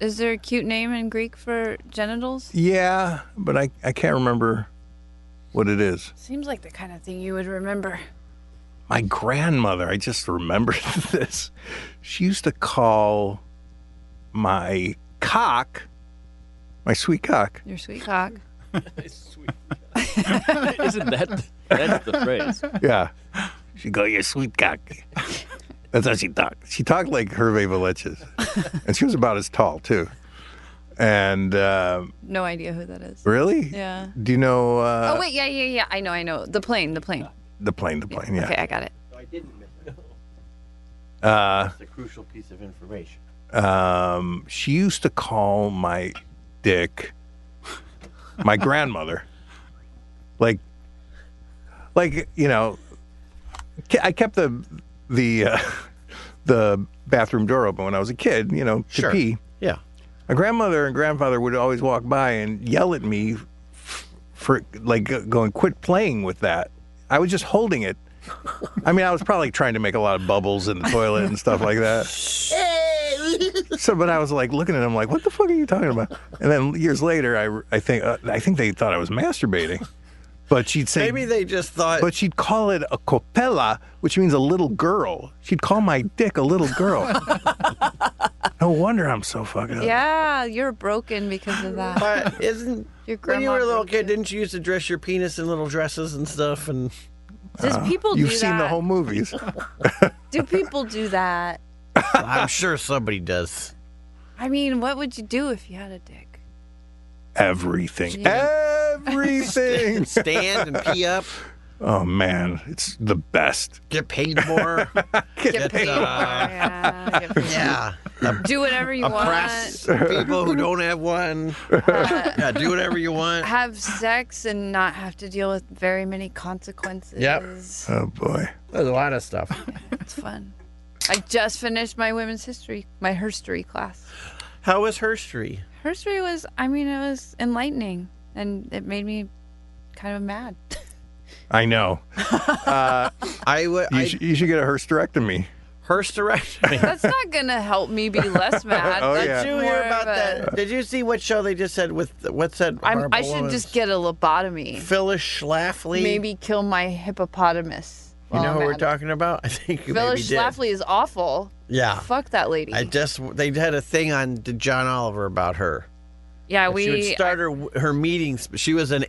[SPEAKER 1] is there a cute name in Greek for genitals?
[SPEAKER 7] Yeah, but I I can't remember what it is.
[SPEAKER 1] Seems like the kind of thing you would remember.
[SPEAKER 7] My grandmother, I just remembered this. She used to call my cock, my sweet cock.
[SPEAKER 1] Your sweet cock.
[SPEAKER 3] Isn't that that's the phrase?
[SPEAKER 7] Yeah. She go, your sweet cock. That's how she talked. She talked like Hervé Veleches. and she was about as tall, too. And uh,
[SPEAKER 1] No idea who that is.
[SPEAKER 7] really?
[SPEAKER 1] Yeah.
[SPEAKER 7] Do you know uh,
[SPEAKER 1] Oh wait, yeah, yeah, yeah. I know, I know. The plane, the plane.
[SPEAKER 7] the plane? The plane, yeah.
[SPEAKER 1] Okay, I got it.
[SPEAKER 7] Uh,
[SPEAKER 4] It's a crucial piece of information.
[SPEAKER 7] um, she used to call my dick my grandmother. Like, like you know, ke- I kept the the uh, the bathroom door open when I was a kid. You know, to
[SPEAKER 4] Sure.
[SPEAKER 7] pee.
[SPEAKER 4] Yeah.
[SPEAKER 7] my grandmother and grandfather would always walk by and yell at me f- for like g- going quit playing with that i was just holding it i mean i was probably trying to make a lot of bubbles in the toilet and stuff like that so but i was like looking at him like what the fuck are you talking about and then years later i, r- I think uh, i think they thought i was masturbating but she'd say
[SPEAKER 4] Maybe they just thought.
[SPEAKER 7] but she'd call it a copella, which means a little girl. She'd call my dick a little girl. no wonder I'm so fucking. up.
[SPEAKER 1] Yeah, you're broken because of that.
[SPEAKER 4] but isn't
[SPEAKER 1] Your
[SPEAKER 4] when you
[SPEAKER 1] grandma
[SPEAKER 4] were a little
[SPEAKER 1] broke
[SPEAKER 4] kid, didn't you used to dress your penis in little dresses and stuff? And
[SPEAKER 1] Does people
[SPEAKER 7] Uh, You've
[SPEAKER 1] do
[SPEAKER 7] seen
[SPEAKER 1] that?
[SPEAKER 7] the whole movies.
[SPEAKER 1] Do people do that?
[SPEAKER 4] I'm sure somebody does.
[SPEAKER 1] I mean, what would you do if you had a dick?
[SPEAKER 7] Everything.
[SPEAKER 1] Gee.
[SPEAKER 7] Everything.
[SPEAKER 4] Stand and pee up.
[SPEAKER 7] Oh man, it's the best.
[SPEAKER 4] Get paid more.
[SPEAKER 7] Get
[SPEAKER 4] paid more.
[SPEAKER 1] Yeah, get paid.
[SPEAKER 4] Yeah.
[SPEAKER 1] Do whatever you want.
[SPEAKER 4] Oppress people who don't have one. yeah, do whatever you want.
[SPEAKER 1] Have sex and not have to deal with very many consequences.
[SPEAKER 4] Yep.
[SPEAKER 7] Oh boy.
[SPEAKER 4] There's a lot of stuff.
[SPEAKER 1] It's fun. I just finished my women's history, my herstory class.
[SPEAKER 4] How was history?
[SPEAKER 1] Herstory was, I mean, it was enlightening and it made me kind of mad.
[SPEAKER 7] I know.
[SPEAKER 4] I would.
[SPEAKER 7] You, sh- you should get a hysterectomy.
[SPEAKER 4] hysterectomy.
[SPEAKER 1] That's not going to help me be less mad.
[SPEAKER 7] Oh,
[SPEAKER 1] That's
[SPEAKER 7] yeah.
[SPEAKER 4] Did you hear
[SPEAKER 1] more
[SPEAKER 4] about
[SPEAKER 1] of a-
[SPEAKER 4] that? Did you see what show they just said with what said?
[SPEAKER 1] I'm,
[SPEAKER 4] horrible
[SPEAKER 1] I should
[SPEAKER 4] woman's-
[SPEAKER 1] just get a lobotomy.
[SPEAKER 4] Phyllis Schlafly.
[SPEAKER 1] Maybe kill my hippopotamus.
[SPEAKER 4] You
[SPEAKER 1] while
[SPEAKER 4] know
[SPEAKER 1] I'm
[SPEAKER 4] who we're
[SPEAKER 1] at it.
[SPEAKER 4] talking about? I think you
[SPEAKER 1] Villa
[SPEAKER 4] maybe did.
[SPEAKER 1] Schlafly is awful.
[SPEAKER 4] Yeah.
[SPEAKER 1] Fuck that lady.
[SPEAKER 4] I just they had a thing on D- John Oliver about her.
[SPEAKER 1] yeah,
[SPEAKER 4] she would
[SPEAKER 1] we.
[SPEAKER 4] start her her meetings. She was an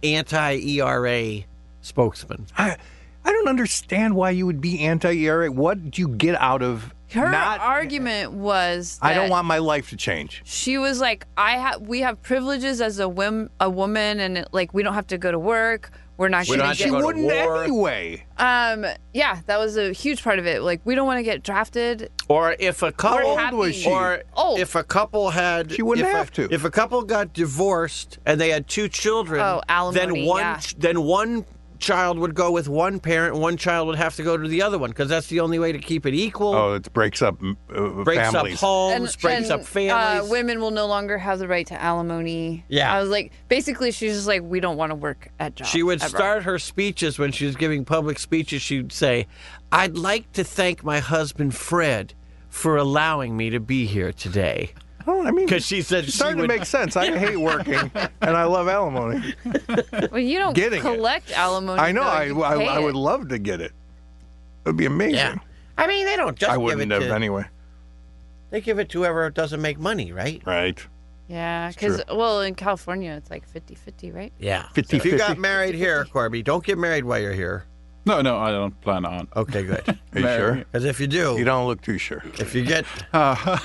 [SPEAKER 4] anti-ERA spokesman.
[SPEAKER 7] I I don't understand why you would be anti-ERA. What do you get out of
[SPEAKER 1] her
[SPEAKER 7] not?
[SPEAKER 1] argument was.
[SPEAKER 7] I don't
[SPEAKER 1] that
[SPEAKER 7] want my life to change.
[SPEAKER 1] She was like, I have. We have privileges as a wom- a woman, and it, like we don't have to go to work. We're not
[SPEAKER 4] We
[SPEAKER 1] going to
[SPEAKER 4] don't have to
[SPEAKER 1] get.
[SPEAKER 4] go to
[SPEAKER 7] Wouldn't
[SPEAKER 4] war.
[SPEAKER 7] anyway.
[SPEAKER 1] um. Yeah, that was a huge part of it. Like we don't want to get drafted.
[SPEAKER 4] Or if a couple,
[SPEAKER 1] happy.
[SPEAKER 7] was she?
[SPEAKER 4] Or
[SPEAKER 1] Old.
[SPEAKER 4] if a couple had,
[SPEAKER 7] She wouldn't
[SPEAKER 4] if a-
[SPEAKER 7] have to.
[SPEAKER 4] If a couple got divorced and they had two children,
[SPEAKER 1] Oh,
[SPEAKER 4] then
[SPEAKER 1] alimony,
[SPEAKER 4] one,
[SPEAKER 1] yeah.
[SPEAKER 4] then one child would go with one parent, one child would have to go to the other one because that's the only way to keep it equal.
[SPEAKER 7] Oh, it breaks up mm, uh,
[SPEAKER 4] breaks
[SPEAKER 7] families.
[SPEAKER 4] up homes, breaks
[SPEAKER 1] and,
[SPEAKER 4] up families.
[SPEAKER 1] Uh, women will no longer have the right to alimony.
[SPEAKER 4] Yeah.
[SPEAKER 1] I was like, basically, she's just like, we don't want to work at jobs.
[SPEAKER 4] She would
[SPEAKER 1] ever.
[SPEAKER 4] start her speeches when she was giving public speeches. She'd say, I'd like to thank my husband, Fred, for allowing me to be here today.
[SPEAKER 7] Oh, I mean,
[SPEAKER 4] Because she said
[SPEAKER 7] it's
[SPEAKER 4] she
[SPEAKER 7] starting
[SPEAKER 4] would.
[SPEAKER 7] to make sense. I hate working, and I love alimony.
[SPEAKER 1] Well, you don't
[SPEAKER 7] getting it.
[SPEAKER 1] collect alimony.
[SPEAKER 7] I know.
[SPEAKER 1] though,
[SPEAKER 7] I,
[SPEAKER 1] Oh, you
[SPEAKER 7] I,
[SPEAKER 1] pay
[SPEAKER 7] I
[SPEAKER 1] it.
[SPEAKER 7] would love to get it. It would be amazing.
[SPEAKER 4] yeah. I mean, they don't just
[SPEAKER 7] I
[SPEAKER 4] give it
[SPEAKER 7] wouldn't have
[SPEAKER 4] to,
[SPEAKER 7] anyway.
[SPEAKER 4] They give it to whoever doesn't make money, right?
[SPEAKER 7] Right.
[SPEAKER 1] Yeah, because well, in California it's like 50-50, right?
[SPEAKER 4] Yeah.
[SPEAKER 7] 50,
[SPEAKER 4] if you
[SPEAKER 7] 50.
[SPEAKER 4] got married here, Corby, don't get married while you're here.
[SPEAKER 2] No, no, I don't plan on.
[SPEAKER 4] Okay, good.
[SPEAKER 7] Are you sure?
[SPEAKER 2] Mary.
[SPEAKER 4] Because if you do,
[SPEAKER 7] You don't look too sure.
[SPEAKER 4] if you get,
[SPEAKER 2] Uh,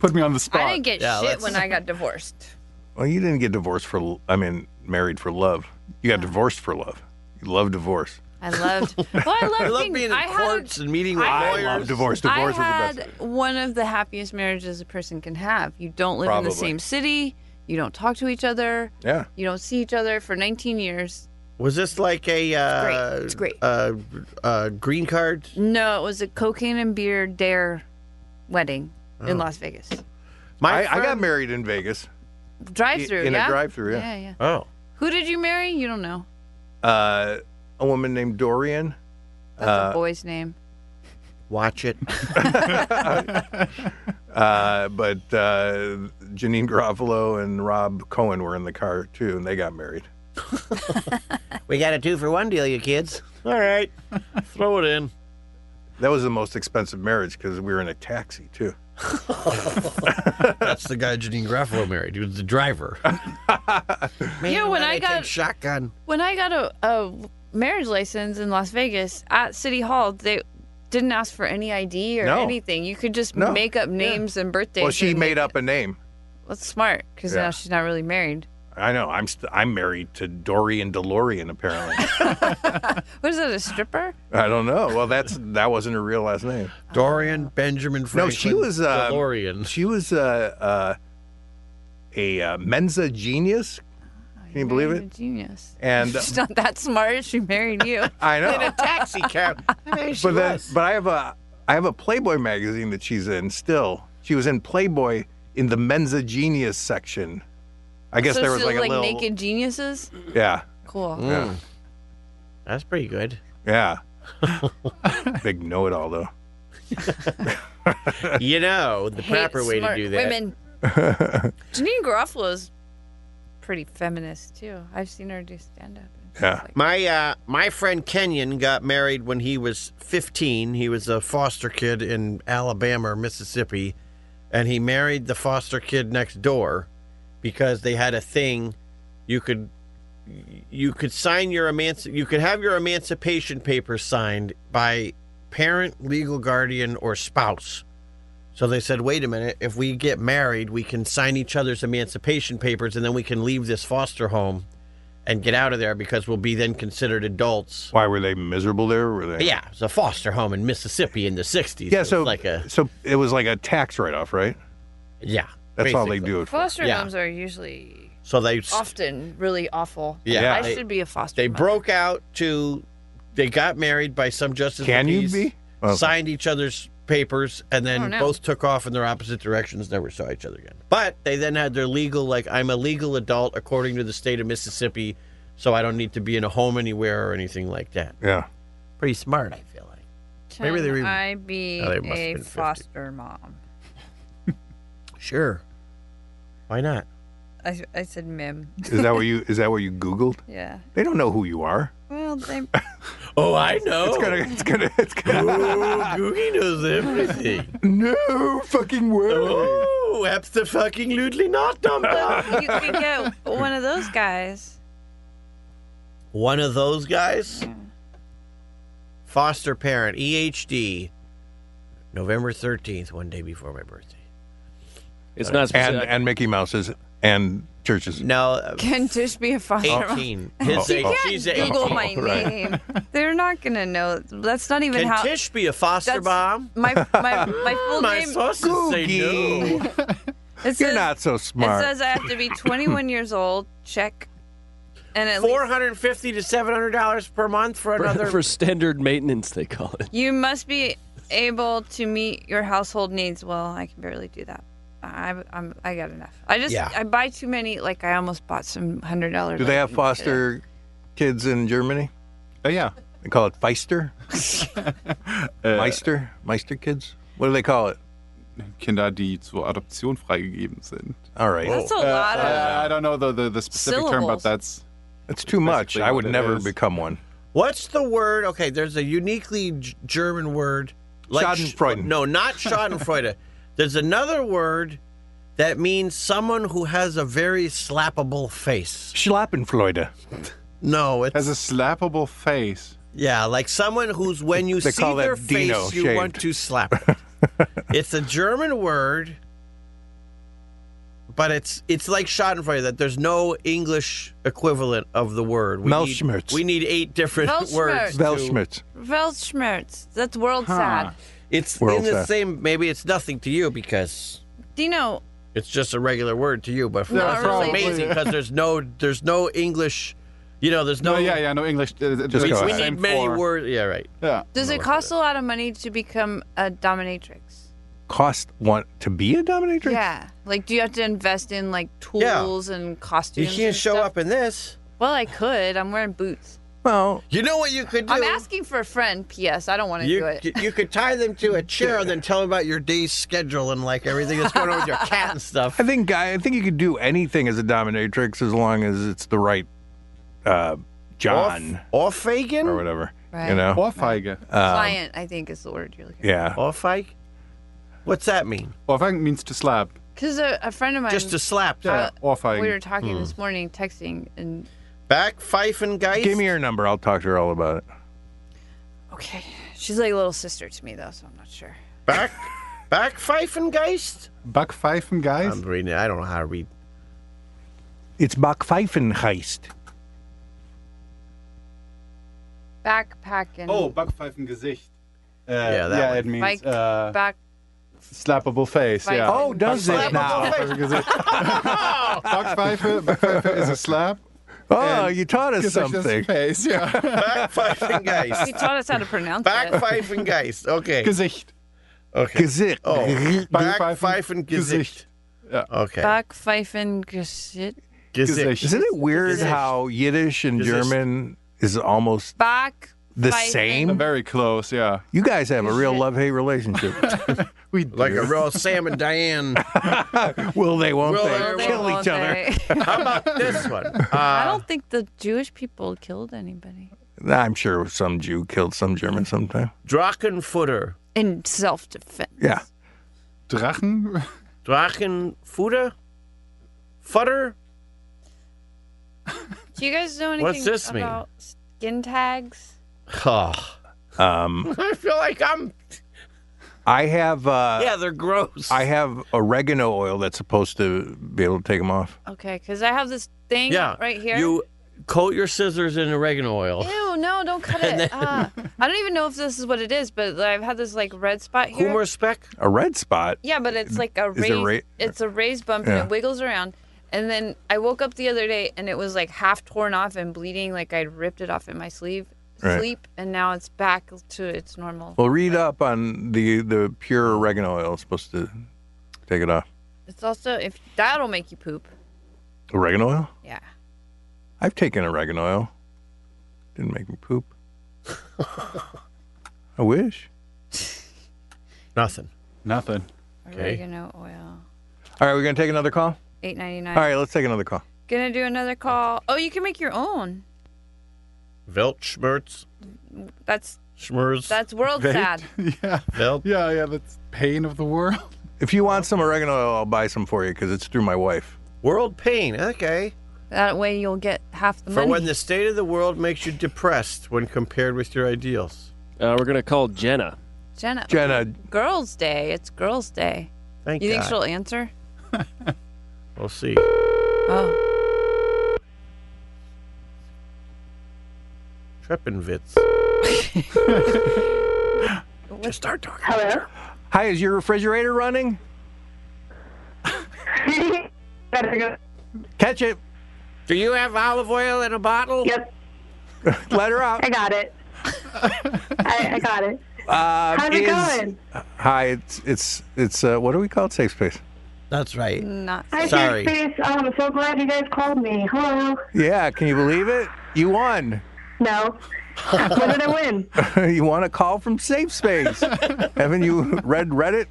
[SPEAKER 2] put me on the spot.
[SPEAKER 1] I didn't get
[SPEAKER 4] Yeah,
[SPEAKER 1] shit
[SPEAKER 4] let's-
[SPEAKER 1] when I got divorced.
[SPEAKER 7] Well, you didn't get divorced for. l- I mean, married for love. You got divorced for love. You love divorce.
[SPEAKER 1] I loved. Well, I loved
[SPEAKER 4] I love
[SPEAKER 1] being,
[SPEAKER 4] being in
[SPEAKER 1] I had,
[SPEAKER 4] courts and meeting with
[SPEAKER 1] I
[SPEAKER 4] lawyers.
[SPEAKER 7] Love divorce.
[SPEAKER 1] I
[SPEAKER 7] Divorce
[SPEAKER 1] had
[SPEAKER 7] is the best.
[SPEAKER 1] one of the happiest marriages a person can have. You don't live in
[SPEAKER 7] Probably.
[SPEAKER 1] the same city. You don't talk to each other.
[SPEAKER 7] Yeah.
[SPEAKER 1] You don't see each other for 19 years.
[SPEAKER 4] Was this like a uh,
[SPEAKER 1] great. It's great.
[SPEAKER 4] Uh, uh, green card?
[SPEAKER 1] No, it was a cocaine and beer dare wedding
[SPEAKER 7] Oh.
[SPEAKER 1] in Las Vegas.
[SPEAKER 4] My
[SPEAKER 7] I, I got
[SPEAKER 4] friend-
[SPEAKER 7] married in Vegas.
[SPEAKER 1] Drive through.
[SPEAKER 7] in a
[SPEAKER 1] yeah?
[SPEAKER 7] drive-thru, yeah.
[SPEAKER 1] Yeah, yeah.
[SPEAKER 4] Oh.
[SPEAKER 1] Who did you marry? You don't know.
[SPEAKER 7] Uh, a woman named Dorian.
[SPEAKER 1] That's a boy's name.
[SPEAKER 4] Watch it.
[SPEAKER 7] Uh, but uh, Janine Garofalo and Rob Cohen were in the car too, and they got married.
[SPEAKER 4] We got a two for one deal, you kids. All right. Throw it in.
[SPEAKER 7] That was the most expensive marriage because we were in a taxi too.
[SPEAKER 4] That's the guy Janine Graffalo married. He was the driver. Man,
[SPEAKER 1] Yeah, when
[SPEAKER 4] why'd
[SPEAKER 1] I got-
[SPEAKER 4] take shotgun.
[SPEAKER 1] when I got a, a marriage license in Las Vegas at City Hall, they didn't ask for any ID or
[SPEAKER 7] No.
[SPEAKER 1] anything. You could just
[SPEAKER 7] No.
[SPEAKER 1] make up names and birthdays.
[SPEAKER 7] Well, she
[SPEAKER 1] and
[SPEAKER 7] made
[SPEAKER 1] make-
[SPEAKER 7] up a name.
[SPEAKER 1] That's smart because
[SPEAKER 7] Yeah.
[SPEAKER 1] now she's not really married.
[SPEAKER 7] I know. I'm st- I'm married to Dorian DeLorean apparently.
[SPEAKER 1] What is that? A stripper?
[SPEAKER 7] I don't know. Well, that's that wasn't her real last name.
[SPEAKER 4] Dorian Benjamin Franklin.
[SPEAKER 7] No, she was uh,
[SPEAKER 4] DeLorean.
[SPEAKER 7] She was uh, uh, a uh, Mensa genius. Can you believe
[SPEAKER 1] Married
[SPEAKER 7] it?
[SPEAKER 1] a Genius.
[SPEAKER 7] And uh,
[SPEAKER 1] She's not that smart. She married you.
[SPEAKER 7] I know.
[SPEAKER 4] taxi cab. I mean, she
[SPEAKER 7] but then,
[SPEAKER 4] was.
[SPEAKER 7] but I have a I have a Playboy magazine that she's in still. She was in Playboy in the Mensa Genius section. I guess
[SPEAKER 1] so
[SPEAKER 7] there was
[SPEAKER 1] still,
[SPEAKER 7] like a
[SPEAKER 1] like
[SPEAKER 7] little
[SPEAKER 1] naked geniuses.
[SPEAKER 7] yeah
[SPEAKER 1] Cool.
[SPEAKER 7] yeah
[SPEAKER 4] That's pretty good.
[SPEAKER 7] yeah. Big know-it-all though.
[SPEAKER 4] You know, the
[SPEAKER 1] Hate
[SPEAKER 4] proper way to
[SPEAKER 1] smart
[SPEAKER 4] do that.
[SPEAKER 1] Women. Janine Garofalo's pretty feminist too. I've seen her do stand up.
[SPEAKER 7] Yeah.
[SPEAKER 4] My uh, my friend Kenyon got married when he was 15. He was a foster kid in Alabama or Mississippi, and he married the foster kid next door because they had a thing you could you could sign your emanci- you could have your emancipation papers signed by parent, legal guardian, or spouse. So they said, wait a minute, if we get married, we can sign each other's emancipation papers and then we can leave this foster home and get out of there because we'll be then considered adults.
[SPEAKER 7] Why were they miserable there? Were they?
[SPEAKER 4] Yeah, it's a foster home in Mississippi in the '60s.
[SPEAKER 7] Yeah.
[SPEAKER 4] It's
[SPEAKER 7] So
[SPEAKER 4] like a
[SPEAKER 7] so it was like a tax write off, right?
[SPEAKER 4] yeah.
[SPEAKER 7] That's all they
[SPEAKER 4] basically.
[SPEAKER 7] do it for.
[SPEAKER 16] Foster
[SPEAKER 4] Yeah.
[SPEAKER 16] homes are usually
[SPEAKER 4] So they
[SPEAKER 16] often really awful.
[SPEAKER 4] Yeah,
[SPEAKER 16] I
[SPEAKER 4] they-
[SPEAKER 16] should be a foster.
[SPEAKER 4] they
[SPEAKER 16] mother.
[SPEAKER 4] broke out to they got married by some justice. of
[SPEAKER 7] Can
[SPEAKER 4] the
[SPEAKER 7] you
[SPEAKER 4] peace,
[SPEAKER 7] be? Okay.
[SPEAKER 4] Signed each other's papers and
[SPEAKER 16] Oh,
[SPEAKER 4] then
[SPEAKER 16] no.
[SPEAKER 4] both took off in their opposite directions, never saw each other again. But they then had their legal like I'm a legal adult according to the state of Mississippi, so I don't need to be in a home anywhere or anything like that.
[SPEAKER 7] Yeah.
[SPEAKER 4] Pretty smart, I feel like.
[SPEAKER 1] Can
[SPEAKER 4] Maybe they were even-
[SPEAKER 1] I be
[SPEAKER 4] No, they must have
[SPEAKER 1] a
[SPEAKER 4] been 50.
[SPEAKER 1] foster mom?
[SPEAKER 4] Sure. Why not?
[SPEAKER 1] I, I said mim.
[SPEAKER 7] Is that what you? Is that what you Googled?
[SPEAKER 1] Yeah.
[SPEAKER 7] They don't know who you are.
[SPEAKER 1] Well, they,
[SPEAKER 4] Oh, I know.
[SPEAKER 7] It's gonna. It's gonna. It's gonna.
[SPEAKER 4] Oh, Googie knows everything.
[SPEAKER 7] no fucking way.
[SPEAKER 4] oh, the fucking ludely not dumb.
[SPEAKER 1] you could get one of those guys.
[SPEAKER 4] One of those guys? Foster parent, EHD, November 13th, one day before my birthday.
[SPEAKER 3] It's not
[SPEAKER 7] And
[SPEAKER 3] specific.
[SPEAKER 7] and Mickey Mouse's and churches.
[SPEAKER 4] No, uh,
[SPEAKER 16] Can Tish be a foster? mom?
[SPEAKER 4] 18. His
[SPEAKER 7] You
[SPEAKER 4] age,
[SPEAKER 7] can't
[SPEAKER 4] she's
[SPEAKER 1] Yeah,
[SPEAKER 4] 18.
[SPEAKER 1] Google my
[SPEAKER 7] right.
[SPEAKER 1] name. They're not gonna know. That's not even
[SPEAKER 4] Can
[SPEAKER 1] how
[SPEAKER 4] Tish be a foster
[SPEAKER 1] That's-
[SPEAKER 4] mom?
[SPEAKER 1] my my my full
[SPEAKER 4] My
[SPEAKER 1] name.
[SPEAKER 4] sources say no.
[SPEAKER 1] It says,
[SPEAKER 7] You're not so
[SPEAKER 1] It
[SPEAKER 7] smart.
[SPEAKER 1] says I have to be 21 years old. Check. And at least
[SPEAKER 4] 450 to 700 dollars per month for another.
[SPEAKER 3] for, for standard maintenance, they call it.
[SPEAKER 1] you must be able to meet your household needs. Well, I can barely do that. I I'm, I got enough. I just
[SPEAKER 4] Yeah.
[SPEAKER 1] I buy too many. Like I almost bought some hundred dollars.
[SPEAKER 7] Do they have foster kids in Germany?
[SPEAKER 2] Oh, yeah.
[SPEAKER 7] They call it Feister.
[SPEAKER 2] Äh,
[SPEAKER 7] Meister. Meister kids. What do they call it?
[SPEAKER 2] Kinder, die zur Adoption freigegeben sind.
[SPEAKER 7] All right.
[SPEAKER 1] That's a lot of.
[SPEAKER 7] uh,
[SPEAKER 2] Uh, I don't know the, the, the specific term, but
[SPEAKER 1] Syllables.
[SPEAKER 2] that's
[SPEAKER 7] It's too much.
[SPEAKER 2] basically
[SPEAKER 7] I
[SPEAKER 2] what
[SPEAKER 7] would
[SPEAKER 2] it
[SPEAKER 7] never
[SPEAKER 2] is.
[SPEAKER 7] become one.
[SPEAKER 4] What's the word? Okay, there's a uniquely G- German word.
[SPEAKER 7] Schadenfreude.
[SPEAKER 4] No, not Schadenfreude. there's another word that means someone who has a very slappable face.
[SPEAKER 7] Schlappenfreude.
[SPEAKER 4] No, it's
[SPEAKER 2] has a slappable face.
[SPEAKER 4] yeah, like someone who's when you
[SPEAKER 7] They
[SPEAKER 4] see
[SPEAKER 7] call that
[SPEAKER 4] their
[SPEAKER 7] Dino
[SPEAKER 4] face, you
[SPEAKER 7] shaved.
[SPEAKER 4] want to slap. It. it's a German word, but it's it's like Schadenfreude. That there's no English equivalent of the word. We need,
[SPEAKER 7] Weltschmerz.
[SPEAKER 4] we need eieight different
[SPEAKER 1] Weltschmerz.
[SPEAKER 4] words. to-
[SPEAKER 7] Weltschmerz.
[SPEAKER 1] Weltschmerz. That's world sad.
[SPEAKER 4] It's
[SPEAKER 7] World
[SPEAKER 4] in the
[SPEAKER 7] Fair.
[SPEAKER 4] same. Maybe it's nothing to you because
[SPEAKER 1] Dino,
[SPEAKER 4] it's just a regular word to you, but for
[SPEAKER 2] No,
[SPEAKER 4] us
[SPEAKER 2] probably.
[SPEAKER 4] it's amazing because there's no there's no English. You know, there's no.
[SPEAKER 2] No, Uh, yeah, yeah, no English. Uh, Just
[SPEAKER 7] go
[SPEAKER 4] We,
[SPEAKER 7] ahead.
[SPEAKER 4] we need many words. Yeah, right.
[SPEAKER 2] Yeah.
[SPEAKER 1] does it cost a lot of money to become a dominatrix?
[SPEAKER 7] Cost want to be a dominatrix?
[SPEAKER 1] Yeah. Like, do you have to invest in like
[SPEAKER 4] Yeah.
[SPEAKER 1] tools and costumes?
[SPEAKER 4] You can't
[SPEAKER 1] and
[SPEAKER 4] show
[SPEAKER 1] stuff?
[SPEAKER 4] up in this.
[SPEAKER 1] Well, I could. I'm wearing boots.
[SPEAKER 7] Well,
[SPEAKER 4] You know what you could do?
[SPEAKER 1] I'm asking for a friend. P.S. I don't want to do
[SPEAKER 4] You,
[SPEAKER 1] it.
[SPEAKER 4] you could tie them to a chair and then tell them about your day's schedule and like everything that's going on with your cat and stuff.
[SPEAKER 7] I think I, I think you could do anything as a dominatrix as long as it's the right uh, John
[SPEAKER 4] Or Fagin?
[SPEAKER 7] or whatever. You
[SPEAKER 1] Right.
[SPEAKER 7] know?
[SPEAKER 2] Ohrfeige.
[SPEAKER 7] Ah.
[SPEAKER 4] um,
[SPEAKER 1] Client, I think, is the word you're looking.
[SPEAKER 7] Yeah.
[SPEAKER 4] Or Fike? What's that mean?
[SPEAKER 2] Ohrfeige means to slap.
[SPEAKER 1] Because a, a friend of mine, uh,
[SPEAKER 4] Just to slap.
[SPEAKER 2] Yeah, Ohrfeigen.
[SPEAKER 1] we were talking
[SPEAKER 4] hmm.
[SPEAKER 1] this morning, texting, and
[SPEAKER 4] Back, fife, and geist?
[SPEAKER 7] Give me your number. I'll talk to her all about it.
[SPEAKER 1] okay, she's like a little sister to me though, so I'm not sure.
[SPEAKER 4] back, back, fife, and geist?
[SPEAKER 2] Backpfeifen, guys.
[SPEAKER 4] I'm
[SPEAKER 7] Ah,
[SPEAKER 4] reading it. I don't know how to read.
[SPEAKER 7] It's Backpfeifenheist.
[SPEAKER 1] Backpack and
[SPEAKER 2] oh, Backpfeifen Gesicht. Uh,
[SPEAKER 4] Yeah, that one.
[SPEAKER 2] it means
[SPEAKER 1] bike,
[SPEAKER 2] uh,
[SPEAKER 1] back.
[SPEAKER 2] slappable face.
[SPEAKER 1] Bike-
[SPEAKER 2] Yeah.
[SPEAKER 7] Oh, does it now?
[SPEAKER 2] Backpfeifen Gesicht. Backpfeife, Backpfeife is a slap.
[SPEAKER 7] Oh, you taught
[SPEAKER 2] Gesicht
[SPEAKER 7] us
[SPEAKER 2] is
[SPEAKER 7] something.
[SPEAKER 2] face. Yeah.
[SPEAKER 4] Back, fife, and geist.
[SPEAKER 1] She taught us how to pronounce it.
[SPEAKER 4] Backpfeifen Geist. Okay.
[SPEAKER 2] Gesicht.
[SPEAKER 4] Okay.
[SPEAKER 7] Gesicht.
[SPEAKER 4] Oh.
[SPEAKER 2] Backpfeifen
[SPEAKER 4] Backpfeifen Gesicht. Okay.
[SPEAKER 1] Backpfeifen Gesicht.
[SPEAKER 2] Gesicht.
[SPEAKER 7] Isn't it weird how Yiddish and
[SPEAKER 4] Gesicht.
[SPEAKER 7] German is almost
[SPEAKER 1] Back.
[SPEAKER 7] the
[SPEAKER 1] Pfeifen.
[SPEAKER 7] same?
[SPEAKER 2] Very close, yeah.
[SPEAKER 7] You guys have a real love hate relationship.
[SPEAKER 2] We
[SPEAKER 4] Like a real Sam and Diane.
[SPEAKER 7] Will they? Won't
[SPEAKER 4] Will
[SPEAKER 7] they?
[SPEAKER 4] they,
[SPEAKER 1] They
[SPEAKER 7] Kill
[SPEAKER 1] won't
[SPEAKER 7] each other?
[SPEAKER 1] say.
[SPEAKER 4] How about this one?
[SPEAKER 1] I
[SPEAKER 4] Uh,
[SPEAKER 1] don't think the Jewish people killed anybody
[SPEAKER 7] I'm sure some Jew killed some German sometime.
[SPEAKER 4] Drachenfutter.
[SPEAKER 1] in self-defense.
[SPEAKER 7] Yeah.
[SPEAKER 2] Drachen?
[SPEAKER 4] Drachenfutter? Futter?
[SPEAKER 1] Do you guys know anything
[SPEAKER 4] What's this mean?
[SPEAKER 1] about skin tags?
[SPEAKER 4] Oh.
[SPEAKER 7] Um,
[SPEAKER 4] I feel like I'm.
[SPEAKER 7] I have uh,
[SPEAKER 4] Yeah, they're gross.
[SPEAKER 7] I have oregano oil that's supposed to be able to take them off.
[SPEAKER 1] Okay, because I have this thing
[SPEAKER 4] yeah.
[SPEAKER 1] right here.
[SPEAKER 4] You coat your scissors in oregano oil.
[SPEAKER 1] Ew, no, don't cut it. Ah, I don't even know if this is what it is, but I've had this like red spot here.
[SPEAKER 4] Humor speck.
[SPEAKER 7] A red spot.
[SPEAKER 1] Yeah, but it's like a
[SPEAKER 7] Is it
[SPEAKER 1] raised.
[SPEAKER 7] ra-
[SPEAKER 1] it's a raised bump
[SPEAKER 7] Yeah.
[SPEAKER 1] and it wiggles around. And then I woke up the other day and it was like half torn off and bleeding, like I'd ripped it off in my sleeve
[SPEAKER 7] Right.
[SPEAKER 1] sleep, and now it's back to its normal.
[SPEAKER 7] Well, read up on the the pure oregano oil. It's supposed to take it off.
[SPEAKER 1] It's also if that'll make you poop.
[SPEAKER 7] Oregano oil?
[SPEAKER 1] Yeah.
[SPEAKER 7] I've taken oregano oil. Didn't make me poop. I wish.
[SPEAKER 4] Nothing.
[SPEAKER 2] Nothing.
[SPEAKER 1] Oregano oil.
[SPEAKER 7] All right, we're gonna take another call.
[SPEAKER 1] Eight ninety nine.
[SPEAKER 7] All right, let's take another call.
[SPEAKER 1] Gonna do another call. Oh, you can make your own.
[SPEAKER 4] Velt schmerz.
[SPEAKER 1] That's
[SPEAKER 4] Schmerz.
[SPEAKER 1] that's world
[SPEAKER 2] Right?
[SPEAKER 1] sad.
[SPEAKER 2] yeah.
[SPEAKER 4] Velt.
[SPEAKER 2] Yeah, yeah, that's pain of the world.
[SPEAKER 7] If you want some oregano oil, I'll buy some for you because it's through my wife.
[SPEAKER 4] World pain. Okay.
[SPEAKER 1] That way you'll get half the
[SPEAKER 4] For
[SPEAKER 1] money.
[SPEAKER 4] when the state of the world makes you depressed when compared with your ideals.
[SPEAKER 3] Uh, we're gonna call Jenna.
[SPEAKER 1] Jenna.
[SPEAKER 7] Jenna,
[SPEAKER 1] Girls' Day. It's Girls' Day.
[SPEAKER 4] Thank
[SPEAKER 1] You
[SPEAKER 4] God.
[SPEAKER 1] think she'll answer?
[SPEAKER 4] We'll see.
[SPEAKER 1] Oh,
[SPEAKER 4] Trepenvitz. Just start talking.
[SPEAKER 9] Hello?
[SPEAKER 7] hi, is your refrigerator running?
[SPEAKER 9] Better go.
[SPEAKER 7] Catch it.
[SPEAKER 4] Do you have olive oil in a
[SPEAKER 7] Oh.
[SPEAKER 4] bottle?
[SPEAKER 9] Yep,
[SPEAKER 7] Let her out.
[SPEAKER 9] I got it. I, I got it.
[SPEAKER 7] Um,
[SPEAKER 9] How's it
[SPEAKER 7] is-
[SPEAKER 9] going?
[SPEAKER 7] Hi, it's it's it's uh, what do we call it? Safe space.
[SPEAKER 4] That's right.
[SPEAKER 1] Oh, not.
[SPEAKER 9] Hi,
[SPEAKER 4] Sorry.
[SPEAKER 9] Space. Oh, I'm so glad you guys called me. Hello.
[SPEAKER 7] Yeah, can you believe it? You won.
[SPEAKER 9] No. what did I win?
[SPEAKER 7] you want a call from Safe Space? Haven't you read Reddit?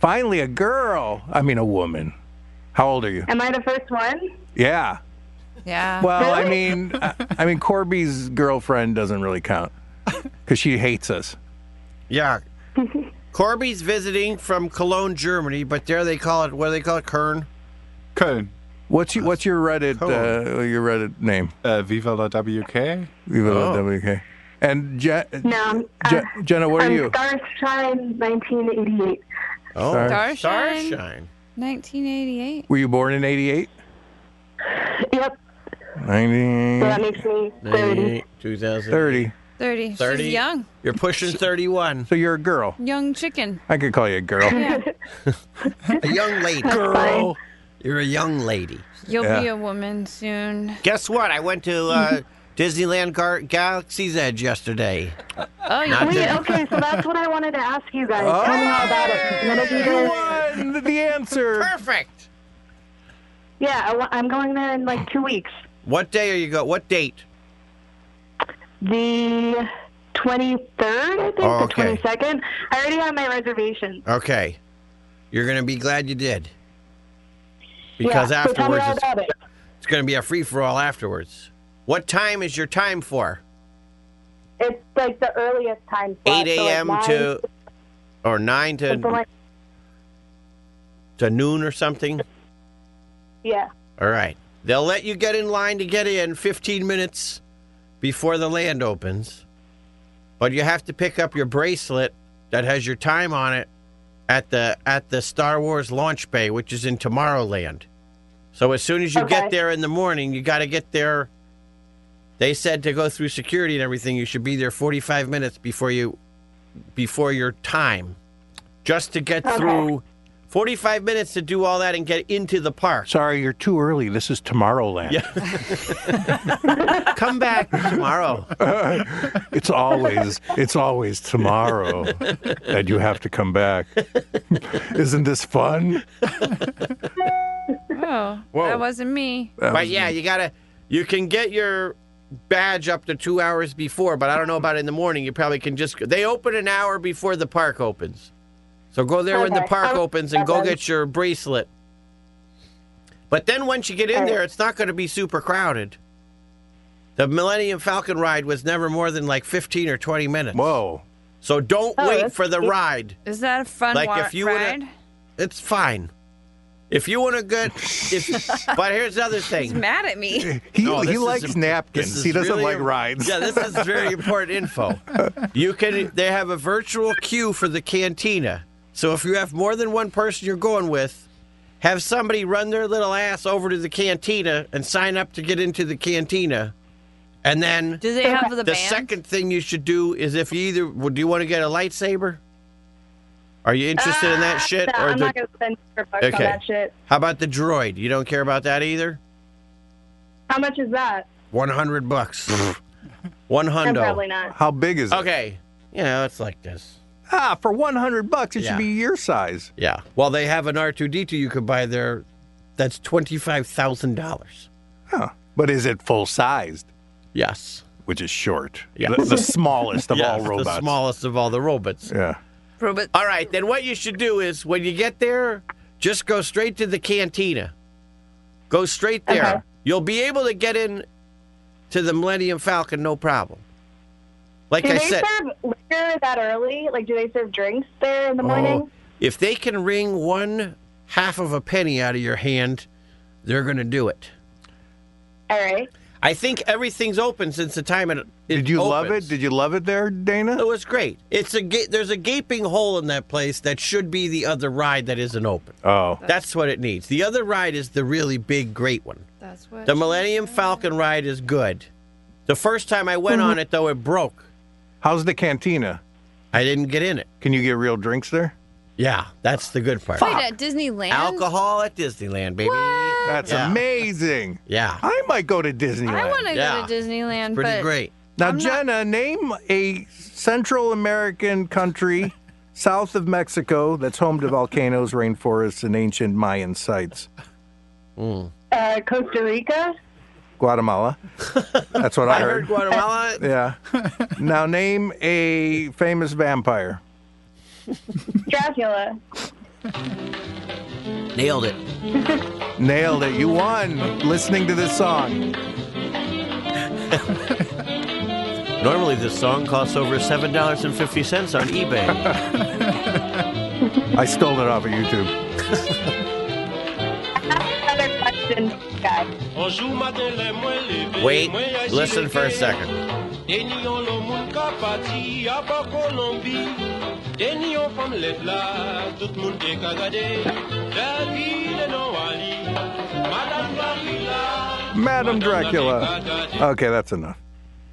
[SPEAKER 7] Finally, a girl. I mean, a woman. How old are you?
[SPEAKER 9] Am I the first one?
[SPEAKER 7] Yeah.
[SPEAKER 1] Yeah.
[SPEAKER 7] Well, I mean, I, I mean, Corby's girlfriend doesn't really count because she hates us.
[SPEAKER 4] Yeah. Corby's visiting from Cologne, Germany, but there they call it what do they call it? Kern.
[SPEAKER 2] Köln.
[SPEAKER 7] What's your what's your Reddit
[SPEAKER 4] Cool.
[SPEAKER 7] uh, your Reddit name?
[SPEAKER 2] Uh, Viva la WK.
[SPEAKER 7] Viva la
[SPEAKER 4] Oh.
[SPEAKER 7] WK. And Je-
[SPEAKER 9] No. I'm-
[SPEAKER 7] Je-
[SPEAKER 9] uh,
[SPEAKER 7] Jenna, where are
[SPEAKER 9] I'm
[SPEAKER 7] you?
[SPEAKER 9] Starshine 1988.
[SPEAKER 4] Oh,
[SPEAKER 7] Starshine.
[SPEAKER 4] Starshine.
[SPEAKER 1] 1988.
[SPEAKER 7] Were you born in '88?
[SPEAKER 9] Yep. So that
[SPEAKER 4] Mm.
[SPEAKER 7] 90,
[SPEAKER 9] makes me 30.
[SPEAKER 4] 98, 2000.
[SPEAKER 7] 30.
[SPEAKER 1] 30.
[SPEAKER 4] 30?
[SPEAKER 1] She's young.
[SPEAKER 4] You're pushing 31.
[SPEAKER 7] So you're a girl.
[SPEAKER 1] Young chicken.
[SPEAKER 7] I could call you a girl.
[SPEAKER 4] A young lady.
[SPEAKER 7] girl.
[SPEAKER 4] You're a young lady.
[SPEAKER 1] You'll be
[SPEAKER 7] Yeah.
[SPEAKER 1] a woman soon.
[SPEAKER 4] Guess what? I went to uh, Disneyland Gar- Galaxy's Edge yesterday.
[SPEAKER 1] Oh, you
[SPEAKER 4] Not
[SPEAKER 9] Wait,
[SPEAKER 4] to-
[SPEAKER 9] okay, so that's what I wanted to ask you guys.
[SPEAKER 4] Oh.
[SPEAKER 9] Tell me all about it. 'cause None of you
[SPEAKER 7] You
[SPEAKER 9] guys-
[SPEAKER 7] won the answer.
[SPEAKER 4] Perfect.
[SPEAKER 9] Yeah, I wa- I'm going there in like two weeks.
[SPEAKER 4] What day are you go? What date?
[SPEAKER 9] The 23rd, I think,
[SPEAKER 4] Oh,
[SPEAKER 9] the
[SPEAKER 4] okay. Uh,
[SPEAKER 9] 22nd. I already have my reservations.
[SPEAKER 4] Okay. You're gonna be glad you did. Because
[SPEAKER 9] yeah, so tell me
[SPEAKER 4] afterwards
[SPEAKER 9] all
[SPEAKER 4] it's,
[SPEAKER 9] about it.
[SPEAKER 4] it's gonna be a free for all afterwards. What time is your time for?
[SPEAKER 9] It's like the earliest time slot.
[SPEAKER 4] Eight
[SPEAKER 9] so, like,
[SPEAKER 4] AM
[SPEAKER 9] nine,
[SPEAKER 4] to or nine to
[SPEAKER 9] something like-
[SPEAKER 4] to noon or something?
[SPEAKER 9] yeah.
[SPEAKER 4] All right. They'll let you get in line to get in 15 minutes before the land opens, but you have to pick up your bracelet that has your time on it at the at the Star Wars launch bay, which is in Tomorrowland. So as soon as you get
[SPEAKER 9] Okay.
[SPEAKER 4] there in the morning, you got to get there. They said to go through security and everything, you should be there 45 minutes before you before your time, just to get
[SPEAKER 9] Okay.
[SPEAKER 4] through 45 minutes to do all that and get into the park.
[SPEAKER 7] Sorry, you're too early. This is Tomorrowland.
[SPEAKER 4] Come back tomorrow.
[SPEAKER 7] It's always it's always tomorrow that you have to come back. Isn't this fun?
[SPEAKER 1] Oh, that wasn't me.
[SPEAKER 4] But yeah, you gotta. You can get your badge up to two hours before, but I don't know about in the morning. You probably can just. They open an hour before the park opens, so go there when the
[SPEAKER 9] Okay.
[SPEAKER 4] park
[SPEAKER 9] Oh,
[SPEAKER 4] opens and go
[SPEAKER 9] okay.
[SPEAKER 4] get your bracelet. But then once you get in
[SPEAKER 9] Alright.
[SPEAKER 4] there, it's not going to be super crowded. The Millennium Falcon ride was never more than like 15 or 20 minutes.
[SPEAKER 7] Whoa.
[SPEAKER 4] So don't
[SPEAKER 9] Oh,
[SPEAKER 4] wait
[SPEAKER 9] that's
[SPEAKER 4] for the
[SPEAKER 9] cute.
[SPEAKER 4] ride.
[SPEAKER 1] Is that a fun
[SPEAKER 4] Like,
[SPEAKER 1] wa-
[SPEAKER 4] if you would've-
[SPEAKER 1] ride?
[SPEAKER 4] It's fine. If you want to get. If, but here's the other thing.
[SPEAKER 1] Mad at me.
[SPEAKER 7] He,
[SPEAKER 4] No, Oh,
[SPEAKER 7] he
[SPEAKER 4] this is
[SPEAKER 7] likes
[SPEAKER 4] imp- this
[SPEAKER 7] napkins.
[SPEAKER 4] is
[SPEAKER 7] He doesn't
[SPEAKER 4] really
[SPEAKER 7] like
[SPEAKER 4] im-
[SPEAKER 7] rides.
[SPEAKER 4] Yeah, this is very important info. You can they have a virtual queue for the cantina. So if you have more than one person you're going with, have somebody run their little ass over to the cantina and sign up to get into the cantina. And then
[SPEAKER 1] Do they have the,
[SPEAKER 4] the
[SPEAKER 1] band?
[SPEAKER 4] second thing you should do is if you either well, do you want to get a lightsaber? Are you interested in that shit?
[SPEAKER 9] Nah,
[SPEAKER 4] or
[SPEAKER 9] Uh, I'm
[SPEAKER 4] the,
[SPEAKER 9] not gonna spend your bucks
[SPEAKER 4] Okay.
[SPEAKER 9] on that shit.
[SPEAKER 4] how about the droid? You don't care about that either?
[SPEAKER 9] How much is that?
[SPEAKER 4] One hundred bucks. One
[SPEAKER 9] I'm
[SPEAKER 4] hundo.
[SPEAKER 9] probably not.
[SPEAKER 7] How big is it?
[SPEAKER 4] Okay. You know, it's like this.
[SPEAKER 7] Ah, for 100 bucks, it
[SPEAKER 4] Yeah.
[SPEAKER 7] should be your size.
[SPEAKER 4] Yeah. Well, they have an R two D two you could buy there. That's twenty five thousand dollars.
[SPEAKER 7] Huh. But is it full sized?
[SPEAKER 4] Yes.
[SPEAKER 7] Which is short.
[SPEAKER 4] Yeah.
[SPEAKER 7] The, the smallest of
[SPEAKER 4] Yes,
[SPEAKER 7] all robots.
[SPEAKER 4] The smallest of all the robots.
[SPEAKER 7] Yeah.
[SPEAKER 1] Robot-
[SPEAKER 4] All right, then what you should do is when you get there, just go straight to the cantina. Go straight there.
[SPEAKER 9] Okay.
[SPEAKER 4] You'll be able to get in to the Millennium Falcon no problem. Like
[SPEAKER 9] Do
[SPEAKER 4] I
[SPEAKER 9] they
[SPEAKER 4] said,
[SPEAKER 9] serve liquor that early? Like, do they serve drinks there
[SPEAKER 4] Oh.
[SPEAKER 9] in the morning?
[SPEAKER 4] if they can wring one half of a penny out of your hand, they're going to do it.
[SPEAKER 9] All right.
[SPEAKER 4] I think everything's open since the time it, it
[SPEAKER 7] Did you love
[SPEAKER 4] opens.
[SPEAKER 7] it? Did you love it there, Dana?
[SPEAKER 4] It was great. It's a ga- there's a gaping hole in that place that should be the other ride that isn't open.
[SPEAKER 7] Oh.
[SPEAKER 4] That's what it needs. The other ride is the really big, great one.
[SPEAKER 1] That's what.
[SPEAKER 4] The Millennium Falcon ride is good. The first time I went on it, though, it broke.
[SPEAKER 7] How's the cantina?
[SPEAKER 4] I didn't get in it.
[SPEAKER 7] Can you get real drinks there?
[SPEAKER 4] Yeah, that's the good part.
[SPEAKER 1] Wait, at Disneyland.
[SPEAKER 4] Alcohol at Disneyland, baby.
[SPEAKER 7] That's
[SPEAKER 4] Yeah.
[SPEAKER 7] amazing.
[SPEAKER 4] Yeah,
[SPEAKER 7] I might go to Disneyland.
[SPEAKER 1] I want to
[SPEAKER 4] Yeah.
[SPEAKER 1] go to Disneyland,
[SPEAKER 4] pretty
[SPEAKER 1] but
[SPEAKER 4] great.
[SPEAKER 7] Now, Jenna, name a Central American country south of Mexico that's home to volcanoes, rainforests, and ancient Mayan sites.
[SPEAKER 9] Uh, Costa Rica.
[SPEAKER 7] Guatemala. That's what I,
[SPEAKER 4] I heard Guatemala.
[SPEAKER 7] Yeah. Now, name a famous vampire.
[SPEAKER 9] Dracula.
[SPEAKER 4] Nailed it.
[SPEAKER 7] Nailed it. You won listening to this song.
[SPEAKER 4] Normally, this song costs over seven dollars and fifty cents on eBay.
[SPEAKER 7] I stole it off of YouTube.
[SPEAKER 9] Another question, guys.
[SPEAKER 4] Wait, listen for a second.
[SPEAKER 7] Madam Dracula. Uh, Okay, that's enough.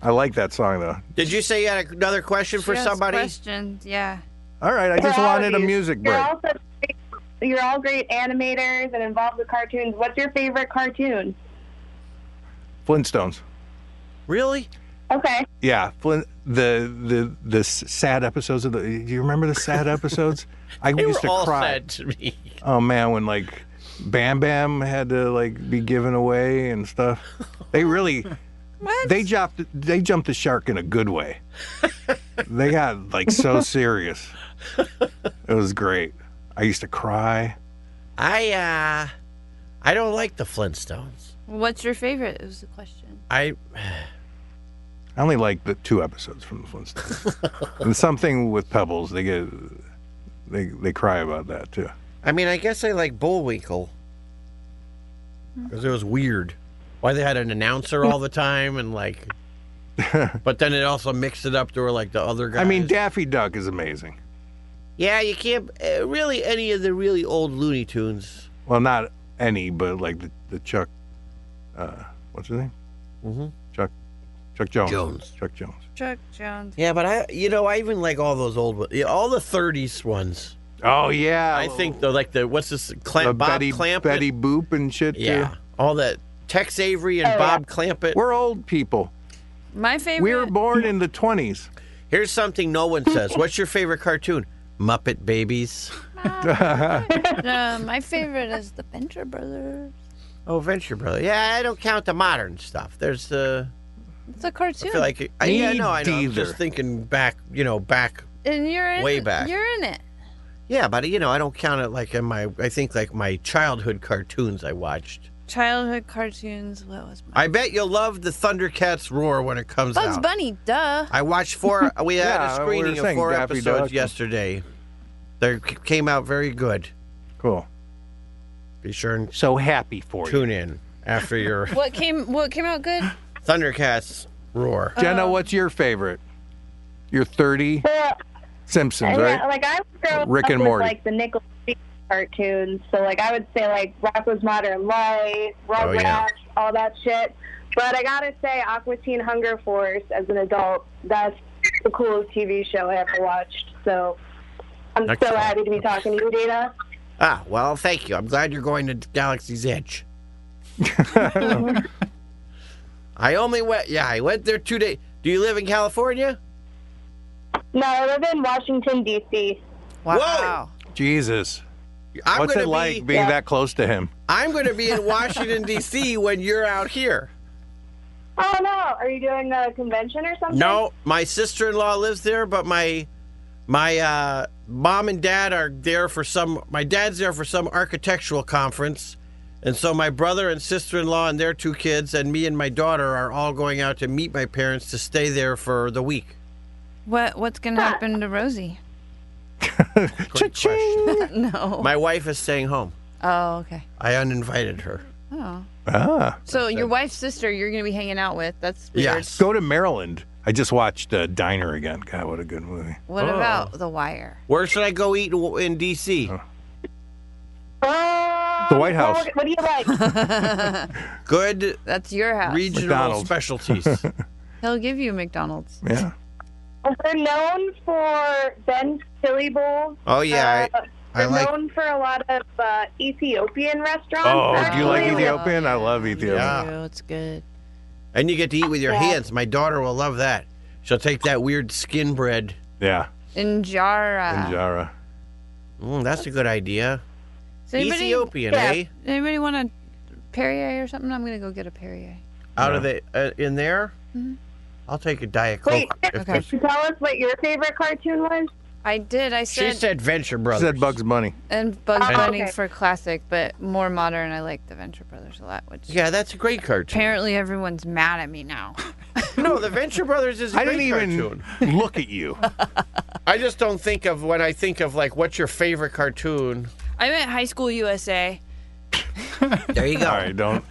[SPEAKER 7] I like that song, though.
[SPEAKER 4] Did you say you had another question for
[SPEAKER 1] She has
[SPEAKER 4] somebody?
[SPEAKER 1] Questions, yeah.
[SPEAKER 7] All right, I just
[SPEAKER 9] For all
[SPEAKER 7] wanted a
[SPEAKER 9] of you,
[SPEAKER 7] music
[SPEAKER 9] You're
[SPEAKER 7] break.
[SPEAKER 9] all, such great, you're all great animators and involved with cartoons. What's your favorite cartoon?
[SPEAKER 7] Flintstones.
[SPEAKER 4] Really?
[SPEAKER 9] Okay.
[SPEAKER 7] Yeah, Flint, the the the s- sad episodes of the. Do you remember the sad episodes? I
[SPEAKER 4] They
[SPEAKER 7] used
[SPEAKER 4] were
[SPEAKER 7] to
[SPEAKER 4] all
[SPEAKER 7] cry.
[SPEAKER 4] sad to me.
[SPEAKER 7] Oh man, when like Bam Bam had to like be given away and stuff. They really
[SPEAKER 1] What?
[SPEAKER 7] they jumped they jumped the shark in a good way. they got like so serious. It was great. I used to cry.
[SPEAKER 4] I uh, I don't like the Flintstones.
[SPEAKER 1] What's your favorite? It was the question.
[SPEAKER 4] I
[SPEAKER 7] I only like the two episodes from the Flintstones. and something with Pebbles, they get they they cry about that too.
[SPEAKER 4] I mean, I guess I like Bullwinkle
[SPEAKER 7] Hmm.
[SPEAKER 4] because it was weird. Why they had an announcer all the time and like, but then it also mixed it up to where like the other guys.
[SPEAKER 7] I mean, Daffy Duck is amazing.
[SPEAKER 4] yeah, you can't uh, really any of the really old Looney Tunes.
[SPEAKER 7] Well, not any, but like the, the Chuck, uh, what's his name? Mm-hmm. Chuck, Chuck Jones.
[SPEAKER 4] Jones.
[SPEAKER 7] Chuck Jones.
[SPEAKER 1] Chuck Jones.
[SPEAKER 4] Yeah, but I you know I even like all those old ones, yeah, all the '30s ones.
[SPEAKER 7] Oh yeah,
[SPEAKER 4] I think the like the what's this
[SPEAKER 7] the
[SPEAKER 4] Clamp, Bob
[SPEAKER 7] Betty
[SPEAKER 4] Clampett?
[SPEAKER 7] Betty Boop and shit.
[SPEAKER 4] yeah,
[SPEAKER 7] Too.
[SPEAKER 4] all that Tex Avery and
[SPEAKER 9] Oh, yeah.
[SPEAKER 4] Bob Clampett.
[SPEAKER 7] We're old people.
[SPEAKER 1] My favorite.
[SPEAKER 7] We were born in the twenties.
[SPEAKER 4] Here's something no one says. What's your favorite cartoon? Muppet Babies.
[SPEAKER 1] Uh, my favorite is the Venture Brothers.
[SPEAKER 4] Oh, Venture Brother. Yeah, I don't count the modern stuff. There's the
[SPEAKER 1] It's a cartoon.
[SPEAKER 4] I feel like I, yeah, no, I know. I'm
[SPEAKER 7] Neither.
[SPEAKER 4] just thinking back, you know, back.
[SPEAKER 1] and you're in
[SPEAKER 4] way
[SPEAKER 1] it.
[SPEAKER 4] back.
[SPEAKER 1] You're in it.
[SPEAKER 4] Yeah, but you know, I don't count it like in my. I think like my childhood cartoons I watched.
[SPEAKER 1] Childhood cartoons. What was my
[SPEAKER 4] I bet you'll love the Thundercats roar when it comes
[SPEAKER 1] Bugs
[SPEAKER 4] out.
[SPEAKER 1] Bunny? Duh.
[SPEAKER 4] I watched four. We had
[SPEAKER 7] Yeah,
[SPEAKER 4] a
[SPEAKER 7] we were
[SPEAKER 4] screening of
[SPEAKER 7] saying
[SPEAKER 4] four
[SPEAKER 7] Daffy
[SPEAKER 4] episodes
[SPEAKER 7] Duck.
[SPEAKER 4] yesterday. They c- came out very good.
[SPEAKER 7] Cool.
[SPEAKER 4] Be sure and
[SPEAKER 7] So happy for
[SPEAKER 4] tune in after your
[SPEAKER 1] What came? What came out good?
[SPEAKER 4] Thundercats roar.
[SPEAKER 7] Jenna, what's your favorite? You're thirty.
[SPEAKER 9] Well,
[SPEAKER 7] Simpsons,
[SPEAKER 9] yeah,
[SPEAKER 7] right?
[SPEAKER 9] like I was growing
[SPEAKER 7] Rick
[SPEAKER 9] up
[SPEAKER 7] and
[SPEAKER 9] with
[SPEAKER 7] Morty.
[SPEAKER 9] like the Nickel cartoons. So like I would say like Rocko's Modern Life, Rugrats,
[SPEAKER 17] Oh, yeah.
[SPEAKER 9] all that shit. But I gotta say Aqua Teen Hunger Force as an adult, that's the coolest TV show I ever watched. So I'm so
[SPEAKER 4] Excellent.
[SPEAKER 9] happy to be talking to you, Dana.
[SPEAKER 4] Ah, well, thank you. I'm glad you're going to Galaxy's Edge. I only went, yeah, I went there two days. Do you live in California?
[SPEAKER 9] No, I live in Washington D.C.
[SPEAKER 4] Wow.
[SPEAKER 7] Jesus.
[SPEAKER 4] I'm
[SPEAKER 7] What's
[SPEAKER 4] gonna
[SPEAKER 7] it like
[SPEAKER 4] be-
[SPEAKER 7] being
[SPEAKER 4] Yeah.
[SPEAKER 7] that close to him?
[SPEAKER 4] I'm going to be in Washington, D.C. when you're out here.
[SPEAKER 9] Oh no, are you doing a convention or something?
[SPEAKER 4] No, my sister-in-law lives there, but my my uh, mom and dad are there for some. My dad's there for some architectural conference, and so my brother and sister-in-law and their two kids and me and my daughter are all going out to meet my parents to stay there for the week.
[SPEAKER 1] What what's gonna happen to Rosie?
[SPEAKER 4] Great question.
[SPEAKER 1] no.
[SPEAKER 4] My wife is staying home.
[SPEAKER 1] Oh, okay.
[SPEAKER 4] I uninvited her.
[SPEAKER 1] Oh.
[SPEAKER 7] Ah.
[SPEAKER 1] So your wife's sister you're gonna be hanging out with. That's weird.
[SPEAKER 7] Go to Maryland. I just watched uh, Diner again. God, what a good movie.
[SPEAKER 1] What
[SPEAKER 4] Oh.
[SPEAKER 1] about The Wire?
[SPEAKER 4] Where should I go eat in- in D.C.?
[SPEAKER 7] The White House.
[SPEAKER 9] Um, What, what do you like?
[SPEAKER 4] Good
[SPEAKER 1] That's your
[SPEAKER 9] Uh,
[SPEAKER 1] house.
[SPEAKER 4] regional
[SPEAKER 7] McDonald's.
[SPEAKER 4] specialties.
[SPEAKER 1] He'll give you McDonald's.
[SPEAKER 7] yeah.
[SPEAKER 9] They're known for Ben's Chili Bowls.
[SPEAKER 4] Oh, yeah, I-
[SPEAKER 9] Uh,
[SPEAKER 7] I
[SPEAKER 9] they're
[SPEAKER 7] like-
[SPEAKER 9] known for a lot of uh, Ethiopian restaurants.
[SPEAKER 7] Oh, do you like
[SPEAKER 9] actually.
[SPEAKER 7] Ethiopian? I love Ethiopian.
[SPEAKER 4] Yeah.
[SPEAKER 1] it's good.
[SPEAKER 4] And you get to eat with your
[SPEAKER 9] Yeah.
[SPEAKER 4] hands. My daughter will love that. She'll take that weird skin bread.
[SPEAKER 7] Yeah.
[SPEAKER 1] Injara.
[SPEAKER 7] Injara.
[SPEAKER 4] Mm, that's a good idea.
[SPEAKER 1] Does anybody-
[SPEAKER 4] Ethiopian, eh?
[SPEAKER 1] Anybody want a Perrier or something? I'm gonna go get a Perrier.
[SPEAKER 4] Out of the uh, in there,
[SPEAKER 1] Mhm.
[SPEAKER 4] I'll take a diet coke.
[SPEAKER 9] Wait,
[SPEAKER 4] if there's-
[SPEAKER 9] tell us what your favorite cartoon was.
[SPEAKER 1] I did. I
[SPEAKER 4] She
[SPEAKER 1] said,
[SPEAKER 4] said Venture Brothers.
[SPEAKER 7] She said Bugs Bunny.
[SPEAKER 1] and Bugs
[SPEAKER 4] Oh,
[SPEAKER 1] Bunny
[SPEAKER 4] okay.
[SPEAKER 1] for classic, but more modern. I like the Venture Brothers a lot, which
[SPEAKER 4] Yeah, that's a great cartoon.
[SPEAKER 1] apparently everyone's mad at me now.
[SPEAKER 4] No, the Venture Brothers is. I
[SPEAKER 7] I didn't even look at you.
[SPEAKER 4] I just don't think of when I think of like what's your favorite cartoon.
[SPEAKER 1] I meant High School USA.
[SPEAKER 4] There you go.
[SPEAKER 7] All right, don't.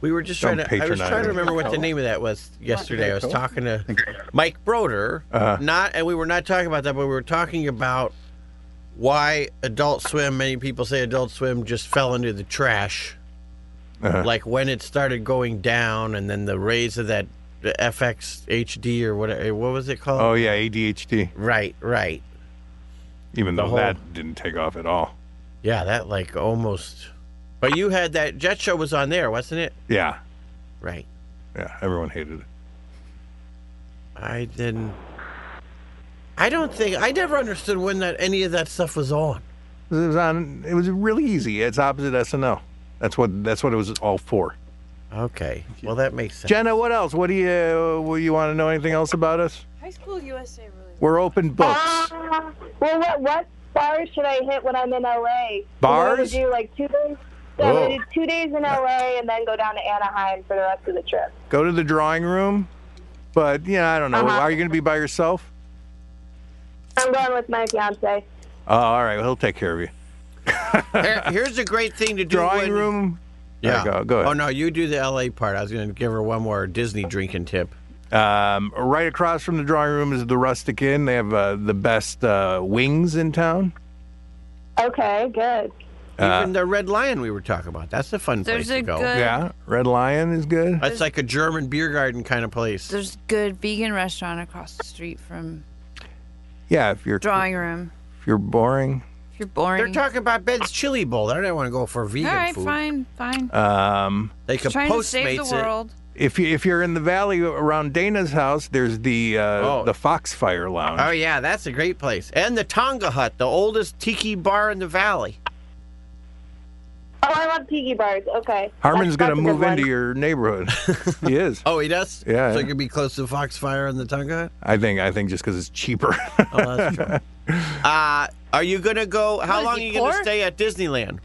[SPEAKER 4] We were just
[SPEAKER 7] Don't
[SPEAKER 4] trying to. I was
[SPEAKER 7] patronize
[SPEAKER 4] trying to
[SPEAKER 7] him.
[SPEAKER 4] remember what the name of that was yesterday. I was talking to Mike Broder,
[SPEAKER 7] Uh-huh.
[SPEAKER 4] not, and we were not talking about that, but we were talking about why Adult Swim. Many people say Adult Swim just fell into the trash,
[SPEAKER 7] Uh-huh.
[SPEAKER 4] like when it started going down, and then the raise of that the FX HD or whatever. What was it called?
[SPEAKER 7] Oh, yeah, ADHD.
[SPEAKER 4] Right, right.
[SPEAKER 7] Even
[SPEAKER 4] The
[SPEAKER 7] though
[SPEAKER 4] whole-
[SPEAKER 7] that didn't take off at all.
[SPEAKER 4] Yeah, that like almost. But you had that Jet Show was on there, wasn't it?
[SPEAKER 7] Yeah.
[SPEAKER 4] Right.
[SPEAKER 7] Yeah. Everyone hated it.
[SPEAKER 4] I didn't. I don't think I never understood when that any of that stuff was on.
[SPEAKER 7] It was on. It was really easy. It's opposite SNL. That's what. That's what it was all for.
[SPEAKER 4] Okay. Well, that makes sense.
[SPEAKER 7] Jenna, what else? What do you? What, you want to know anything else about us?
[SPEAKER 1] High School USA really.
[SPEAKER 7] We're open books.
[SPEAKER 9] Uh, well, what what bars should I hit when I'm in LA?
[SPEAKER 7] Bars? Oh.
[SPEAKER 9] I'm gonna do like two days. So I'm gonna do two days in LA and then go down to Anaheim for the rest of the trip.
[SPEAKER 7] Go to the drawing room. But yeah, I don't know.
[SPEAKER 9] Uh-huh.
[SPEAKER 7] Are you going to be by yourself?
[SPEAKER 9] I'm going with my fiance.
[SPEAKER 7] Oh, all right. Well, he'll take care of you.
[SPEAKER 4] Here- here's a great thing to do.
[SPEAKER 7] Drawing
[SPEAKER 4] when-
[SPEAKER 7] room.
[SPEAKER 4] Yeah.
[SPEAKER 7] There you go. Go ahead.
[SPEAKER 4] Oh no, you do the LA part. I was going to give her one more Disney drinking tip.
[SPEAKER 7] Um, right across from the drawing room is the Rustic Inn. They have uh, the best uh, wings in town.
[SPEAKER 9] Okay, good.
[SPEAKER 7] Uh,
[SPEAKER 4] Even the Red Lion we were talking about. That's a fun
[SPEAKER 1] There's a
[SPEAKER 4] place to go.
[SPEAKER 1] good-
[SPEAKER 7] Yeah, Red Lion is good.
[SPEAKER 4] That's like a German beer garden kind of place.
[SPEAKER 1] There's good vegan restaurant across the street from
[SPEAKER 7] Yeah, if you're
[SPEAKER 1] drawing room.
[SPEAKER 7] if you're boring.
[SPEAKER 1] If you're boring.
[SPEAKER 4] They're talking about Ben's Chili Bowl. I don't want to go for vegan
[SPEAKER 1] All right,
[SPEAKER 4] food.
[SPEAKER 1] fine, fine.
[SPEAKER 7] Um,
[SPEAKER 4] They could
[SPEAKER 1] Trying to
[SPEAKER 4] postmates
[SPEAKER 1] save the
[SPEAKER 4] it.
[SPEAKER 1] world.
[SPEAKER 7] if you if you're in the valley around Dana's house, there's the uh,
[SPEAKER 4] Oh.
[SPEAKER 7] the Foxfire Lounge.
[SPEAKER 4] Oh yeah, that's a great place. And the Tonga Hut, the oldest tiki bar in the valley.
[SPEAKER 9] Oh, I love tiki bars. Okay.
[SPEAKER 7] Harmon's
[SPEAKER 9] That's-
[SPEAKER 7] gonna
[SPEAKER 9] that's a good
[SPEAKER 7] move
[SPEAKER 9] one.
[SPEAKER 7] into your neighborhood. he is.
[SPEAKER 4] Oh, he does.
[SPEAKER 7] Yeah,
[SPEAKER 4] So
[SPEAKER 7] yeah.
[SPEAKER 4] you could be close to Foxfire and the Tonga
[SPEAKER 7] I think I think just because it's cheaper.
[SPEAKER 4] Hut. Oh, that's true. uh, are you gonna go? How
[SPEAKER 1] is
[SPEAKER 4] long are
[SPEAKER 1] he,
[SPEAKER 4] you gonna
[SPEAKER 1] poor?
[SPEAKER 4] stay at Disneyland?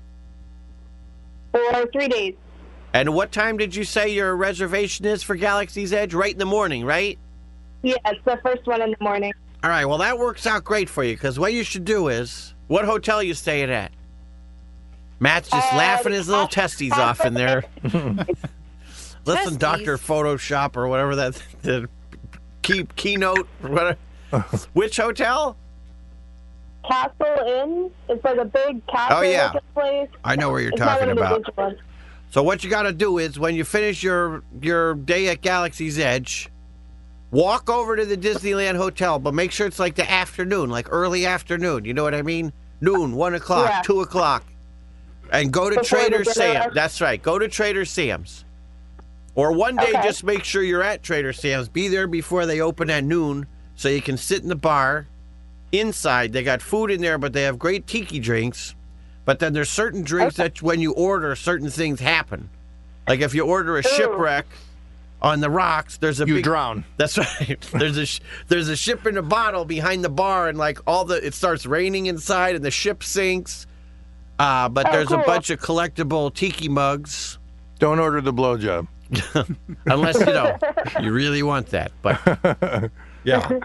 [SPEAKER 9] for three days.
[SPEAKER 4] And what time did you say your reservation is for Galaxy's Edge? Right in the morning, right?
[SPEAKER 9] Yeah, it's the first one in the morning.
[SPEAKER 4] All right. Well, that works out great for you because what you should do is what hotel you staying at. Matt's just
[SPEAKER 9] Uh,
[SPEAKER 4] laughing his little testes off in there. Listen, Doctor Photoshop or whatever that the key, keynote, or whatever. Which hotel?
[SPEAKER 18] Castle Inn. It's like a big castle
[SPEAKER 4] Oh, yeah.
[SPEAKER 18] looking place.
[SPEAKER 4] I know where you're
[SPEAKER 18] It's not
[SPEAKER 4] talking
[SPEAKER 18] an
[SPEAKER 4] about.
[SPEAKER 18] individual.
[SPEAKER 4] So what you got to do is when you finish your your day at Galaxy's Edge, walk over to the Disneyland Hotel, but make sure it's like the afternoon, like early afternoon. You know what I mean? Noon, one o'clock,
[SPEAKER 18] Yeah.
[SPEAKER 4] two o'clock, and go to
[SPEAKER 18] Before the
[SPEAKER 4] Trader
[SPEAKER 18] dinner
[SPEAKER 4] Sam.
[SPEAKER 18] rush.
[SPEAKER 4] That's right. Go to Trader Sam's. Or one day,
[SPEAKER 18] Okay.
[SPEAKER 4] just make sure you're at Trader Sam's. Be there before they open at noon, so you can sit in the bar. Inside, they got food in there, but they have great tiki drinks. But then there's certain drinks that when you order, certain things happen. Like if you order a shipwreck on the rocks, there's a
[SPEAKER 7] You
[SPEAKER 4] big-
[SPEAKER 7] drown.
[SPEAKER 4] That's right. There's a sh- there's a ship in a bottle behind the bar, and like all the it starts raining inside, and the ship sinks. Uh, but
[SPEAKER 18] Oh,
[SPEAKER 4] there's a
[SPEAKER 18] cool.
[SPEAKER 4] bunch of collectible tiki mugs,
[SPEAKER 7] Don't order the blowjob.
[SPEAKER 4] unless you know you really want that. But yeah,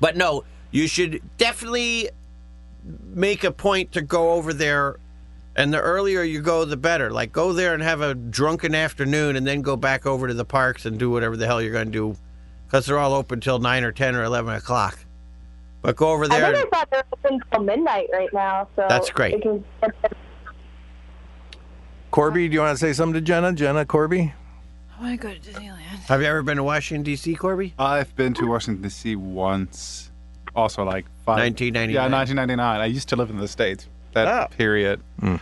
[SPEAKER 4] but no, you should definitely make a point to go over there. And the earlier you go, the better. Like, go there and have a drunken afternoon and then go back over to the parks and do whatever the hell you're going to do because they're all open till 9 or 10 or 11 o'clock. But go over
[SPEAKER 18] I
[SPEAKER 4] there.
[SPEAKER 18] think I thought they're open till midnight right now. So
[SPEAKER 4] That's great.
[SPEAKER 18] it Can,
[SPEAKER 7] Corby, do you want to say something to Jenna? Jenna, Corby?
[SPEAKER 6] I want to go to Disneyland.
[SPEAKER 4] Have you ever been to Washington, D.C., Corby?
[SPEAKER 2] I've been to Washington D.C. once, also like five,
[SPEAKER 4] 1999.
[SPEAKER 2] Yeah, 1999. I used to live in the states. That
[SPEAKER 4] Ah.
[SPEAKER 2] period.
[SPEAKER 7] Hmm.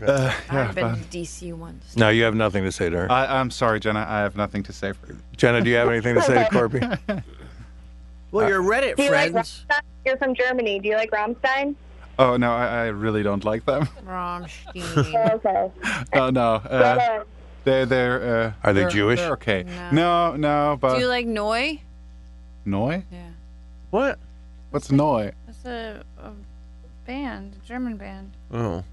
[SPEAKER 2] Uh, yeah,
[SPEAKER 1] I've been to DC once.
[SPEAKER 7] No, you have nothing to say to her.
[SPEAKER 2] but I, I'm sorry, Jenna. I have nothing to say for you.
[SPEAKER 7] Jenna, do you have anything to say to Corby?
[SPEAKER 4] Well, you're Reddit
[SPEAKER 18] do you Uh, like
[SPEAKER 4] friends.
[SPEAKER 18] Rammstein? You're from Germany. Do you like Rammstein?
[SPEAKER 2] Oh no, I, I really don't like them.
[SPEAKER 1] Rammstein.
[SPEAKER 18] Oh, okay.
[SPEAKER 4] Uh,
[SPEAKER 2] No, no.
[SPEAKER 18] But,
[SPEAKER 2] Uh,
[SPEAKER 18] uh,
[SPEAKER 2] they're they're. Uh,
[SPEAKER 7] Are they
[SPEAKER 2] they're-
[SPEAKER 7] Jewish?
[SPEAKER 2] They're okay. No, no. but
[SPEAKER 4] Uh,
[SPEAKER 1] Do you like Noi?
[SPEAKER 2] Noi?
[SPEAKER 1] Yeah.
[SPEAKER 4] What?
[SPEAKER 2] What's Noi?
[SPEAKER 1] That's a, a band, a German band.
[SPEAKER 4] Oh.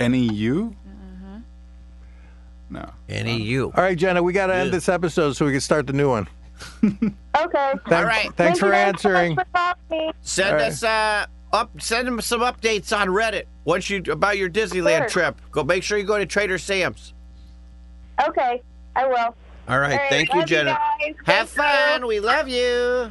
[SPEAKER 2] N E U?
[SPEAKER 1] Uh-huh.
[SPEAKER 2] No.
[SPEAKER 18] uh,
[SPEAKER 4] N.E.U.
[SPEAKER 7] All right, Jenna, we got to end
[SPEAKER 4] Yeah.
[SPEAKER 7] this episode so we can start the new one.
[SPEAKER 18] okay.
[SPEAKER 7] Thanks,
[SPEAKER 4] All right.
[SPEAKER 7] Thanks
[SPEAKER 18] Thank you
[SPEAKER 7] for
[SPEAKER 18] guys so much
[SPEAKER 7] answering.
[SPEAKER 18] for calling me.
[SPEAKER 4] Send
[SPEAKER 7] All right.
[SPEAKER 4] us uh, up. Send them some updates on Reddit once you about your Disneyland
[SPEAKER 18] Sure.
[SPEAKER 4] trip. Go make sure you go to Trader Sam's.
[SPEAKER 18] Okay, I will.
[SPEAKER 4] All right.
[SPEAKER 18] All right,
[SPEAKER 4] thank you,
[SPEAKER 18] love you
[SPEAKER 4] Jenna.
[SPEAKER 18] guys.
[SPEAKER 4] Have
[SPEAKER 18] Thank you.
[SPEAKER 4] fun. We love you.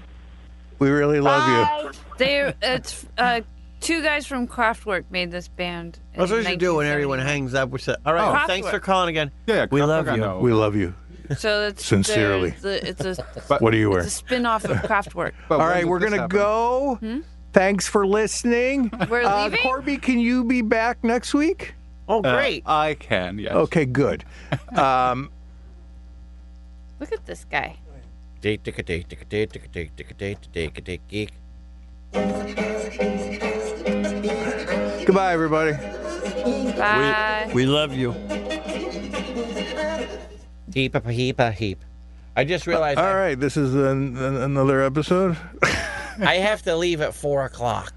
[SPEAKER 7] We really love you.
[SPEAKER 18] Bye.
[SPEAKER 1] They it's uh, two guys from Kraftwerk made this band. in
[SPEAKER 4] That's what you do when everyone
[SPEAKER 1] 1970.
[SPEAKER 4] hangs up. We say, all right.
[SPEAKER 1] Oh.
[SPEAKER 4] well, thanks for calling again.
[SPEAKER 2] Yeah, yeah
[SPEAKER 4] We
[SPEAKER 2] I
[SPEAKER 4] love
[SPEAKER 2] think I
[SPEAKER 4] you.
[SPEAKER 2] know.
[SPEAKER 7] We love you.
[SPEAKER 1] So it's
[SPEAKER 7] Sincerely.
[SPEAKER 1] there's the- It's a
[SPEAKER 7] what do you wear?
[SPEAKER 1] it's a spin off of Kraftwerk.
[SPEAKER 2] But
[SPEAKER 7] All
[SPEAKER 2] when
[SPEAKER 7] right,
[SPEAKER 2] did
[SPEAKER 7] we're
[SPEAKER 2] this
[SPEAKER 7] going to
[SPEAKER 2] happen?
[SPEAKER 7] go. Thanks for listening.
[SPEAKER 1] We're
[SPEAKER 7] Uh,
[SPEAKER 1] leaving.
[SPEAKER 7] Corby, can you be back next week?
[SPEAKER 4] Oh,
[SPEAKER 2] Uh,
[SPEAKER 4] great.
[SPEAKER 2] I can, yes.
[SPEAKER 7] Okay, good. Um,
[SPEAKER 1] Look at this guy.
[SPEAKER 4] Date, tick, date, tick, date, tick, date, tick, date, tick, date, geek.
[SPEAKER 7] goodbye, everybody.
[SPEAKER 1] Bye.
[SPEAKER 4] We love you. Heap a heap a heap. I just realized
[SPEAKER 7] All right, this is an, an- another episode.
[SPEAKER 4] I, I have to leave at four o'clock.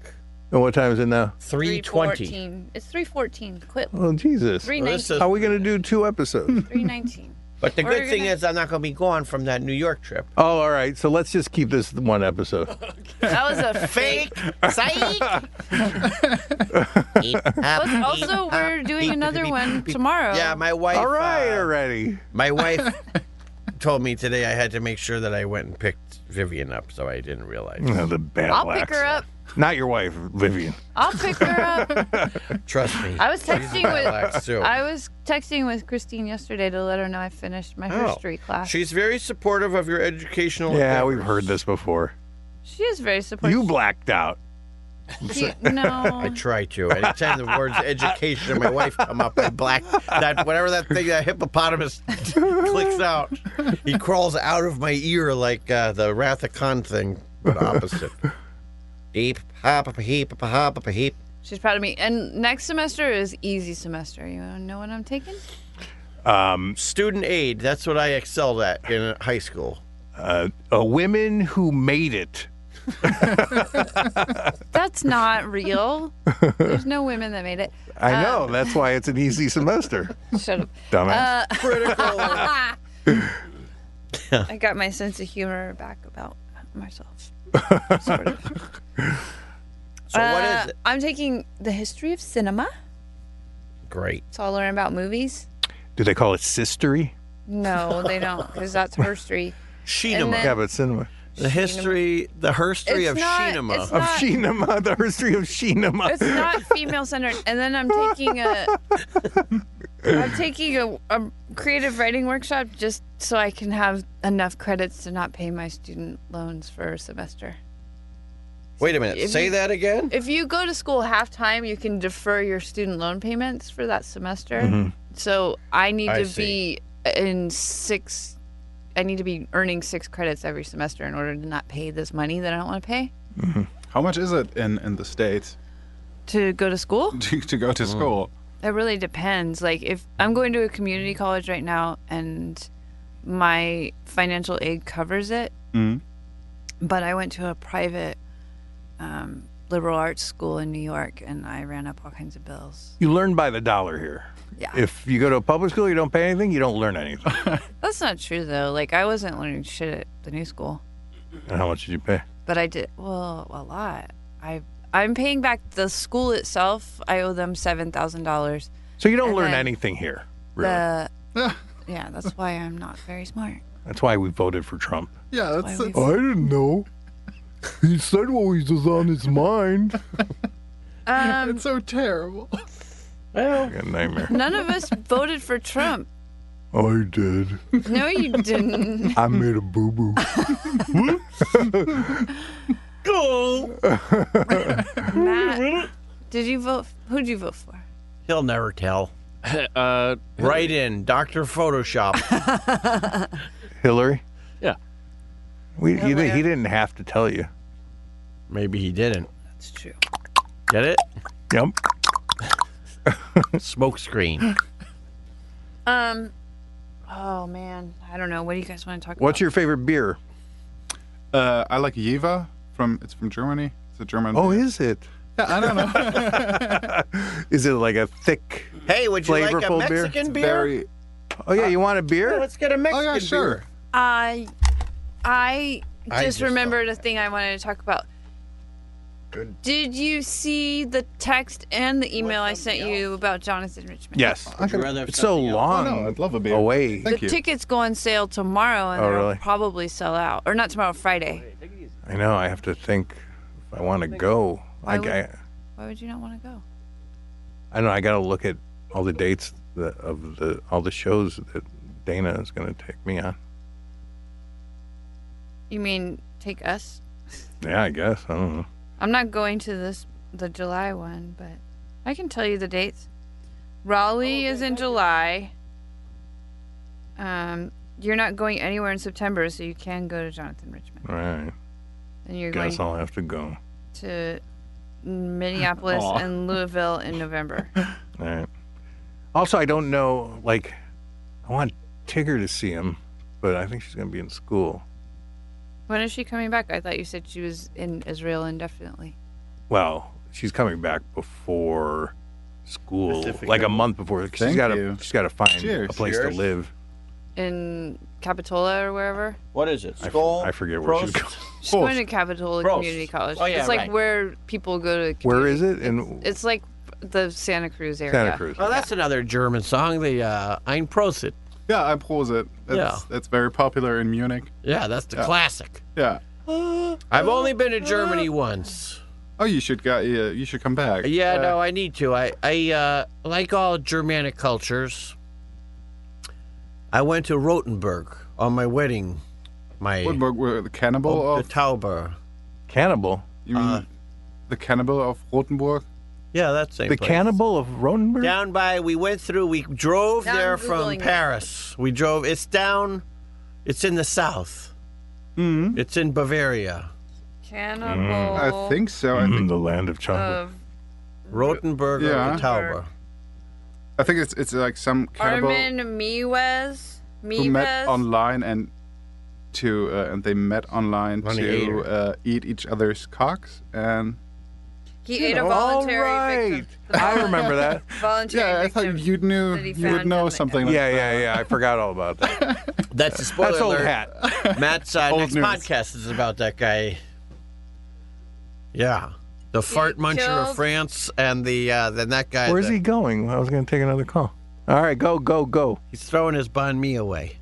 [SPEAKER 7] And what time is it now?
[SPEAKER 4] Three twenty.
[SPEAKER 1] 314. It's 314. Quit.
[SPEAKER 7] Well, Jesus.
[SPEAKER 1] Three
[SPEAKER 4] Well, this
[SPEAKER 1] nineteen.
[SPEAKER 4] is-
[SPEAKER 7] How are we going to do two episodes?
[SPEAKER 1] Three nineteen.
[SPEAKER 4] But the
[SPEAKER 1] Where are
[SPEAKER 4] good
[SPEAKER 1] you
[SPEAKER 4] thing
[SPEAKER 1] gonna-
[SPEAKER 4] is I'm not going to be gone from that New York trip.
[SPEAKER 7] oh, all right. So let's just keep this one episode.
[SPEAKER 1] That was a fake.
[SPEAKER 4] Fake, psych.
[SPEAKER 1] Also, we're doing another one tomorrow.
[SPEAKER 4] Yeah, my wife.
[SPEAKER 7] All right,
[SPEAKER 4] uh,
[SPEAKER 7] already.
[SPEAKER 4] my wife told me today I had to make sure that I went and picked Vivian up, so I didn't realize.
[SPEAKER 7] Oh, the bad
[SPEAKER 1] I'll pick her up.
[SPEAKER 7] Not your wife, Vivian.
[SPEAKER 1] I'll pick her up.
[SPEAKER 4] Trust me.
[SPEAKER 1] I was texting with
[SPEAKER 4] Relax, too.
[SPEAKER 1] I was texting with Christine yesterday to let her know I finished my
[SPEAKER 4] Oh.
[SPEAKER 1] history class.
[SPEAKER 4] She's very supportive of your educational.
[SPEAKER 7] Yeah, we've
[SPEAKER 4] endeavors.
[SPEAKER 7] heard this before.
[SPEAKER 1] she is very supportive.
[SPEAKER 7] You blacked out.
[SPEAKER 1] She- no.
[SPEAKER 4] I try to. Anytime the words education and my wife come up, I black that whatever that thing that hippopotamus clicks out. He crawls out of my ear like uh, the Wrath of Khan thing, but opposite. Deep hop up a heap up a hop up a heap.
[SPEAKER 1] She's proud of me. And next semester is easy semester. You wanna know what I'm taking?
[SPEAKER 7] Um,
[SPEAKER 4] Student aid. That's what I excelled at in high school.
[SPEAKER 7] uh, uh, women who made it.
[SPEAKER 1] That's not real. There's no women that made it. Um,
[SPEAKER 7] I know. That's why it's an easy semester.
[SPEAKER 1] Shut up.
[SPEAKER 7] Dumbass.
[SPEAKER 1] Uh,
[SPEAKER 4] Critical.
[SPEAKER 1] I got my sense of humor back about myself. Um,
[SPEAKER 4] So what
[SPEAKER 1] Uh,
[SPEAKER 4] is it?
[SPEAKER 1] I'm taking the history of cinema.
[SPEAKER 4] Great.
[SPEAKER 1] So I'll learn about movies.
[SPEAKER 7] Do they call it sistery?
[SPEAKER 1] No, they don't, because that's herstory.
[SPEAKER 4] Shinema.
[SPEAKER 1] then-
[SPEAKER 7] Yeah, but cinema.
[SPEAKER 4] The history, the history
[SPEAKER 1] It's
[SPEAKER 4] of
[SPEAKER 1] not-
[SPEAKER 4] Shinema.
[SPEAKER 1] it's Of not-
[SPEAKER 7] Shinema, the history of Shinema.
[SPEAKER 1] It's not female centered. And then I'm taking a I'm taking a, a creative writing workshop just so I can have enough credits to not pay my student loans for a semester.
[SPEAKER 4] Wait a minute.
[SPEAKER 1] If
[SPEAKER 4] Say
[SPEAKER 1] you-
[SPEAKER 4] that again.
[SPEAKER 1] If you go to school half time, you can defer your student loan payments for that semester.
[SPEAKER 4] Mhm.
[SPEAKER 1] So I need
[SPEAKER 4] I
[SPEAKER 1] to
[SPEAKER 4] see.
[SPEAKER 1] be in six. I need to be earning six credits every semester in order to not pay this money that I don't want to pay
[SPEAKER 2] How much is it in, in the States
[SPEAKER 1] to go to school.
[SPEAKER 2] to, to go
[SPEAKER 4] Mm.
[SPEAKER 2] to school?
[SPEAKER 1] It really depends. Like if I'm going to a community college right now and my financial aid covers it,
[SPEAKER 2] Mm.
[SPEAKER 1] but I went to a private um, liberal arts school in New York and I ran up all kinds of bills.
[SPEAKER 7] You learn by the dollar here.
[SPEAKER 1] Yeah.
[SPEAKER 7] If you go to a public school, you don't pay anything, you don't learn anything.
[SPEAKER 1] That's not true though. Like I wasn't learning shit at the new school,
[SPEAKER 7] And how much did you pay?
[SPEAKER 1] but I did well a lot. I I'm paying back the school itself. I owe them seven thousand dollars.
[SPEAKER 7] So you don't
[SPEAKER 1] And
[SPEAKER 7] learn
[SPEAKER 1] then
[SPEAKER 7] anything here, really.
[SPEAKER 1] The, yeah, that's why I'm not very smart.
[SPEAKER 7] That's why we voted for Trump.
[SPEAKER 2] Yeah, that's
[SPEAKER 1] Why
[SPEAKER 19] I
[SPEAKER 1] we-
[SPEAKER 19] didn't know. He said what was on his mind.
[SPEAKER 1] Um,
[SPEAKER 2] it's so terrible.
[SPEAKER 7] I got a nightmare.
[SPEAKER 1] None of us voted for Trump.
[SPEAKER 19] I did.
[SPEAKER 1] No, you didn't.
[SPEAKER 19] I made a boo boo.
[SPEAKER 1] Go. Matt, did you vote? Who'd you vote for?
[SPEAKER 4] He'll never tell. uh, right in Doctor Photoshop.
[SPEAKER 7] Hillary?
[SPEAKER 3] Yeah.
[SPEAKER 7] We, he,
[SPEAKER 4] Hillary.
[SPEAKER 7] did, he didn't have to tell you.
[SPEAKER 4] Maybe he didn't.
[SPEAKER 1] That's true.
[SPEAKER 4] Get it?
[SPEAKER 7] Yep.
[SPEAKER 4] Smoke screen.
[SPEAKER 1] Um. Oh man, I don't know. What do you guys want to talk
[SPEAKER 7] What's your favorite beer?
[SPEAKER 2] Uh, I like Yiva from it's from Germany. It's a German.
[SPEAKER 7] Oh, is it?
[SPEAKER 2] Yeah, I don't know.
[SPEAKER 7] Is it like a thick,
[SPEAKER 4] Hey, would you like a
[SPEAKER 7] flavorful beer?
[SPEAKER 4] Mexican beer?
[SPEAKER 2] Very.
[SPEAKER 7] Oh, yeah, you want a beer?
[SPEAKER 4] Yeah, let's get a Mexican
[SPEAKER 2] Oh, yeah, sure.
[SPEAKER 4] beer.
[SPEAKER 1] about? I, I just,
[SPEAKER 7] I just
[SPEAKER 1] remembered a thing I wanted to talk about.
[SPEAKER 7] Good.
[SPEAKER 1] Did you see the text and the email I sent you about Jonathan Richmond?
[SPEAKER 7] Yes.
[SPEAKER 2] I could rather
[SPEAKER 7] it's so long
[SPEAKER 2] Oh, no, I'd love a beer.
[SPEAKER 7] away.
[SPEAKER 2] Thank
[SPEAKER 1] the
[SPEAKER 2] you.
[SPEAKER 1] tickets go on sale tomorrow, and
[SPEAKER 7] Oh,
[SPEAKER 1] they'll
[SPEAKER 7] really?
[SPEAKER 1] probably sell out. Or not tomorrow, Friday.
[SPEAKER 7] I know. I have to think if I want to go. I,
[SPEAKER 1] would-
[SPEAKER 7] I,
[SPEAKER 1] Why would you not want to go?
[SPEAKER 7] I don't know. I got to look at all the dates that, of the all the shows that Dana is going to take me on.
[SPEAKER 1] You mean take us?
[SPEAKER 7] Yeah, I guess. I don't know.
[SPEAKER 1] I'm not going to this the July one, but I can tell you the dates. Raleigh is in July. Um, you're not going anywhere in September, so you can go to Jonathan Richmond.
[SPEAKER 7] All right.
[SPEAKER 1] And you're
[SPEAKER 7] guess
[SPEAKER 1] going
[SPEAKER 7] I'll have to go.
[SPEAKER 1] to Minneapolis
[SPEAKER 7] Aw.
[SPEAKER 1] and Louisville in November.
[SPEAKER 7] All right. Also, I don't know. Like, I want Tigger to see him, but I think she's going to be in school.
[SPEAKER 1] when is she coming back? I thought you said she was in Israel indefinitely.
[SPEAKER 7] Well, she's coming back before school,
[SPEAKER 2] Pacific
[SPEAKER 7] like a
[SPEAKER 2] Ocean.
[SPEAKER 7] month before. 'cause She's
[SPEAKER 2] Thank
[SPEAKER 7] got to.
[SPEAKER 2] you.
[SPEAKER 7] She's got to find
[SPEAKER 2] Cheers.
[SPEAKER 7] a place
[SPEAKER 2] Cheers.
[SPEAKER 7] to live.
[SPEAKER 1] In Capitola or wherever?
[SPEAKER 4] What is it?
[SPEAKER 7] I f-
[SPEAKER 4] Skull.
[SPEAKER 7] I forget where she's
[SPEAKER 4] Prost?
[SPEAKER 7] going.
[SPEAKER 1] She's going to Capitola
[SPEAKER 4] Prost.
[SPEAKER 1] Community College.
[SPEAKER 4] Oh, yeah,
[SPEAKER 1] it's like
[SPEAKER 4] right.
[SPEAKER 1] where people go to
[SPEAKER 7] Where is it? And
[SPEAKER 1] It's like the Santa Cruz area.
[SPEAKER 7] Santa Cruz.
[SPEAKER 4] Well, that's another German song. The uh, Ein Prosit.
[SPEAKER 2] Yeah, I pause it. That's,
[SPEAKER 4] Yeah.
[SPEAKER 2] that's very popular in Munich.
[SPEAKER 4] Yeah, that's the
[SPEAKER 2] Yeah.
[SPEAKER 4] classic.
[SPEAKER 2] Yeah.
[SPEAKER 4] I've only been to Germany once.
[SPEAKER 2] Oh, you should go. Yeah, you should come back.
[SPEAKER 4] Yeah,
[SPEAKER 2] Uh,
[SPEAKER 4] no, I need to. I, I uh, like all Germanic cultures. I went to Rothenburg on my wedding. My
[SPEAKER 2] What, what, what, the cannibal
[SPEAKER 4] Oh, the uh,
[SPEAKER 2] of
[SPEAKER 4] Tauber.
[SPEAKER 7] Cannibal.
[SPEAKER 2] you mean the cannibal of Rotenburg?
[SPEAKER 4] Yeah, that's same
[SPEAKER 7] The
[SPEAKER 4] place.
[SPEAKER 7] Cannibal of Rodenburg.
[SPEAKER 4] down by. We went through. We drove
[SPEAKER 1] Now I'm
[SPEAKER 4] there from
[SPEAKER 1] Googling it.
[SPEAKER 4] Paris. We drove. It's down. It's in the south.
[SPEAKER 2] Mm-hmm.
[SPEAKER 4] It's in Bavaria.
[SPEAKER 1] Cannibal.
[SPEAKER 2] Mm. I think so. I
[SPEAKER 7] Mm,
[SPEAKER 2] think
[SPEAKER 7] the land of chocolate.
[SPEAKER 1] Of
[SPEAKER 4] Rothenburg
[SPEAKER 2] Yeah.
[SPEAKER 4] or the Tauber.
[SPEAKER 2] I think it's it's like some cannibal
[SPEAKER 1] Armin Mewes.
[SPEAKER 2] who met
[SPEAKER 1] Mewes.
[SPEAKER 2] online and to uh, and they met online
[SPEAKER 4] On the
[SPEAKER 2] to
[SPEAKER 4] eater.
[SPEAKER 2] uh, eat each other's cocks and
[SPEAKER 1] he ate a
[SPEAKER 7] All
[SPEAKER 1] voluntary
[SPEAKER 7] right.
[SPEAKER 1] victim.
[SPEAKER 7] I remember that.
[SPEAKER 1] Voluntary
[SPEAKER 2] yeah. I
[SPEAKER 1] victim.
[SPEAKER 2] thought you knew
[SPEAKER 1] that he
[SPEAKER 2] you would
[SPEAKER 1] found
[SPEAKER 2] know
[SPEAKER 1] on the
[SPEAKER 2] something. Like
[SPEAKER 7] Yeah, yeah, yeah. I forgot all about that.
[SPEAKER 4] That's a spoiler
[SPEAKER 7] That's old
[SPEAKER 4] alert.
[SPEAKER 7] hat.
[SPEAKER 4] Matt's uh,
[SPEAKER 2] Old
[SPEAKER 4] next
[SPEAKER 2] news.
[SPEAKER 4] podcast is about that guy. Yeah, the fart muncher
[SPEAKER 1] killed-
[SPEAKER 4] of France, and the uh, then that guy.
[SPEAKER 7] Where's
[SPEAKER 4] that-
[SPEAKER 7] he going? I was going to take another call. All right, go, go, go.
[SPEAKER 4] He's throwing his banh mi away.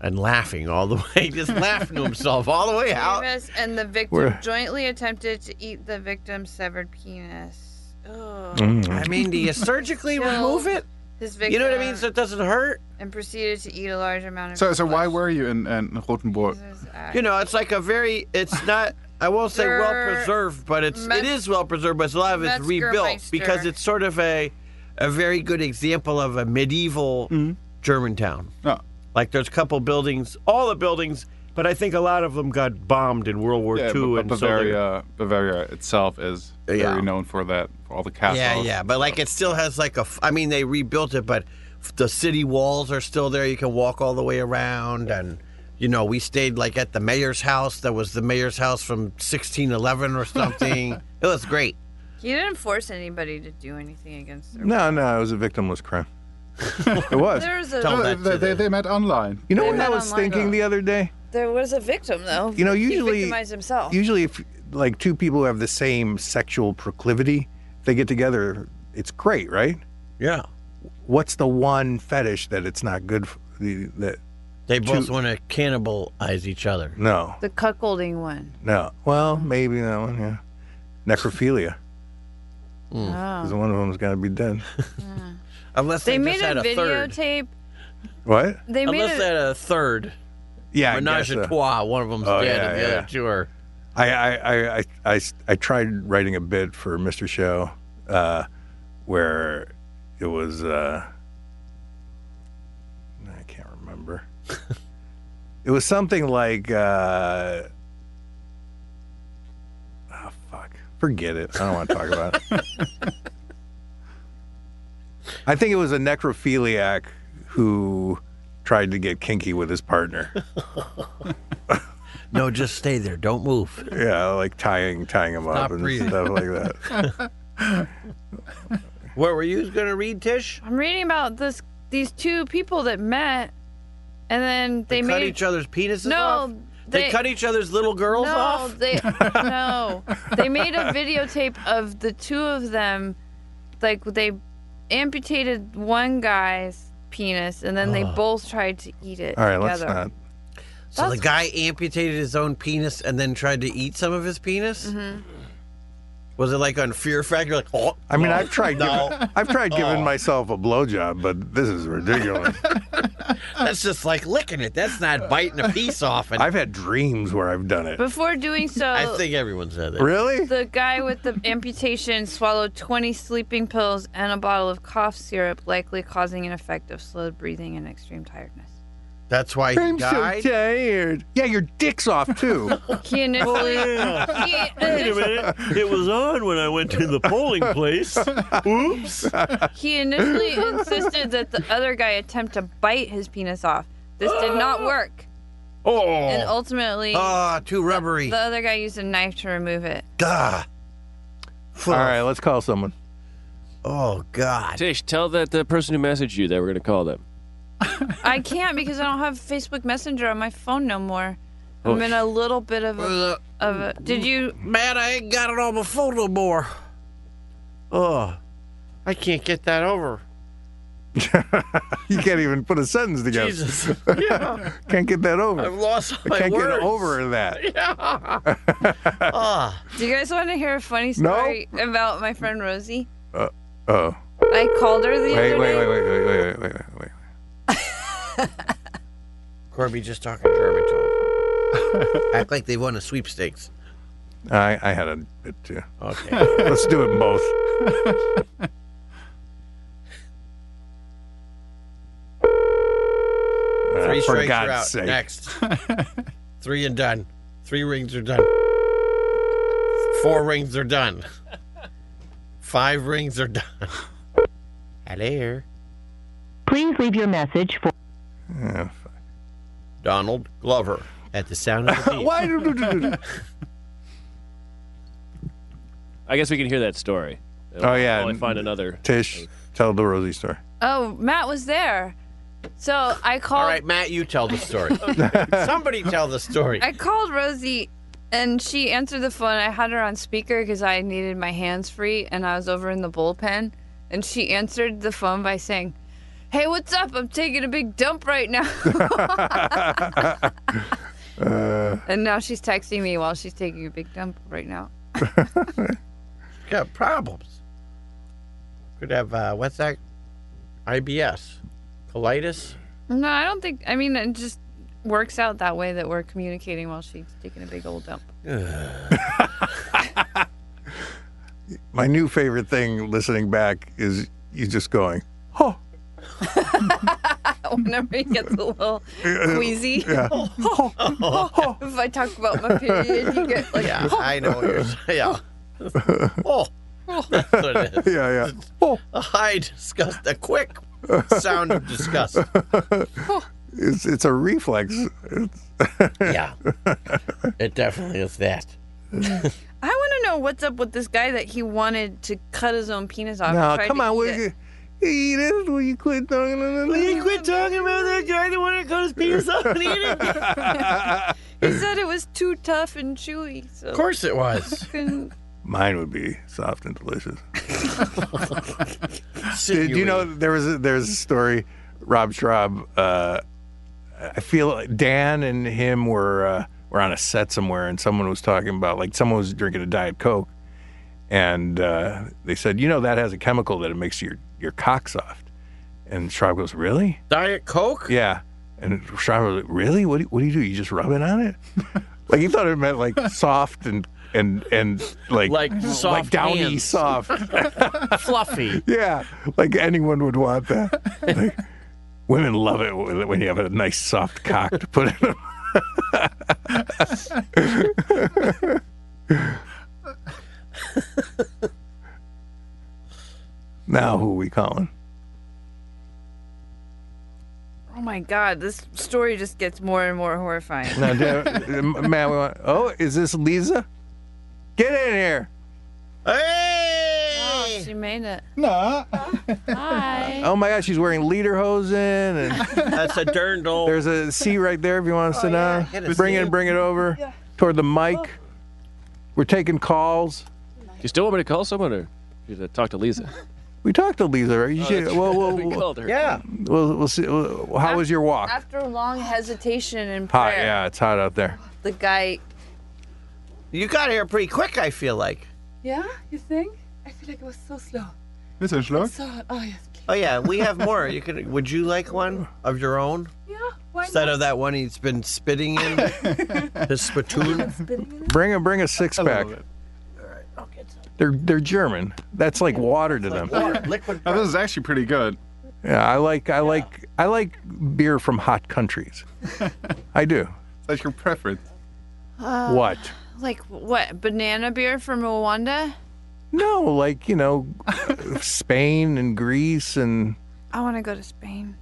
[SPEAKER 4] and laughing all the way, just laughing to himself all the way out.
[SPEAKER 1] Davis and the victim
[SPEAKER 4] Where-
[SPEAKER 1] jointly attempted to eat the victim's severed penis. Ugh.
[SPEAKER 4] I mean, do you surgically
[SPEAKER 1] So,
[SPEAKER 4] remove it?
[SPEAKER 1] His victim
[SPEAKER 4] You know what I mean? So it doesn't hurt.
[SPEAKER 1] and proceeded to eat a large amount of.
[SPEAKER 2] So, so why were you in, in Rotenburg?
[SPEAKER 1] uh,
[SPEAKER 4] You know, it's like a very, it's not, I won't say well
[SPEAKER 1] They're-
[SPEAKER 4] preserved, but it's, it
[SPEAKER 1] Metz-
[SPEAKER 4] is well preserved, but it's a lot of it's
[SPEAKER 1] Metzger
[SPEAKER 4] rebuilt
[SPEAKER 1] Meister.
[SPEAKER 4] because it's sort of a, a very good example of a medieval German town.
[SPEAKER 2] Oh.
[SPEAKER 4] Like there's a couple buildings, all the buildings, but I think a lot of them got bombed in World War
[SPEAKER 2] Yeah,
[SPEAKER 4] II.
[SPEAKER 2] but-
[SPEAKER 4] and
[SPEAKER 2] but
[SPEAKER 4] so they're-
[SPEAKER 2] Bavaria, Bavaria itself is
[SPEAKER 4] Yeah.
[SPEAKER 2] very known for that, for all the castles.
[SPEAKER 4] Yeah, yeah, but like it still has like a. f- I mean, they rebuilt it, but f- the city walls are still there. You can walk all the way around, and you know, we stayed like at the mayor's house. That was the mayor's house from 1611 or something. it was great.
[SPEAKER 1] He didn't force anybody to do anything against their.
[SPEAKER 7] No, no, it was a victimless crime. it was.
[SPEAKER 1] There was a-
[SPEAKER 2] Tell that They- to they- the- met online.
[SPEAKER 7] You know
[SPEAKER 1] They
[SPEAKER 7] what I
[SPEAKER 1] met
[SPEAKER 7] was
[SPEAKER 1] online.
[SPEAKER 7] thinking the other day?
[SPEAKER 1] There was a victim though.
[SPEAKER 7] You know,
[SPEAKER 1] he
[SPEAKER 7] usually-
[SPEAKER 1] victimized himself.
[SPEAKER 7] Usually, if like two people who have the same sexual proclivity, they get together, it's great, right?
[SPEAKER 4] Yeah.
[SPEAKER 7] What's the one fetish that it's not good for? The, that
[SPEAKER 4] They both
[SPEAKER 7] two-
[SPEAKER 4] want to cannibalize each other.
[SPEAKER 7] No,
[SPEAKER 1] the cuckolding one.
[SPEAKER 7] no. Well, maybe that one, yeah. Necrophilia.
[SPEAKER 4] Hmm.
[SPEAKER 1] Oh.
[SPEAKER 7] Because one of them's got to be dead.
[SPEAKER 4] Unless
[SPEAKER 1] They,
[SPEAKER 4] they,
[SPEAKER 1] made
[SPEAKER 4] just
[SPEAKER 1] a,
[SPEAKER 4] had a third.
[SPEAKER 1] videotape.
[SPEAKER 7] What?
[SPEAKER 1] They made
[SPEAKER 4] Unless
[SPEAKER 1] a-
[SPEAKER 4] they had a third.
[SPEAKER 7] Yeah, I
[SPEAKER 4] menage
[SPEAKER 7] guess
[SPEAKER 4] a
[SPEAKER 7] so.
[SPEAKER 4] trois. One of them's
[SPEAKER 7] Oh,
[SPEAKER 4] dead,
[SPEAKER 7] yeah,
[SPEAKER 4] and the
[SPEAKER 7] yeah.
[SPEAKER 4] other two are.
[SPEAKER 7] I I, I, I, I, I tried writing a bit for Mr. Show uh, where it was uh, I can't remember. it was something like uh, oh fuck, forget it. I don't want to talk about it. I think it was a necrophiliac who tried to get kinky with his partner.
[SPEAKER 4] No, just stay there. Don't move.
[SPEAKER 7] Yeah, like tying tying him up
[SPEAKER 4] Stop
[SPEAKER 7] and
[SPEAKER 4] breathing.
[SPEAKER 7] stuff like that.
[SPEAKER 4] What were you going to read, Tish?
[SPEAKER 1] I'm reading about this these two people that met, and then they,
[SPEAKER 4] They
[SPEAKER 1] made
[SPEAKER 4] cut each other's penises
[SPEAKER 1] No,
[SPEAKER 4] off? They,
[SPEAKER 1] they-
[SPEAKER 4] cut each other's little girls
[SPEAKER 1] no,
[SPEAKER 4] off?
[SPEAKER 1] They, no, they made a videotape of the two of them. Like they amputated one guy's penis, and then they
[SPEAKER 4] Ugh.
[SPEAKER 1] both tried to eat it.
[SPEAKER 7] All right, let's
[SPEAKER 1] together.
[SPEAKER 7] not.
[SPEAKER 4] So the guy amputated his own penis and then tried to eat some of his penis?
[SPEAKER 1] Mm-hmm.
[SPEAKER 4] Was it like on Fear Factor? Like, oh,
[SPEAKER 7] I mean,
[SPEAKER 4] no,
[SPEAKER 7] I've tried.
[SPEAKER 4] No, Oh.
[SPEAKER 7] Giving, I've tried giving myself a blowjob, but this is ridiculous.
[SPEAKER 4] that's just like licking it. That's not biting a piece off. And
[SPEAKER 7] I've had dreams where I've done it.
[SPEAKER 1] Before doing so,
[SPEAKER 4] I think everyone said that.
[SPEAKER 7] Really?
[SPEAKER 1] the guy with the amputation swallowed 20 sleeping pills and a bottle of cough syrup, likely causing an effect of slowed breathing and extreme tiredness.
[SPEAKER 4] That's why he
[SPEAKER 7] I'm so
[SPEAKER 4] died.
[SPEAKER 7] tired. Yeah, your dick's off too.
[SPEAKER 1] He initially. he initially,
[SPEAKER 8] It was on when I went to the polling place. Oops.
[SPEAKER 1] he initially insisted that the other guy attempt to bite his penis off. This did not work.
[SPEAKER 4] Oh.
[SPEAKER 1] And ultimately,
[SPEAKER 4] Ah, too rubbery.
[SPEAKER 1] the other guy used a knife to remove it.
[SPEAKER 4] Gah.
[SPEAKER 7] All right, let's call someone.
[SPEAKER 4] Oh God.
[SPEAKER 3] Tish, tell that the person who messaged you that we're gonna call them.
[SPEAKER 1] I can't because I don't have Facebook Messenger on my phone no more.
[SPEAKER 3] Oh,
[SPEAKER 1] I'm in a little bit of a, of a. Did you?
[SPEAKER 4] Man, I ain't got it on my phone no more. Oh, I can't get that over.
[SPEAKER 7] You can't even put a sentence together.
[SPEAKER 4] Jesus.
[SPEAKER 7] Can't get that over.
[SPEAKER 4] I've lost
[SPEAKER 7] I
[SPEAKER 4] my
[SPEAKER 7] can't
[SPEAKER 4] words.
[SPEAKER 7] get over that.
[SPEAKER 4] Ah.
[SPEAKER 1] Do you guys want to hear a funny
[SPEAKER 7] No.
[SPEAKER 1] story about my friend Rosie?
[SPEAKER 7] Uh, oh.
[SPEAKER 1] I called her the
[SPEAKER 7] Wait, wait,
[SPEAKER 1] other
[SPEAKER 7] wait,
[SPEAKER 1] day.
[SPEAKER 7] wait, wait, wait, wait, wait, wait, wait.
[SPEAKER 4] Corby just talking German to him. Act like they won a sweepstakes.
[SPEAKER 7] I, I had a bit too.
[SPEAKER 4] Okay.
[SPEAKER 7] Let's do it both. Uh,
[SPEAKER 4] Three
[SPEAKER 7] for
[SPEAKER 4] strikes
[SPEAKER 7] God's
[SPEAKER 4] are out.
[SPEAKER 7] sake.
[SPEAKER 4] Next. Three and done. Three rings are done. Four rings are done. Five rings are done. Hello.
[SPEAKER 9] Please leave your message for.
[SPEAKER 4] Donald Glover. At the sound of the beep.
[SPEAKER 7] Why do, do, do, do.
[SPEAKER 3] I guess we can hear that story.
[SPEAKER 7] Oh yeah,
[SPEAKER 3] Probably find another.
[SPEAKER 7] Tish, tell the Rosie story.
[SPEAKER 1] Oh, Matt was there. So I called.
[SPEAKER 4] All right, Matt, you tell the story. Somebody tell the story.
[SPEAKER 1] I called Rosie, and she answered the phone. I had her on speaker because I needed my hands free, and I was over in the bullpen. And she answered the phone by saying, Hey, what's up? I'm taking a big dump right now.
[SPEAKER 7] Uh,
[SPEAKER 1] and now she's texting me while she's taking a big dump right now.
[SPEAKER 4] got problems. Could have uh, what's that? IBS, colitis.
[SPEAKER 1] No, I don't think. I mean, it just works out that way that we're communicating while she's taking a big old dump.
[SPEAKER 7] My new favorite thing listening back is you just going, oh,
[SPEAKER 1] Whenever he gets a little queasy.
[SPEAKER 7] Yeah.
[SPEAKER 1] if I talk about my period, you get like.
[SPEAKER 4] Yeah, I know what you're saying. Yeah. Oh, that's what it is.
[SPEAKER 7] Yeah, yeah. Oh.
[SPEAKER 4] A high disgust, a quick sound of disgust.
[SPEAKER 7] it's, it's a reflex.
[SPEAKER 4] yeah. It definitely is that.
[SPEAKER 1] I want to know what's up with this guy that he wanted to cut his own penis off. and
[SPEAKER 7] No,
[SPEAKER 1] tried
[SPEAKER 7] come
[SPEAKER 1] to
[SPEAKER 7] on,
[SPEAKER 1] eat
[SPEAKER 7] will
[SPEAKER 1] it.
[SPEAKER 7] you eat it? Will you quit talking? Will
[SPEAKER 20] you quit talking about that guy that wanted to cut his penis off and eat it?
[SPEAKER 1] He said it was too tough and chewy. So
[SPEAKER 4] Of course it was.
[SPEAKER 1] Couldn't-
[SPEAKER 7] Mine would be soft and delicious. Did you know there was a, there was a story? Rob Schraub. Uh, I feel like Dan and him were uh, were on a set somewhere, and someone was talking about like someone was drinking a diet coke, and uh, they said, you know, that has a chemical that it makes your your cock soft. And Schraub goes, really?
[SPEAKER 4] Diet Coke?
[SPEAKER 7] Yeah. And Schreiber was like, really? What do, what do you do? You just rub it on it? like he thought it meant like soft and and and like
[SPEAKER 4] Like soft
[SPEAKER 7] downy
[SPEAKER 4] hands.
[SPEAKER 7] soft.
[SPEAKER 4] Fluffy.
[SPEAKER 7] yeah, like anyone would want that. Like, women love it when when you have a nice soft cock to put in. Them. now who we calling?
[SPEAKER 1] Oh my God, this story just gets more and more horrifying.
[SPEAKER 7] Now, do- man, we want, oh, is this Lisa? Get in here.
[SPEAKER 4] Hey!
[SPEAKER 1] Oh, she made it.
[SPEAKER 2] No.
[SPEAKER 1] Hi.
[SPEAKER 7] Oh my gosh, she's wearing lederhosen and
[SPEAKER 4] That's a dirndl.
[SPEAKER 7] there's a seat right there if you want to Oh, sit down.
[SPEAKER 4] hit a
[SPEAKER 7] bring
[SPEAKER 4] seat.
[SPEAKER 7] it, bring it over toward the mic. We're taking calls.
[SPEAKER 3] You still want me to call someone or you should talk to Lisa?
[SPEAKER 7] We talked to Lisa, right? You
[SPEAKER 3] Oh,
[SPEAKER 7] should,
[SPEAKER 3] that's
[SPEAKER 7] well,
[SPEAKER 3] right.
[SPEAKER 7] well,
[SPEAKER 3] We
[SPEAKER 7] well,
[SPEAKER 3] called her.
[SPEAKER 4] Yeah.
[SPEAKER 7] we'll, we'll see. well, how was your walk?
[SPEAKER 1] After long hesitation and
[SPEAKER 7] Hot,
[SPEAKER 1] prayer,
[SPEAKER 7] yeah, it's hot out there.
[SPEAKER 1] the guy.
[SPEAKER 4] You got here pretty quick, I feel like.
[SPEAKER 21] Yeah, you think? I feel like it was so slow.
[SPEAKER 2] Mr. Schluck?
[SPEAKER 21] So hot. Oh yes.
[SPEAKER 4] Oh yeah, we have more. You can. Would you like one of your own
[SPEAKER 21] Yeah. Why
[SPEAKER 4] instead
[SPEAKER 21] not?
[SPEAKER 4] of that one he's been spitting in his spittoon?
[SPEAKER 7] Bring a bring a six pack. They're they're German. That's like water to them.
[SPEAKER 4] liquid.
[SPEAKER 2] Oh, this is actually pretty good.
[SPEAKER 7] Yeah, I like I like I like beer from hot countries. I do.
[SPEAKER 2] That's your preference.
[SPEAKER 1] Uh,
[SPEAKER 7] What?
[SPEAKER 1] Like what? Banana beer from Rwanda?
[SPEAKER 7] No, like you know, Spain and Greece, and
[SPEAKER 1] I want to go to Spain.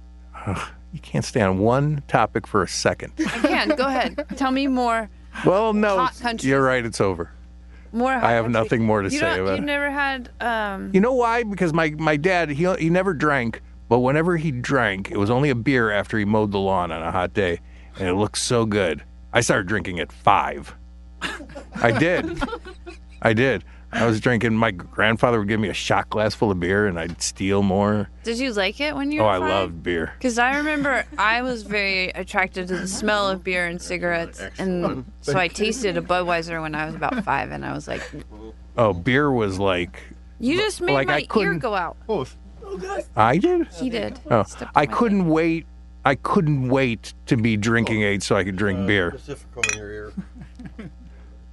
[SPEAKER 7] ugh, you can't stay on one topic for a second.
[SPEAKER 1] I can. go ahead. Tell me more.
[SPEAKER 7] Well, no,
[SPEAKER 1] Hot countries.
[SPEAKER 7] you're right. It's over.
[SPEAKER 1] More.
[SPEAKER 7] I have nothing more to
[SPEAKER 1] you
[SPEAKER 7] say
[SPEAKER 1] don't-
[SPEAKER 7] about
[SPEAKER 1] You
[SPEAKER 7] it.
[SPEAKER 1] never had. Um,
[SPEAKER 7] You know why? Because my my dad he he never drank, but whenever he drank, it was only a beer after he mowed the lawn on a hot day, and it looked so good. I started drinking at five. I did. I did. I was drinking. My grandfather would give me a shot glass full of beer, and I'd steal more.
[SPEAKER 1] Did you like it when you?
[SPEAKER 7] oh,
[SPEAKER 1] were
[SPEAKER 7] I
[SPEAKER 1] five?
[SPEAKER 7] loved beer.
[SPEAKER 1] Because I remember I was very attracted to the smell of beer and cigarettes, and so I tasted a Budweiser when I was about five, and I was like,
[SPEAKER 7] Oh, beer was like
[SPEAKER 1] "You just made
[SPEAKER 7] Like, I
[SPEAKER 1] my ear
[SPEAKER 7] couldn't-
[SPEAKER 1] go out."
[SPEAKER 7] I did.
[SPEAKER 1] He did.
[SPEAKER 7] Oh,
[SPEAKER 1] Stepped
[SPEAKER 7] I
[SPEAKER 1] on my
[SPEAKER 7] couldn't wait. I couldn't wait to be drinking age so I could drink beer.
[SPEAKER 4] Pacifico in your ear.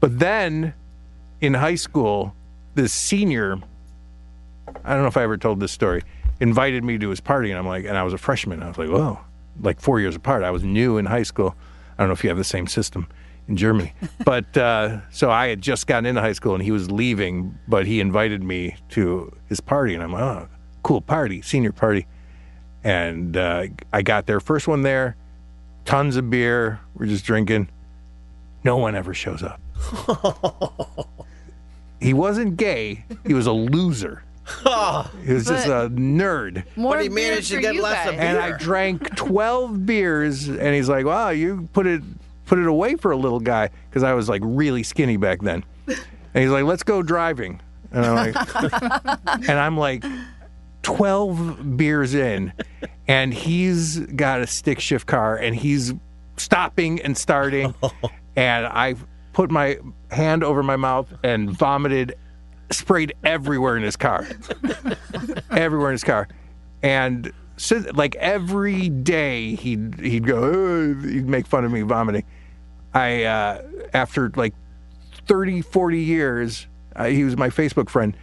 [SPEAKER 7] But then in high school, this senior, I don't know if I ever told this story, invited me to his party. And I'm like, and I was a freshman. I was like, whoa, like four years apart. I was new in high school. I don't know if you have the same system in Germany. but uh, so I had just gotten into high school and he was leaving, but he invited me to his party. And I'm like, oh, cool party, senior party. And uh, I got there, first one there, tons of beer. We're just drinking. No one ever shows up. he wasn't gay. He was a loser.
[SPEAKER 4] Ah,
[SPEAKER 7] He was just a nerd.
[SPEAKER 1] More
[SPEAKER 4] But he
[SPEAKER 1] beer
[SPEAKER 4] managed to
[SPEAKER 1] for
[SPEAKER 4] get
[SPEAKER 1] you
[SPEAKER 4] lots of
[SPEAKER 1] guys.
[SPEAKER 7] And I drank 12 beers, and he's like, "Wow, you put it put it away for a little guy," because I was like really skinny back then. And he's like, "Let's go driving," and I'm like, and I'm like, 12 beers in and he's got a stick shift car and he's stopping and starting and I put my hand over my mouth and vomited sprayed everywhere in his car. everywhere in his car. And so, like every day he'd he'd go "Ugh," he'd make fun of me vomiting. I uh, after like 30 40 years uh, he was my Facebook friend.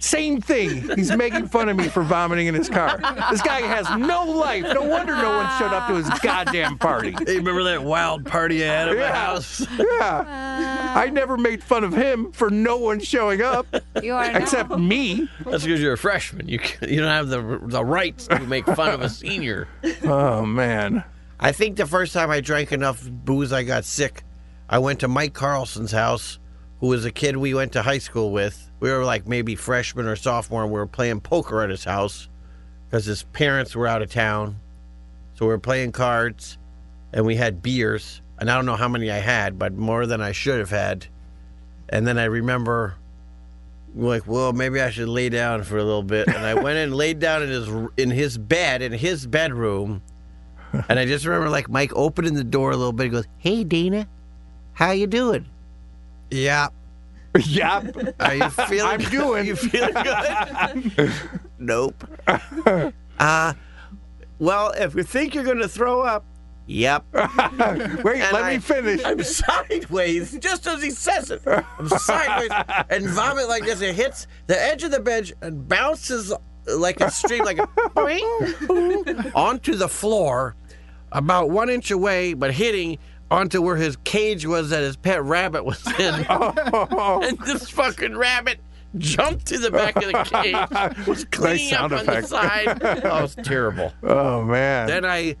[SPEAKER 7] Same thing. He's making fun of me for vomiting in his car. This guy has no life. No wonder no one showed up to his goddamn party.
[SPEAKER 4] Hey, remember that wild party I had at my
[SPEAKER 7] Yeah.
[SPEAKER 4] house?
[SPEAKER 7] Yeah. I never made fun of him for no one showing up.
[SPEAKER 4] You are now.
[SPEAKER 7] except me.
[SPEAKER 4] That's because you're a freshman. You can, you don't have the the rights to make fun of a senior.
[SPEAKER 7] Oh man.
[SPEAKER 4] I think the first time I drank enough booze, I got sick. I went to Mike Carlson's house, who was a kid we went to high school with. We were like maybe freshman or sophomore, and we were playing poker at his house because his parents were out of town. So we were playing cards, and we had beers, and I don't know how many I had, but more than I should have had. And then I remember like, well, maybe I should lay down for a little bit. And I went and laid down in his in his bed in his bedroom, and I just remember like Mike opening the door a little bit. He goes, "Hey, Dana, how you doing?" Yeah.
[SPEAKER 7] Yep.
[SPEAKER 4] Are you feeling?
[SPEAKER 7] I'm
[SPEAKER 4] good?
[SPEAKER 7] doing.
[SPEAKER 4] You feeling good? nope. Uh, well, if you think you're going to throw up, yep.
[SPEAKER 7] Wait, let me finish.
[SPEAKER 4] I'm sideways, just as he says it. I'm sideways and vomit like this. It hits the edge of the bench and bounces like a stream, like a boing, boing, onto the floor, about one inch away, but hitting onto where his cage was that his pet rabbit was in. and this fucking rabbit jumped to the back of the cage, was cleaning
[SPEAKER 7] sound
[SPEAKER 4] up on
[SPEAKER 7] effect.
[SPEAKER 4] the side. Oh, it's terrible.
[SPEAKER 7] Oh man.
[SPEAKER 4] Then I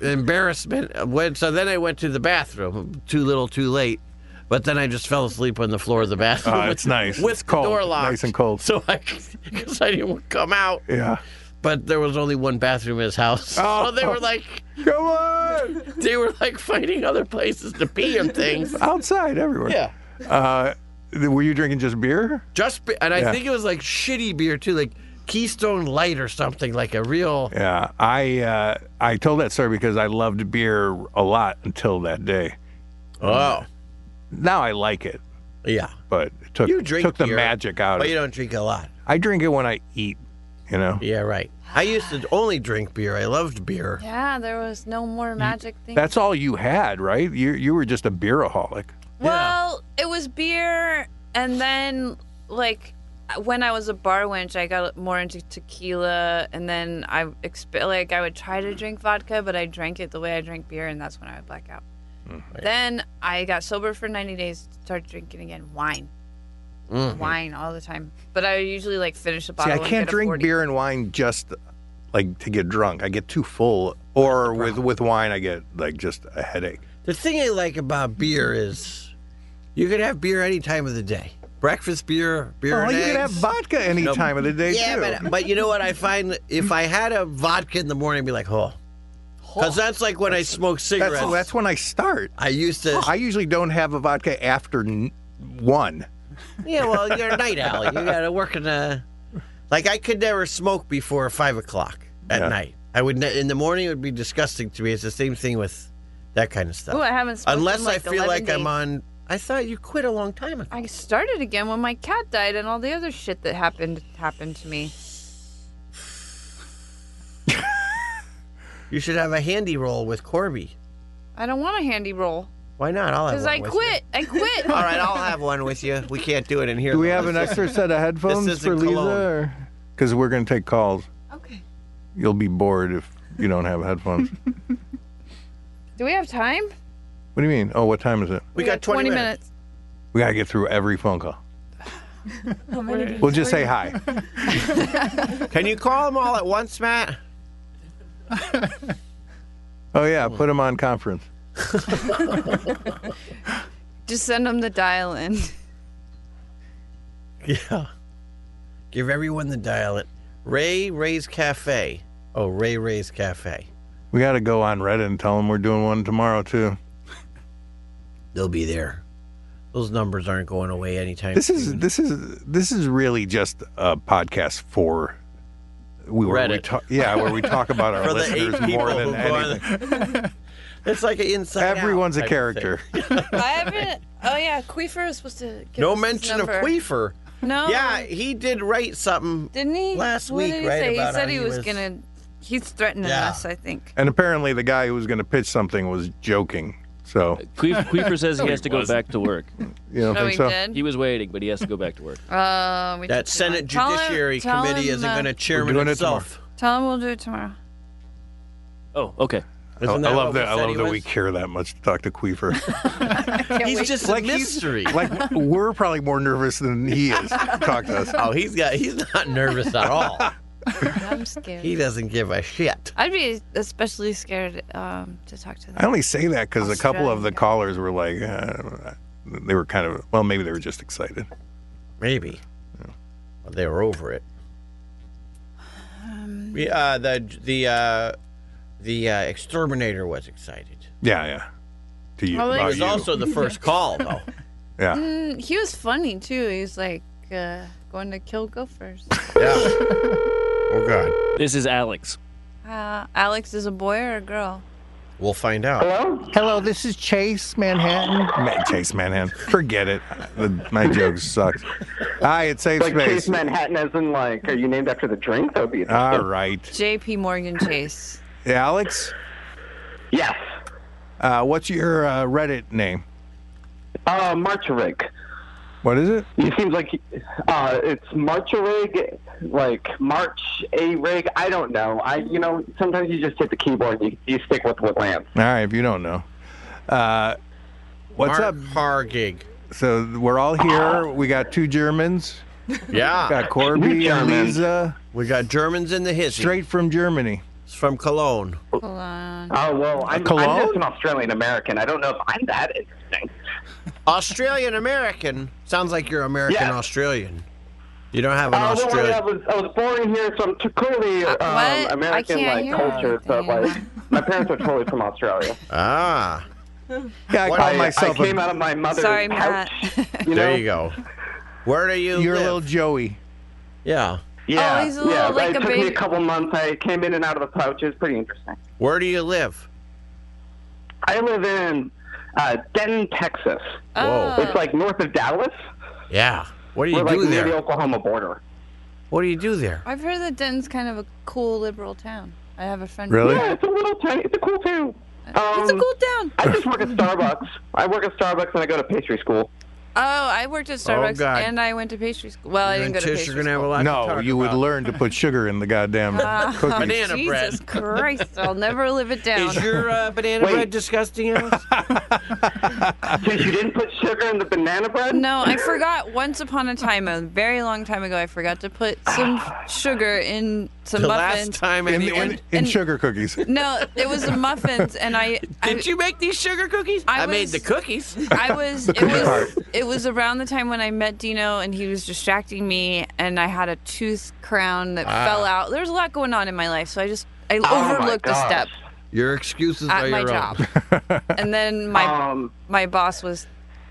[SPEAKER 4] embarrassment went. So then I went to the bathroom. Too little, too late. But then I just fell asleep on the floor of the bathroom.
[SPEAKER 7] Oh,
[SPEAKER 4] with-
[SPEAKER 7] it's nice.
[SPEAKER 4] With
[SPEAKER 7] It's cold.
[SPEAKER 4] the door locked,
[SPEAKER 7] Nice and cold.
[SPEAKER 4] So I, because I didn't come out.
[SPEAKER 7] Yeah.
[SPEAKER 4] But there was only one bathroom in his house.
[SPEAKER 7] Oh.
[SPEAKER 4] So they were like,
[SPEAKER 7] come on.
[SPEAKER 4] They were like finding other places to pee and things.
[SPEAKER 7] Outside, everywhere.
[SPEAKER 4] Yeah.
[SPEAKER 7] Uh, th- were you drinking just beer?
[SPEAKER 4] Just be- and I
[SPEAKER 7] Yeah.
[SPEAKER 4] think it was like shitty beer too, like Keystone Light or something, like a real.
[SPEAKER 7] Yeah, I uh, I told that story because I loved beer a lot until that day.
[SPEAKER 4] Oh.
[SPEAKER 7] Now I like it.
[SPEAKER 4] Yeah.
[SPEAKER 7] But it took
[SPEAKER 4] you drink
[SPEAKER 7] took the
[SPEAKER 4] beer,
[SPEAKER 7] magic out.
[SPEAKER 4] but
[SPEAKER 7] of
[SPEAKER 4] you
[SPEAKER 7] it.
[SPEAKER 4] don't drink a lot.
[SPEAKER 7] I drink it when I eat. You know.
[SPEAKER 4] Yeah, right. I used to only drink beer. I loved beer.
[SPEAKER 1] Yeah, there was no more magic thing.
[SPEAKER 7] Mm. That's all you had, right? You you were just a beeraholic.
[SPEAKER 1] Well, it was beer, and then like when I was a bar wench, I got more into tequila, and then I exp- like I would try to drink vodka, but I drank it the way I drank beer, and that's when I would black out.
[SPEAKER 4] Mm,
[SPEAKER 1] Then I got sober for 90 days, started drinking again wine,
[SPEAKER 4] Mm-hmm.
[SPEAKER 1] wine all the time. But I usually like finish a
[SPEAKER 7] See,
[SPEAKER 1] bottle.
[SPEAKER 7] I
[SPEAKER 1] and
[SPEAKER 7] can't
[SPEAKER 1] get a
[SPEAKER 7] drink
[SPEAKER 1] 40.
[SPEAKER 7] beer and wine just like to get drunk. I get too full, or with with wine, I get like just a headache.
[SPEAKER 4] The thing I like about beer is you can have beer any time of the day. Breakfast beer, beer.
[SPEAKER 7] Oh,
[SPEAKER 4] and
[SPEAKER 7] you can
[SPEAKER 4] eggs.
[SPEAKER 7] have vodka any
[SPEAKER 4] Nope.
[SPEAKER 7] time of the day
[SPEAKER 4] Yeah,
[SPEAKER 7] too.
[SPEAKER 4] but uh, but you know what? I find if I had a vodka in the morning, I'd be like, oh, because that's like when I smoke cigarettes.
[SPEAKER 7] that's, that's when I start.
[SPEAKER 4] I used to.
[SPEAKER 7] I usually don't have a vodka after n- one.
[SPEAKER 4] Yeah, well, you're a night owl. You gotta work in a. Like I could never smoke before five o'clock at
[SPEAKER 7] Yeah.
[SPEAKER 4] night. I would ne- in the morning. It would be disgusting to me. It's the same thing with that kind of stuff.
[SPEAKER 1] Ooh, I haven't smoked in,
[SPEAKER 4] Unless
[SPEAKER 1] like,
[SPEAKER 4] I feel
[SPEAKER 1] 11
[SPEAKER 4] like I'm
[SPEAKER 1] days.
[SPEAKER 4] on. I thought you quit a long time ago.
[SPEAKER 1] I started again when my cat died and all the other shit that happened happened to me.
[SPEAKER 4] You should have a handy roll with Corby.
[SPEAKER 1] I don't want a handy roll
[SPEAKER 4] Why not? I'll have
[SPEAKER 1] because
[SPEAKER 4] one
[SPEAKER 1] I
[SPEAKER 4] with
[SPEAKER 1] quit. I quit.
[SPEAKER 4] you. All right, I'll have one with you. We can't do it in here.
[SPEAKER 7] Do we
[SPEAKER 4] though.
[SPEAKER 7] have an extra set of
[SPEAKER 4] This
[SPEAKER 7] headphones
[SPEAKER 4] is
[SPEAKER 7] for
[SPEAKER 4] in Cologne.
[SPEAKER 7] Lisa? Because we're gonna take calls.
[SPEAKER 21] Okay.
[SPEAKER 7] You'll be bored if you don't have headphones.
[SPEAKER 1] Do we have time?
[SPEAKER 7] what do you mean? Oh, what time is it?
[SPEAKER 4] We got 20 minutes.
[SPEAKER 7] We gotta get through every phone call.
[SPEAKER 21] How many do you
[SPEAKER 7] We'll just
[SPEAKER 21] bring?
[SPEAKER 7] say hi.
[SPEAKER 4] Can you call them all at once, Matt?
[SPEAKER 7] Oh yeah, put them on conference.
[SPEAKER 1] Just send them the dial in.
[SPEAKER 4] Yeah. Give everyone the dial it. Ray Ray's Cafe. Oh, Ray Ray's Cafe.
[SPEAKER 7] We gotta go on Reddit and tell them we're doing one tomorrow too.
[SPEAKER 4] They'll be there. Those numbers aren't going away anytime
[SPEAKER 7] This
[SPEAKER 4] soon.
[SPEAKER 7] is this is this is really just a podcast for we were we
[SPEAKER 4] Reddit.
[SPEAKER 7] talk, yeah, where we talk about our
[SPEAKER 4] For the eight
[SPEAKER 7] listeners
[SPEAKER 4] people
[SPEAKER 7] more than
[SPEAKER 4] who go on
[SPEAKER 7] anything.
[SPEAKER 4] the- it's like an inside.
[SPEAKER 7] Everyone's
[SPEAKER 4] out
[SPEAKER 7] a
[SPEAKER 4] type
[SPEAKER 7] character.
[SPEAKER 4] thing.
[SPEAKER 1] I haven't. Oh yeah, Queefer is supposed to. Give
[SPEAKER 4] no
[SPEAKER 1] us his
[SPEAKER 4] mention of
[SPEAKER 1] number. Oh.
[SPEAKER 4] Queefer.
[SPEAKER 1] No.
[SPEAKER 4] Yeah, he did write something.
[SPEAKER 1] Didn't he?
[SPEAKER 4] Last
[SPEAKER 1] What
[SPEAKER 4] week,
[SPEAKER 1] did he
[SPEAKER 4] right?
[SPEAKER 1] Say?
[SPEAKER 4] about
[SPEAKER 1] he said
[SPEAKER 4] how
[SPEAKER 1] he was, gonna. He's threatening
[SPEAKER 4] Yeah.
[SPEAKER 1] us. I think.
[SPEAKER 7] And apparently, the guy who was going to pitch something was joking. So
[SPEAKER 3] Queef, Queefer says
[SPEAKER 7] No,
[SPEAKER 3] he
[SPEAKER 7] he
[SPEAKER 3] has to go
[SPEAKER 7] wasn't.
[SPEAKER 3] back to work.
[SPEAKER 7] You don't Oh, think he so? did?
[SPEAKER 3] He was waiting, but he has to go back to work.
[SPEAKER 1] Uh, we
[SPEAKER 4] That Senate Judiciary Committee isn't going to chairman
[SPEAKER 3] doing it
[SPEAKER 4] itself.
[SPEAKER 1] Tell him we'll do it tomorrow.
[SPEAKER 3] Oh, okay.
[SPEAKER 7] I,
[SPEAKER 4] Isn't
[SPEAKER 7] I
[SPEAKER 4] that
[SPEAKER 7] love
[SPEAKER 4] what we
[SPEAKER 7] that. I
[SPEAKER 4] said
[SPEAKER 7] love
[SPEAKER 4] he
[SPEAKER 7] that we
[SPEAKER 4] was?
[SPEAKER 7] care that much to talk to Queefer.
[SPEAKER 4] he's just a mystery.
[SPEAKER 7] like we're probably more nervous than he is to talk to us.
[SPEAKER 4] Oh, he's got. He's not nervous at all.
[SPEAKER 1] I'm scared.
[SPEAKER 4] He doesn't give a shit.
[SPEAKER 1] I'd be especially scared um, to talk to them.
[SPEAKER 7] I only say that because a couple of the callers were like, uh, they were kind of well, maybe they were just excited.
[SPEAKER 4] Maybe they were over it. We, uh, the the uh, the uh, exterminator was excited.
[SPEAKER 7] Yeah, yeah. To you,
[SPEAKER 1] Probably-
[SPEAKER 4] He
[SPEAKER 7] about
[SPEAKER 4] was
[SPEAKER 7] you.
[SPEAKER 4] also the first call, though.
[SPEAKER 7] Yeah.
[SPEAKER 1] Mm, he was funny too. He was like uh, going to kill gophers.
[SPEAKER 4] Oh God.
[SPEAKER 3] This is Alex.
[SPEAKER 1] Uh, Alex is a boy or a girl?
[SPEAKER 4] We'll find out.
[SPEAKER 7] Hello. Hello. This is Chase Manhattan. Ma- Chase Manhattan. Forget it. The- my joke sucks. Hi, it's Safe
[SPEAKER 8] like
[SPEAKER 7] Space.
[SPEAKER 8] Chase Manhattan, as in like, are you named after the drink? That would be interesting.
[SPEAKER 7] All right.
[SPEAKER 1] J.P. Morgan Chase.
[SPEAKER 7] Hey, Alex?
[SPEAKER 8] Yes.
[SPEAKER 7] Uh, what's your uh, Reddit name?
[SPEAKER 8] Uh, Marchrig.
[SPEAKER 7] What is it?
[SPEAKER 8] It seems like uh, it's Marcharig, like March a rig. I don't know. I you know sometimes you just hit the keyboard and you, you stick with what lands.
[SPEAKER 7] All right, if you don't know. Uh, what's
[SPEAKER 4] Mark
[SPEAKER 7] up?
[SPEAKER 4] Hargig.
[SPEAKER 7] So we're all here. We got two Germans.
[SPEAKER 4] Yeah.
[SPEAKER 7] Got Corby and Lisa.
[SPEAKER 4] We got Germans in the history.
[SPEAKER 7] Straight from Germany.
[SPEAKER 4] It's from Cologne.
[SPEAKER 8] Oh well, I'm,
[SPEAKER 4] cologne?
[SPEAKER 8] I'm just an Australian American. I don't know if I'm that interesting.
[SPEAKER 4] Australian American sounds like you're American Australian. You don't have an
[SPEAKER 8] Uh, don't worry, I
[SPEAKER 4] Australian.
[SPEAKER 8] was I was born here, so I'm t- clearly um,
[SPEAKER 1] Uh, what? I
[SPEAKER 8] American
[SPEAKER 1] can't
[SPEAKER 8] like
[SPEAKER 1] hear
[SPEAKER 8] culture. So like, my parents are totally from Australia.
[SPEAKER 4] Ah.
[SPEAKER 7] Yeah, I
[SPEAKER 8] What-
[SPEAKER 7] call
[SPEAKER 8] I-
[SPEAKER 7] myself.
[SPEAKER 8] I came out of my mother's
[SPEAKER 1] Sorry,
[SPEAKER 8] pouch.
[SPEAKER 1] Matt.
[SPEAKER 4] there you go. Where do you?
[SPEAKER 7] You're
[SPEAKER 4] live?
[SPEAKER 7] a little Joey.
[SPEAKER 4] Yeah.
[SPEAKER 8] Yeah,
[SPEAKER 1] Oh, he's a little
[SPEAKER 8] yeah.
[SPEAKER 1] like
[SPEAKER 8] it
[SPEAKER 1] a
[SPEAKER 8] took me a
[SPEAKER 1] baby.
[SPEAKER 8] couple months. I came in and out of the pouch. It was pretty interesting.
[SPEAKER 4] Where do you live?
[SPEAKER 8] I live in uh, Denton, Texas.
[SPEAKER 4] Whoa.
[SPEAKER 1] Oh,
[SPEAKER 8] It's like north of Dallas.
[SPEAKER 4] Yeah. What do you
[SPEAKER 8] We're like
[SPEAKER 4] do
[SPEAKER 8] near the
[SPEAKER 4] there?
[SPEAKER 8] Oklahoma border.
[SPEAKER 4] What do you do there?
[SPEAKER 1] I've heard that Denton's kind of a cool liberal town. I have a friend.
[SPEAKER 4] Really?
[SPEAKER 8] Yeah, it's a little tiny. It's a cool town.
[SPEAKER 1] it's a
[SPEAKER 8] Um,
[SPEAKER 1] cool town.
[SPEAKER 8] I just work at Starbucks. I work at Starbucks and I go to pastry school.
[SPEAKER 1] Oh, I worked at Starbucks
[SPEAKER 7] God.
[SPEAKER 1] and I went to pastry school. Well, I didn't go to pastry school.
[SPEAKER 7] No, you would learn to put sugar in the goddamn
[SPEAKER 1] Ah,
[SPEAKER 7] cookies.
[SPEAKER 1] Jesus Christ! I'll never live it down.
[SPEAKER 4] Is your uh, banana
[SPEAKER 1] Wait.
[SPEAKER 4] bread disgusting? Alex?
[SPEAKER 8] Since you didn't put sugar in the banana bread?
[SPEAKER 1] No, I forgot once upon a time, a very long time ago, I forgot to put some sugar in some
[SPEAKER 7] The last
[SPEAKER 1] muffins.
[SPEAKER 4] time
[SPEAKER 7] in, in, in, sugar cookies.
[SPEAKER 1] No, it was the muffins, and I. Did
[SPEAKER 4] you make these sugar cookies?
[SPEAKER 1] I,
[SPEAKER 4] I made
[SPEAKER 1] was-
[SPEAKER 4] the cookies.
[SPEAKER 1] I was.
[SPEAKER 4] The
[SPEAKER 1] it
[SPEAKER 4] cookie
[SPEAKER 1] was.
[SPEAKER 4] part.
[SPEAKER 1] It was around the time when I met Dino, and he was distracting me, and I had a tooth crown that
[SPEAKER 4] Ah. Oh
[SPEAKER 1] fell out. There's a lot going on in my life, so I just I
[SPEAKER 4] my
[SPEAKER 1] overlooked a
[SPEAKER 4] gosh.
[SPEAKER 1] step
[SPEAKER 4] Your excuses
[SPEAKER 1] At
[SPEAKER 4] are
[SPEAKER 1] my
[SPEAKER 4] your
[SPEAKER 1] job.
[SPEAKER 4] own.
[SPEAKER 1] and then my
[SPEAKER 8] Um.
[SPEAKER 1] my boss was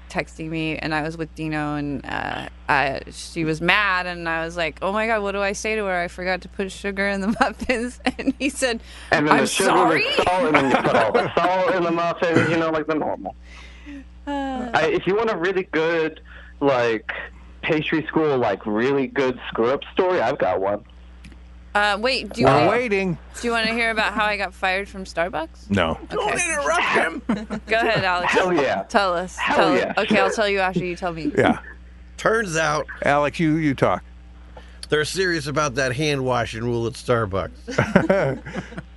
[SPEAKER 1] texting me and i was with dino and uh, I, she was mad and i was like oh my god what do i say to her i forgot to put sugar in the muffins and he said
[SPEAKER 8] And then
[SPEAKER 1] i'm
[SPEAKER 8] the sugar was
[SPEAKER 1] sorry
[SPEAKER 8] salt, and then you put all the salt in the muffin, you know, like the normal.
[SPEAKER 4] Uh,
[SPEAKER 8] I, if you want a really good, like, pastry school, like, really good screw up story, I've got one.
[SPEAKER 1] uh, wait do you,
[SPEAKER 8] We're
[SPEAKER 1] wanna,
[SPEAKER 7] waiting.
[SPEAKER 1] do you want to hear about how i got fired from starbucks
[SPEAKER 7] No.
[SPEAKER 1] don't interrupt him go ahead alex
[SPEAKER 7] Hell yeah.
[SPEAKER 1] tell us
[SPEAKER 7] Hell
[SPEAKER 1] tell
[SPEAKER 7] yeah.
[SPEAKER 1] okay i'll tell you after you tell me
[SPEAKER 7] Yeah.
[SPEAKER 4] Turns out,
[SPEAKER 7] Alex, you you talk.
[SPEAKER 4] They're serious about that hand washing rule at Starbucks.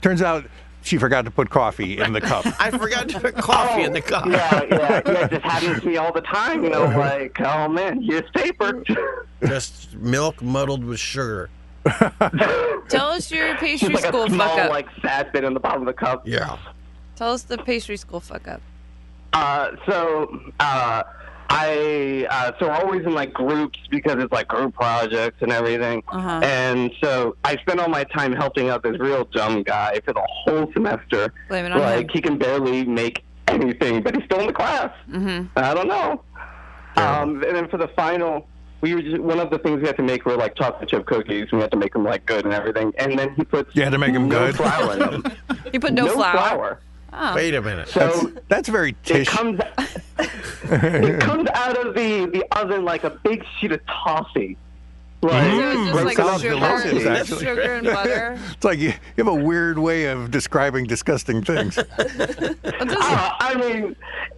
[SPEAKER 7] Turns out she forgot to put coffee in the cup.
[SPEAKER 4] I forgot to put coffee in the cup.
[SPEAKER 8] Yeah, yeah, yeah. It just happens to me all the time, you know, like, oh man, here's paper.
[SPEAKER 4] Just milk muddled with sugar.
[SPEAKER 1] tell us your
[SPEAKER 8] Just
[SPEAKER 1] pastry
[SPEAKER 8] like
[SPEAKER 1] school
[SPEAKER 8] a small,
[SPEAKER 1] fuck up
[SPEAKER 8] like, sad bit in the bottom of the cup.
[SPEAKER 4] Yeah.
[SPEAKER 1] tell us the pastry school fuck up
[SPEAKER 8] Uh, so uh, I uh, so we're always in like groups because it's like group projects and everything.
[SPEAKER 1] Uh-huh.
[SPEAKER 8] And so I spent all my time helping out this real dumb guy for the whole semester.
[SPEAKER 1] Blame it on
[SPEAKER 8] like
[SPEAKER 1] him.
[SPEAKER 8] he can barely make anything, but he's still in the class.
[SPEAKER 1] mm-hmm
[SPEAKER 8] Um, I don't know. Um, and then for the final, we were just, one of the things we had to make were like chocolate chip cookies. We had to make them like good and everything. And then he puts
[SPEAKER 7] you had to make them
[SPEAKER 8] no
[SPEAKER 7] good.
[SPEAKER 8] flour in them.
[SPEAKER 6] You put no,
[SPEAKER 8] No
[SPEAKER 6] flour.
[SPEAKER 8] flour.
[SPEAKER 6] Oh.
[SPEAKER 4] Wait a minute.
[SPEAKER 8] So
[SPEAKER 7] That's very
[SPEAKER 8] it
[SPEAKER 7] tish.
[SPEAKER 8] comes it comes out of the the oven like a big sheet of toffee. Like,
[SPEAKER 6] So it's just
[SPEAKER 7] That
[SPEAKER 6] like
[SPEAKER 7] sounds
[SPEAKER 6] sugar,
[SPEAKER 7] delicious, actually.
[SPEAKER 6] sugar and butter.
[SPEAKER 7] It's like you, you have a weird way of describing disgusting things.
[SPEAKER 8] Ah, I mean,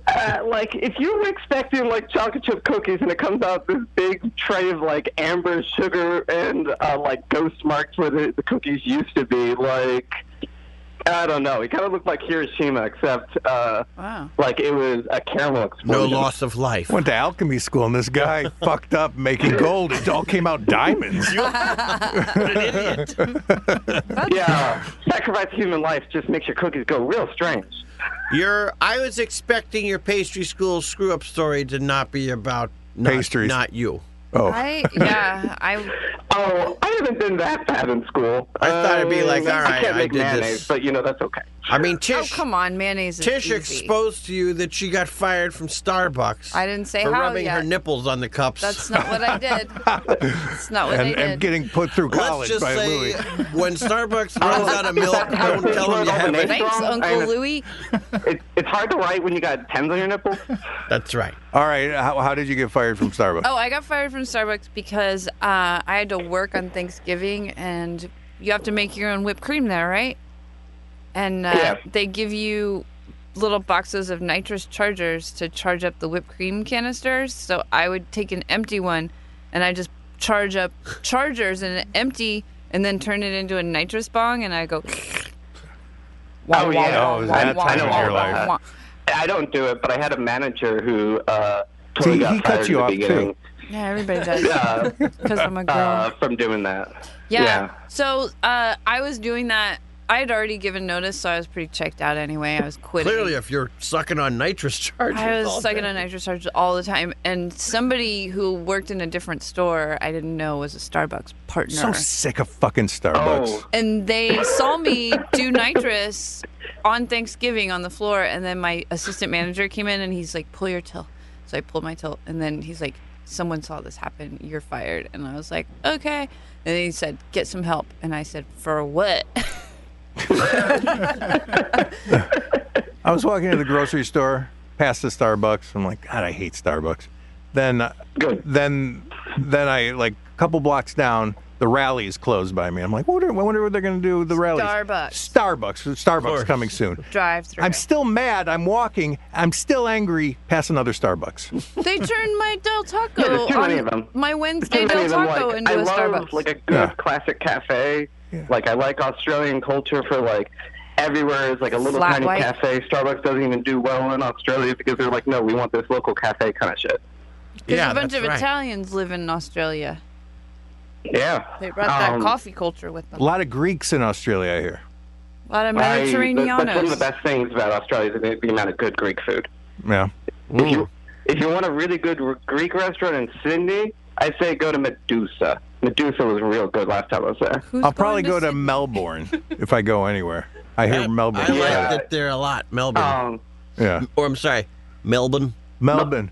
[SPEAKER 8] uh, like if you were expecting like chocolate chip cookies and it comes out this big tray of like amber sugar and uh, like ghost marks where the, the cookies used to be, like I don't know. It kind of looked like Hiroshima, except uh, like it was a caramel explosion.
[SPEAKER 4] No loss of life.
[SPEAKER 7] Went to alchemy school and this guy fucked up making gold. It all came out diamonds.
[SPEAKER 8] yeah, sacrifice human life just makes your cookies go real strange.
[SPEAKER 4] Your I was expecting your pastry school screw up story to not be about not,
[SPEAKER 7] Pastries.
[SPEAKER 4] not you.
[SPEAKER 7] Oh,
[SPEAKER 6] I yeah. I
[SPEAKER 8] Oh, I haven't been that bad in school.
[SPEAKER 4] I thought it'd be
[SPEAKER 8] Um,
[SPEAKER 4] like, all
[SPEAKER 8] I
[SPEAKER 4] right,
[SPEAKER 8] can't
[SPEAKER 4] I
[SPEAKER 8] make
[SPEAKER 4] did this.
[SPEAKER 8] mayonnaise, but you know that's okay.
[SPEAKER 4] I mean, Tish.
[SPEAKER 1] Oh, come on, mayonnaise is
[SPEAKER 4] Tish
[SPEAKER 1] easy.
[SPEAKER 4] exposed to you that she got fired from Starbucks.
[SPEAKER 1] I didn't say
[SPEAKER 4] for
[SPEAKER 1] how
[SPEAKER 4] rubbing her
[SPEAKER 1] yet.
[SPEAKER 4] nipples on the cups.
[SPEAKER 1] That's not what I did. That's not what I
[SPEAKER 7] and,
[SPEAKER 1] did.
[SPEAKER 7] and getting put through
[SPEAKER 4] Let's
[SPEAKER 7] college
[SPEAKER 4] just
[SPEAKER 7] by
[SPEAKER 4] say
[SPEAKER 7] Louis.
[SPEAKER 4] when Starbucks runs out of milk, don't tell them you have it.
[SPEAKER 1] Thanks, Uncle Louie.
[SPEAKER 8] It, it's hard to write when you got tens on your nipples.
[SPEAKER 4] That's right.
[SPEAKER 7] All right, how, how did you get fired from Starbucks?
[SPEAKER 1] Oh, I got fired from Starbucks because uh, I had to work on Thanksgiving, and you have to make your own whipped cream there, right? And uh,
[SPEAKER 8] Yeah.
[SPEAKER 1] they give you little boxes of nitrous chargers to charge up the whipped cream canisters. So I would take an empty one, and I just charge up chargers in an empty, and then turn it into a nitrous bong, and I go.
[SPEAKER 8] oh yeah,
[SPEAKER 7] Oh, that
[SPEAKER 1] wah,
[SPEAKER 7] time
[SPEAKER 8] wah,
[SPEAKER 7] of your
[SPEAKER 8] wah,
[SPEAKER 7] life.
[SPEAKER 1] wah.
[SPEAKER 8] I don't do it, but I had a manager who uh, totally
[SPEAKER 7] See,
[SPEAKER 8] got
[SPEAKER 7] he
[SPEAKER 8] fired
[SPEAKER 7] cuts you
[SPEAKER 8] at
[SPEAKER 7] off
[SPEAKER 8] the beginning
[SPEAKER 7] too.
[SPEAKER 1] Yeah, everybody does.
[SPEAKER 8] Yeah.
[SPEAKER 1] Because I'm a girl.
[SPEAKER 8] uh, from doing that.
[SPEAKER 1] Yeah. So uh, I was doing that. I had already given notice, so I was pretty checked out anyway. I was quitting.
[SPEAKER 4] Clearly, if you're sucking on nitrous charges,
[SPEAKER 1] I
[SPEAKER 4] all
[SPEAKER 1] was sucking
[SPEAKER 4] day.
[SPEAKER 1] on nitrous charges all the time, and somebody who worked in a different store I didn't know was a Starbucks partner,
[SPEAKER 7] So sick of fucking Starbucks.
[SPEAKER 1] and they saw me do nitrous on Thanksgiving on the floor, and then my assistant manager came in and he's like, "Pull your till," so I pulled my till, and then he's like, "Someone saw this happen. You're fired," and I was like, "Okay," and he said, "Get some help," and I said, "For what?"
[SPEAKER 7] I was walking to the grocery store, past the Starbucks. I'm like, God, I hate Starbucks. Then, uh, then, then I like a couple blocks down, the rally is closed by me. I'm like, wonder, I wonder what they're going to do with the rally.
[SPEAKER 1] Starbucks.
[SPEAKER 7] Starbucks. Starbucks coming soon.
[SPEAKER 1] drive through.
[SPEAKER 7] I'm still mad. I'm walking. I'm still angry. Past another Starbucks.
[SPEAKER 1] They turned my Del Taco,
[SPEAKER 8] Yeah, there's too many
[SPEAKER 1] on-
[SPEAKER 8] of them.
[SPEAKER 1] my Wednesday Del
[SPEAKER 8] Even, like,
[SPEAKER 1] Taco, into
[SPEAKER 8] I
[SPEAKER 1] a
[SPEAKER 8] love
[SPEAKER 1] Starbucks.
[SPEAKER 8] like a good classic cafe. Like I like Australian culture for like everywhere is like a little
[SPEAKER 1] Flat
[SPEAKER 8] tiny
[SPEAKER 1] white.
[SPEAKER 8] cafe. Starbucks doesn't even do well in Australia because they're like, no, we want this local cafe kind of shit.
[SPEAKER 1] There's
[SPEAKER 8] Yeah,
[SPEAKER 1] a bunch
[SPEAKER 8] that's
[SPEAKER 1] of
[SPEAKER 8] right.
[SPEAKER 1] Italians live in Australia.
[SPEAKER 8] Yeah.
[SPEAKER 1] They brought that
[SPEAKER 7] Um,
[SPEAKER 1] coffee culture with them.
[SPEAKER 7] A lot of Greeks in Australia, I hear.
[SPEAKER 1] A lot of
[SPEAKER 8] I- that- that's one of the
[SPEAKER 1] Mediterraneanos.
[SPEAKER 8] best things about Australia is the, the amount of good Greek food.
[SPEAKER 7] Yeah.
[SPEAKER 8] If you if you want a really good r- Greek restaurant in Sydney, I'd say go to Medusa. Medusa was real good last time I was there.
[SPEAKER 7] I'll probably go to Melbourne if I go anywhere. I hear Melbourne.
[SPEAKER 4] I like
[SPEAKER 7] Yeah.
[SPEAKER 4] that there a lot, Melbourne.
[SPEAKER 1] Oh.
[SPEAKER 7] yeah.
[SPEAKER 4] Or I'm sorry, Melbourne.
[SPEAKER 7] Melbourne.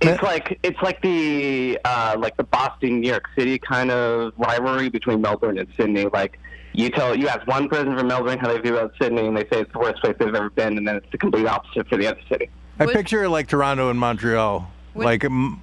[SPEAKER 8] It's like it's like the uh, like the Boston New York City kind of rivalry between Melbourne and Sydney. Like you tell you ask one person from Melbourne how they feel about Sydney, and they say it's the worst place they've ever been, and then it's the complete opposite for the other city.
[SPEAKER 7] I picture like Toronto and Montreal. like m-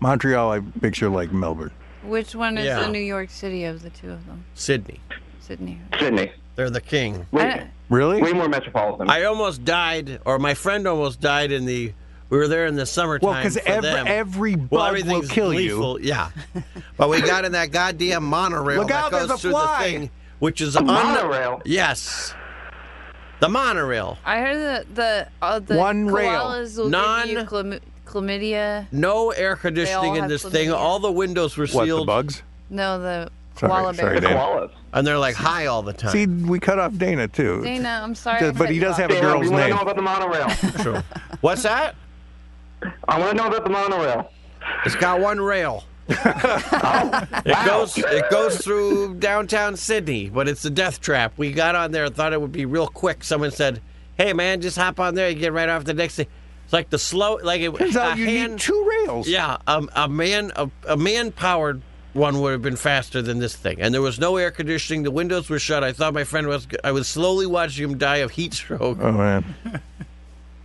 [SPEAKER 7] Montreal, I picture like Melbourne.
[SPEAKER 1] Which one is
[SPEAKER 7] Yeah.
[SPEAKER 1] the New York City of the two of them?
[SPEAKER 4] Sydney.
[SPEAKER 1] Sydney.
[SPEAKER 8] Sydney.
[SPEAKER 4] They're the king.
[SPEAKER 1] Wait,
[SPEAKER 7] really?
[SPEAKER 8] Way more metropolitan.
[SPEAKER 4] I almost died, or my friend almost died in the. We were there in the summertime.
[SPEAKER 7] Well, 'cause
[SPEAKER 4] for
[SPEAKER 7] ev-
[SPEAKER 4] them.
[SPEAKER 7] every bug
[SPEAKER 4] well,
[SPEAKER 7] will
[SPEAKER 4] everything's
[SPEAKER 7] kill you.
[SPEAKER 4] lethal, Yeah, but we got in that goddamn monorail
[SPEAKER 7] Look out,
[SPEAKER 4] that goes
[SPEAKER 7] there's a
[SPEAKER 4] through
[SPEAKER 7] fly.
[SPEAKER 4] the thing, which is
[SPEAKER 7] A
[SPEAKER 4] un-
[SPEAKER 7] monorail?
[SPEAKER 4] Yes, the monorail.
[SPEAKER 1] I heard that the uh, the
[SPEAKER 4] One rail.
[SPEAKER 1] koalas will give you
[SPEAKER 4] Non-
[SPEAKER 1] chlam- chlamydia.
[SPEAKER 4] No air
[SPEAKER 1] They all
[SPEAKER 4] conditioning in
[SPEAKER 1] have
[SPEAKER 4] this
[SPEAKER 1] chlamydia.
[SPEAKER 4] thing. All the windows were
[SPEAKER 7] What, the
[SPEAKER 4] sealed.
[SPEAKER 7] bugs?
[SPEAKER 1] No, the
[SPEAKER 7] Sorry,
[SPEAKER 1] koala bear.
[SPEAKER 7] sorry, Dan.
[SPEAKER 4] And they're like high all the time.
[SPEAKER 7] See, we cut off Dana too.
[SPEAKER 1] Dana, I'm sorry.
[SPEAKER 7] Just-
[SPEAKER 1] I
[SPEAKER 7] but
[SPEAKER 1] cut
[SPEAKER 7] he
[SPEAKER 1] you
[SPEAKER 7] does
[SPEAKER 1] off.
[SPEAKER 7] have a girl's
[SPEAKER 8] we want to
[SPEAKER 7] name.
[SPEAKER 8] know about the monorail.
[SPEAKER 4] True. What's that?
[SPEAKER 8] I want to know about the monorail.
[SPEAKER 4] It's got one rail. it goes it goes through downtown Sydney, but it's a death trap. We got on there, thought it would be real quick. Someone said, "Hey man, just hop on there, you get right off the next thing." like the slow, like it
[SPEAKER 7] Turns out you need two rails.
[SPEAKER 4] Yeah, um, a man, a, a man powered one would have been faster than this thing. And there was no air conditioning. The windows were shut. I thought my friend was. I was slowly watching him die of heat stroke.
[SPEAKER 7] Oh man,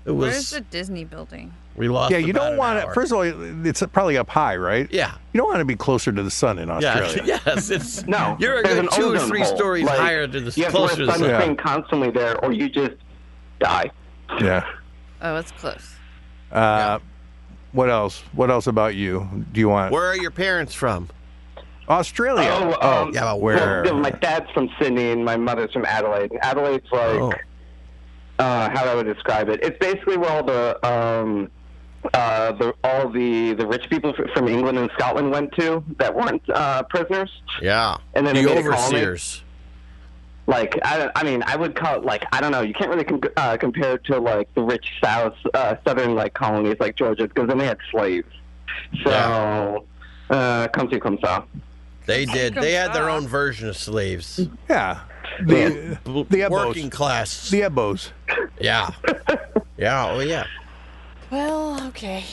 [SPEAKER 4] it
[SPEAKER 1] Where's
[SPEAKER 4] was.
[SPEAKER 1] the Disney building?
[SPEAKER 4] we lost.
[SPEAKER 7] Yeah, you
[SPEAKER 4] about
[SPEAKER 7] don't
[SPEAKER 4] an
[SPEAKER 7] want to.
[SPEAKER 4] hour.
[SPEAKER 7] First of all, it's probably up high, right?
[SPEAKER 4] Yeah.
[SPEAKER 7] You don't want to be closer to the sun in Australia.
[SPEAKER 4] Yeah, yes, it's
[SPEAKER 8] No,
[SPEAKER 4] You're a
[SPEAKER 8] there's
[SPEAKER 4] good
[SPEAKER 8] an
[SPEAKER 4] two or
[SPEAKER 8] ozone
[SPEAKER 4] three
[SPEAKER 8] hole.
[SPEAKER 4] stories
[SPEAKER 8] Like,
[SPEAKER 4] higher to the
[SPEAKER 8] You have to wear
[SPEAKER 4] closer to the sun.
[SPEAKER 8] sunscreen constantly there, or you just die.
[SPEAKER 7] Yeah.
[SPEAKER 1] Oh, it's close.
[SPEAKER 7] Uh, What else? What else about you? Do you want
[SPEAKER 4] Where are your parents from?
[SPEAKER 7] Australia?
[SPEAKER 8] Oh, um,
[SPEAKER 4] yeah, but
[SPEAKER 7] where?
[SPEAKER 8] Well, my dad's from Sydney and my mother's from Adelaide. And Adelaide's like, uh, how do I would describe it? It's basically where all the um, uh, the all the the rich people fr- from England and Scotland went to that weren't uh, prisoners.
[SPEAKER 4] Yeah,
[SPEAKER 8] And then
[SPEAKER 4] the
[SPEAKER 8] they made a colony.
[SPEAKER 4] overseers.
[SPEAKER 8] Like I, don't- I mean, I would call it like I don't know. You can't really com- uh, compare it to like the rich south uh, southern like colonies like Georgia because then they had slaves. So uh, come to come south.
[SPEAKER 4] They did. They had their own version of slaves.
[SPEAKER 7] Yeah. The, the Ebos.
[SPEAKER 4] working class.
[SPEAKER 7] The Ebos.
[SPEAKER 4] Yeah. Yeah. Oh yeah.
[SPEAKER 6] Well, okay.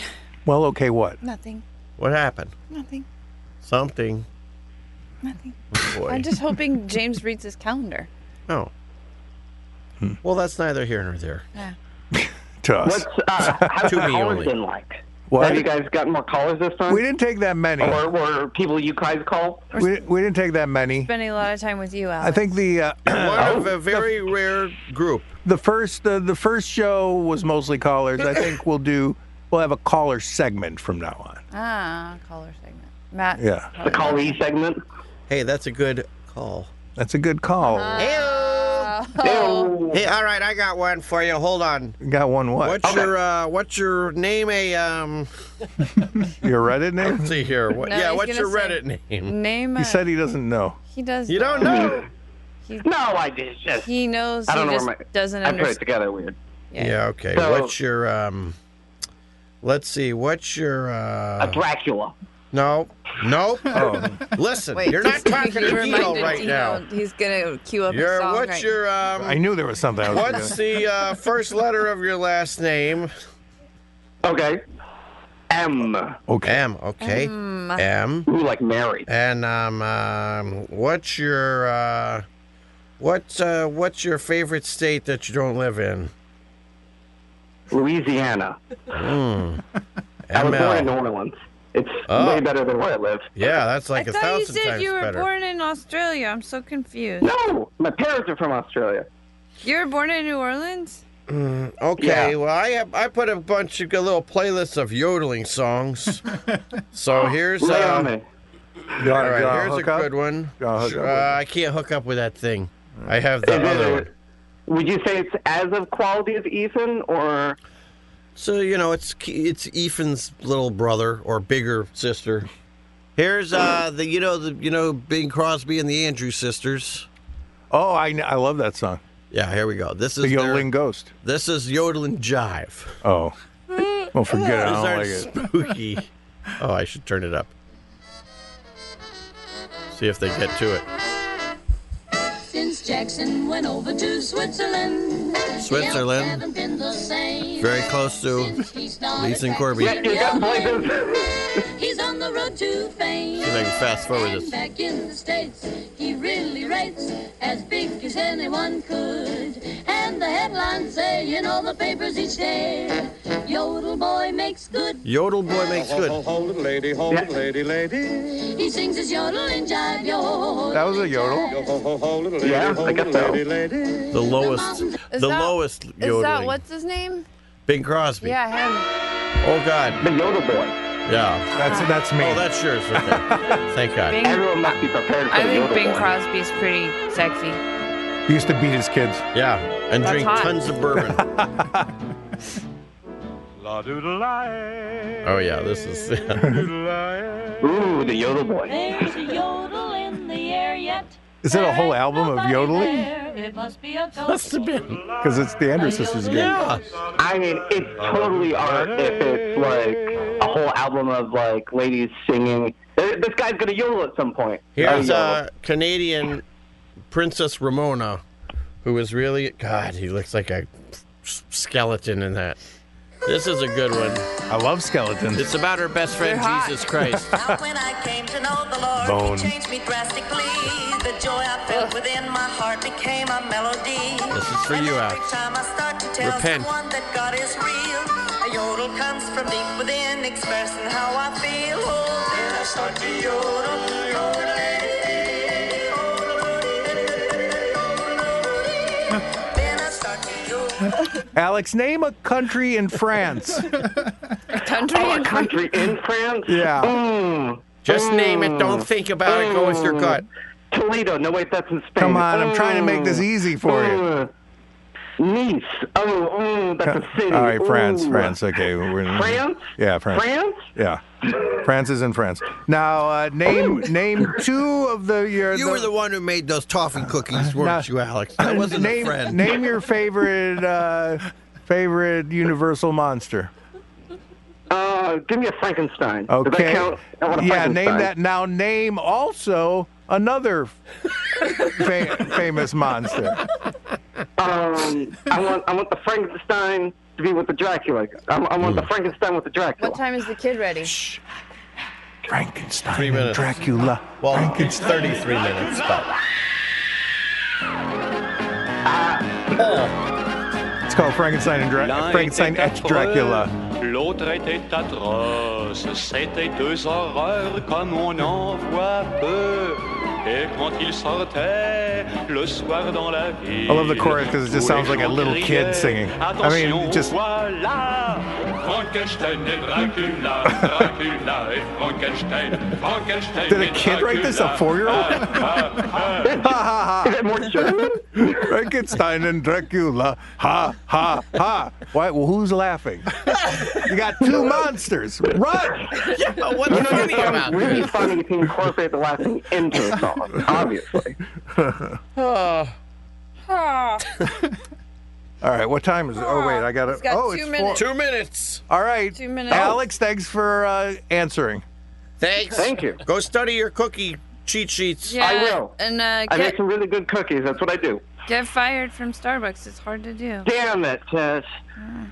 [SPEAKER 7] Well, okay, what?
[SPEAKER 6] Nothing.
[SPEAKER 4] What happened?
[SPEAKER 6] Nothing.
[SPEAKER 4] Something. Oh,
[SPEAKER 6] Nothing.
[SPEAKER 4] Boy.
[SPEAKER 6] I'm just hoping James reads his calendar.
[SPEAKER 4] Oh. Well, that's neither here nor there.
[SPEAKER 6] Yeah.
[SPEAKER 7] To us.
[SPEAKER 8] What's uh, how's
[SPEAKER 4] To
[SPEAKER 8] the
[SPEAKER 4] me
[SPEAKER 8] callers
[SPEAKER 4] only.
[SPEAKER 8] been like?
[SPEAKER 7] What?
[SPEAKER 8] Have you guys gotten more callers this time?
[SPEAKER 7] We didn't take that many.
[SPEAKER 8] Or were people you guys call?
[SPEAKER 7] We, we didn't take that many.
[SPEAKER 6] Spending a lot of time with you, Alex.
[SPEAKER 7] I think the uh,
[SPEAKER 4] One of a very rare group.
[SPEAKER 7] the first uh, the first show was mostly callers. I think we'll do we'll have a caller segment from now on.
[SPEAKER 6] Ah, caller segment. Matt.
[SPEAKER 7] Yeah.
[SPEAKER 8] The callee segment.
[SPEAKER 4] Hey, that's a good call.
[SPEAKER 7] That's a good call.
[SPEAKER 4] Uh-huh.
[SPEAKER 6] Oh.
[SPEAKER 4] Hey, all right, I got one for you. Hold on.
[SPEAKER 7] Got one what?
[SPEAKER 4] What's your uh, what's your name? A um.
[SPEAKER 7] Your Reddit name?
[SPEAKER 4] Let's see here. What,
[SPEAKER 6] No,
[SPEAKER 4] yeah,
[SPEAKER 6] he's
[SPEAKER 4] what's
[SPEAKER 6] gonna
[SPEAKER 4] your
[SPEAKER 6] say-
[SPEAKER 4] Reddit name?
[SPEAKER 6] Name.
[SPEAKER 7] He
[SPEAKER 6] uh,
[SPEAKER 7] said he doesn't know.
[SPEAKER 6] he does.
[SPEAKER 4] You don't know.
[SPEAKER 6] He,
[SPEAKER 8] No, I did just.
[SPEAKER 6] he knows.
[SPEAKER 8] I
[SPEAKER 6] he
[SPEAKER 8] don't know
[SPEAKER 6] just
[SPEAKER 8] where my.
[SPEAKER 6] doesn't
[SPEAKER 8] I put it
[SPEAKER 6] understand.
[SPEAKER 8] together weird.
[SPEAKER 4] Yeah. okay.
[SPEAKER 8] So-
[SPEAKER 4] what's your um? Let's see. What's your
[SPEAKER 8] A
[SPEAKER 4] uh?
[SPEAKER 8] Dracula.
[SPEAKER 4] No. Nope.
[SPEAKER 7] Oh,
[SPEAKER 4] Listen, you're not talking
[SPEAKER 1] you
[SPEAKER 4] to Neil
[SPEAKER 1] reminded
[SPEAKER 4] right
[SPEAKER 1] Dino
[SPEAKER 4] now.
[SPEAKER 1] He's gonna cue up a
[SPEAKER 4] Your
[SPEAKER 1] song
[SPEAKER 4] what's
[SPEAKER 1] right
[SPEAKER 4] your um?
[SPEAKER 7] I knew there was something. I was
[SPEAKER 4] What's
[SPEAKER 7] forgetting.
[SPEAKER 4] the uh, first letter of your last name?
[SPEAKER 8] Okay. M.
[SPEAKER 7] Okay.
[SPEAKER 4] M. Okay.
[SPEAKER 1] Mm,
[SPEAKER 4] M.
[SPEAKER 8] Ooh, like Mary.
[SPEAKER 4] And um, um, what's your uh, what's uh, what's your favorite state that you don't live in?
[SPEAKER 8] Louisiana. I was born in New
[SPEAKER 4] ML.
[SPEAKER 8] Orleans. It's
[SPEAKER 4] Oh.
[SPEAKER 8] way better than where I live.
[SPEAKER 4] Yeah, that's like
[SPEAKER 1] I
[SPEAKER 4] a
[SPEAKER 1] thought you
[SPEAKER 4] thousand
[SPEAKER 1] said
[SPEAKER 4] times
[SPEAKER 1] you were
[SPEAKER 4] better.
[SPEAKER 1] born in Australia. I'm so confused.
[SPEAKER 8] No, my parents are from Australia.
[SPEAKER 1] You were born in New Orleans?
[SPEAKER 4] Okay,
[SPEAKER 8] Yeah.
[SPEAKER 4] well, I have, I put a bunch of a little playlists of yodeling songs. so here's
[SPEAKER 8] Lay
[SPEAKER 4] uh,
[SPEAKER 8] on me.
[SPEAKER 7] You
[SPEAKER 4] all
[SPEAKER 7] wanna- you
[SPEAKER 4] right,
[SPEAKER 7] wanna
[SPEAKER 4] here's a
[SPEAKER 7] hook up?
[SPEAKER 4] good one.
[SPEAKER 7] You wanna hook up
[SPEAKER 4] Uh,
[SPEAKER 7] with it?
[SPEAKER 4] I can't hook up with that thing. I have
[SPEAKER 8] Is
[SPEAKER 4] the
[SPEAKER 8] it-
[SPEAKER 4] other one.
[SPEAKER 8] Would you say it's as of quality as Ethan, or
[SPEAKER 4] So you know, it's it's Ethan's little brother or bigger sister. Here's uh the you know the you know Bing Crosby and the Andrews sisters.
[SPEAKER 7] Oh, I kn- I love that song.
[SPEAKER 4] Yeah, here we go. This is
[SPEAKER 7] The
[SPEAKER 4] their-
[SPEAKER 7] Yodeling Ghost.
[SPEAKER 4] this is yodeling jive.
[SPEAKER 7] Oh. Well, forget it. I
[SPEAKER 4] These
[SPEAKER 7] don't like
[SPEAKER 4] aren't
[SPEAKER 7] it.
[SPEAKER 4] spooky. oh, I should turn it up. See if they get to it.
[SPEAKER 22] Since Jackson went over to Switzerland,
[SPEAKER 4] Switzerland.
[SPEAKER 22] they haven't been the same.
[SPEAKER 4] Very close to.
[SPEAKER 22] He started
[SPEAKER 4] Lisa and Corby.
[SPEAKER 22] practicing
[SPEAKER 8] you got
[SPEAKER 22] violin.
[SPEAKER 8] places?
[SPEAKER 22] He's on the road to fame.
[SPEAKER 4] See if I can fast forward
[SPEAKER 22] And
[SPEAKER 4] this.
[SPEAKER 22] back in the States, he really rates as big as anyone could. And the headlines say in all the papers each day, Yodel Boy makes good.
[SPEAKER 4] Yodel boy makes good.
[SPEAKER 13] Hold it, lady, hold it, lady, lady.
[SPEAKER 22] He sings his yodeling jive, yodel.
[SPEAKER 7] That was a yodel.
[SPEAKER 13] Ho, ho, hold it, lady,
[SPEAKER 8] Yeah,
[SPEAKER 13] hold
[SPEAKER 8] I guess
[SPEAKER 13] it,
[SPEAKER 8] so.
[SPEAKER 13] lady, lady.
[SPEAKER 4] The lowest, the
[SPEAKER 1] Is that-
[SPEAKER 4] lowest
[SPEAKER 1] Is
[SPEAKER 4] yodeling.
[SPEAKER 1] that what's his name?
[SPEAKER 4] Bing Crosby.
[SPEAKER 1] Yeah, him.
[SPEAKER 4] Oh God.
[SPEAKER 8] the Yodel Boy?
[SPEAKER 4] Yeah.
[SPEAKER 7] That's that's me.
[SPEAKER 4] Oh, that's yours. Okay. Thank God.
[SPEAKER 1] Bing,
[SPEAKER 8] Everyone must be prepared for
[SPEAKER 1] I
[SPEAKER 8] the
[SPEAKER 1] think
[SPEAKER 8] Yodel
[SPEAKER 1] Bing
[SPEAKER 8] Boy.
[SPEAKER 1] Crosby's pretty sexy.
[SPEAKER 7] He used to beat his kids.
[SPEAKER 4] Yeah, and
[SPEAKER 1] That's
[SPEAKER 4] drink
[SPEAKER 1] hot.
[SPEAKER 4] tons of bourbon.
[SPEAKER 13] La doodle la.
[SPEAKER 4] Oh yeah, this is.
[SPEAKER 8] Ooh, the Yodel Boy.
[SPEAKER 22] There's a yodel in the air yet.
[SPEAKER 7] Is it a
[SPEAKER 22] There
[SPEAKER 7] whole
[SPEAKER 22] ain't
[SPEAKER 7] album of
[SPEAKER 22] nobody
[SPEAKER 7] yodeling?
[SPEAKER 22] there. It must be a ghost.
[SPEAKER 4] Must have been.
[SPEAKER 7] Because it's the Andrews Sisters again.
[SPEAKER 4] Yeah.
[SPEAKER 8] I mean, it's totally art if it's like a whole album of like ladies singing. There- This guy's gonna yodel at some point.
[SPEAKER 4] Here's
[SPEAKER 8] Oh,
[SPEAKER 4] uh, Canadian Princess Ramona, who is really God. He looks like a skeleton in that. This is a good one.
[SPEAKER 7] I love skeletons.
[SPEAKER 4] It's about her best friend Jesus Christ.
[SPEAKER 23] Now when I came to know the Lord,
[SPEAKER 4] Bone.
[SPEAKER 23] He changed me drastically. The joy I felt within my heart became a melody.
[SPEAKER 4] This is for you, Alex.
[SPEAKER 23] Every time I start to tell
[SPEAKER 4] Repent.
[SPEAKER 23] someone that God is real, a yodel comes from deep within, expressing how I feel. Oh, then I start to yodel. Then I start to yodel.
[SPEAKER 7] Alex, name a country in France.
[SPEAKER 1] country
[SPEAKER 9] oh, a country in France?
[SPEAKER 7] Yeah.
[SPEAKER 4] Just name it. Don't think about it. Go with your gut.
[SPEAKER 9] Toledo. No, wait, that's in Spain.
[SPEAKER 7] Come on, I'm trying to make this easy for you.
[SPEAKER 9] you. Nice. Oh, mm, that's a
[SPEAKER 7] All
[SPEAKER 9] city.
[SPEAKER 7] right, France,
[SPEAKER 9] Ooh.
[SPEAKER 7] France. Okay, we're
[SPEAKER 9] France?
[SPEAKER 7] Yeah, France.
[SPEAKER 9] France?
[SPEAKER 7] Yeah, France is in France. Now, uh, name name two of the your.
[SPEAKER 4] You were the one who made those toffee cookies, weren't you, Alex? That wasn't
[SPEAKER 7] name,
[SPEAKER 4] a friend.
[SPEAKER 7] Name your favorite uh, favorite Universal monster.
[SPEAKER 9] Uh, give me a Frankenstein. Does that
[SPEAKER 7] Okay.
[SPEAKER 9] count? I want a
[SPEAKER 7] yeah, name
[SPEAKER 9] Frankenstein.
[SPEAKER 7] that. Now name also another fa- famous monster.
[SPEAKER 9] Um, I want I want the Frankenstein to be with the Dracula. I, I want the Frankenstein with the Dracula.
[SPEAKER 24] What time is the kid ready?
[SPEAKER 7] Frankenstein.
[SPEAKER 4] Three minutes.
[SPEAKER 7] Dracula.
[SPEAKER 4] Well, it's 33 minutes, but.
[SPEAKER 7] It's called Frankenstein and Dra- Frankenstein X Dracula.
[SPEAKER 8] L'autre était atroce, c'était deux horreurs comme on en voit peu. Et quand ils sortaient le soir dans la ville,
[SPEAKER 7] I love the chorus because it just sounds like a little kid singing. I mean, it just
[SPEAKER 8] Voilà, Frankenstein et Dracula, Dracula et Frankenstein, Frankenstein
[SPEAKER 7] Did a
[SPEAKER 8] et
[SPEAKER 7] kid write this, a
[SPEAKER 8] Dracula.
[SPEAKER 7] four-year-old?
[SPEAKER 8] Ah, ah, ah.
[SPEAKER 7] Frankenstein and Dracula. Ha ha ha. Why? Well, who's laughing? You got two monsters. Run!
[SPEAKER 4] Yeah, but what's
[SPEAKER 9] You know,
[SPEAKER 4] funny
[SPEAKER 9] it's
[SPEAKER 4] about
[SPEAKER 9] really funny if you incorporate the laughing into a song, obviously.
[SPEAKER 4] Oh.
[SPEAKER 1] Ah.
[SPEAKER 7] All right, what time is it? Oh wait, I got it.
[SPEAKER 1] It's got
[SPEAKER 7] oh,
[SPEAKER 1] two
[SPEAKER 7] it's
[SPEAKER 1] minutes.
[SPEAKER 7] four.
[SPEAKER 4] Two minutes.
[SPEAKER 7] All right,
[SPEAKER 1] Two minutes.
[SPEAKER 7] Alex, thanks for uh, answering.
[SPEAKER 4] Thanks.
[SPEAKER 9] Thank you.
[SPEAKER 4] Go study your cookie cheat sheets.
[SPEAKER 1] Yeah,
[SPEAKER 9] I will.
[SPEAKER 1] And uh,
[SPEAKER 9] I
[SPEAKER 1] get,
[SPEAKER 9] make some really good cookies. That's what I do.
[SPEAKER 1] get fired from Starbucks. It's hard to do.
[SPEAKER 9] Damn it, Tess.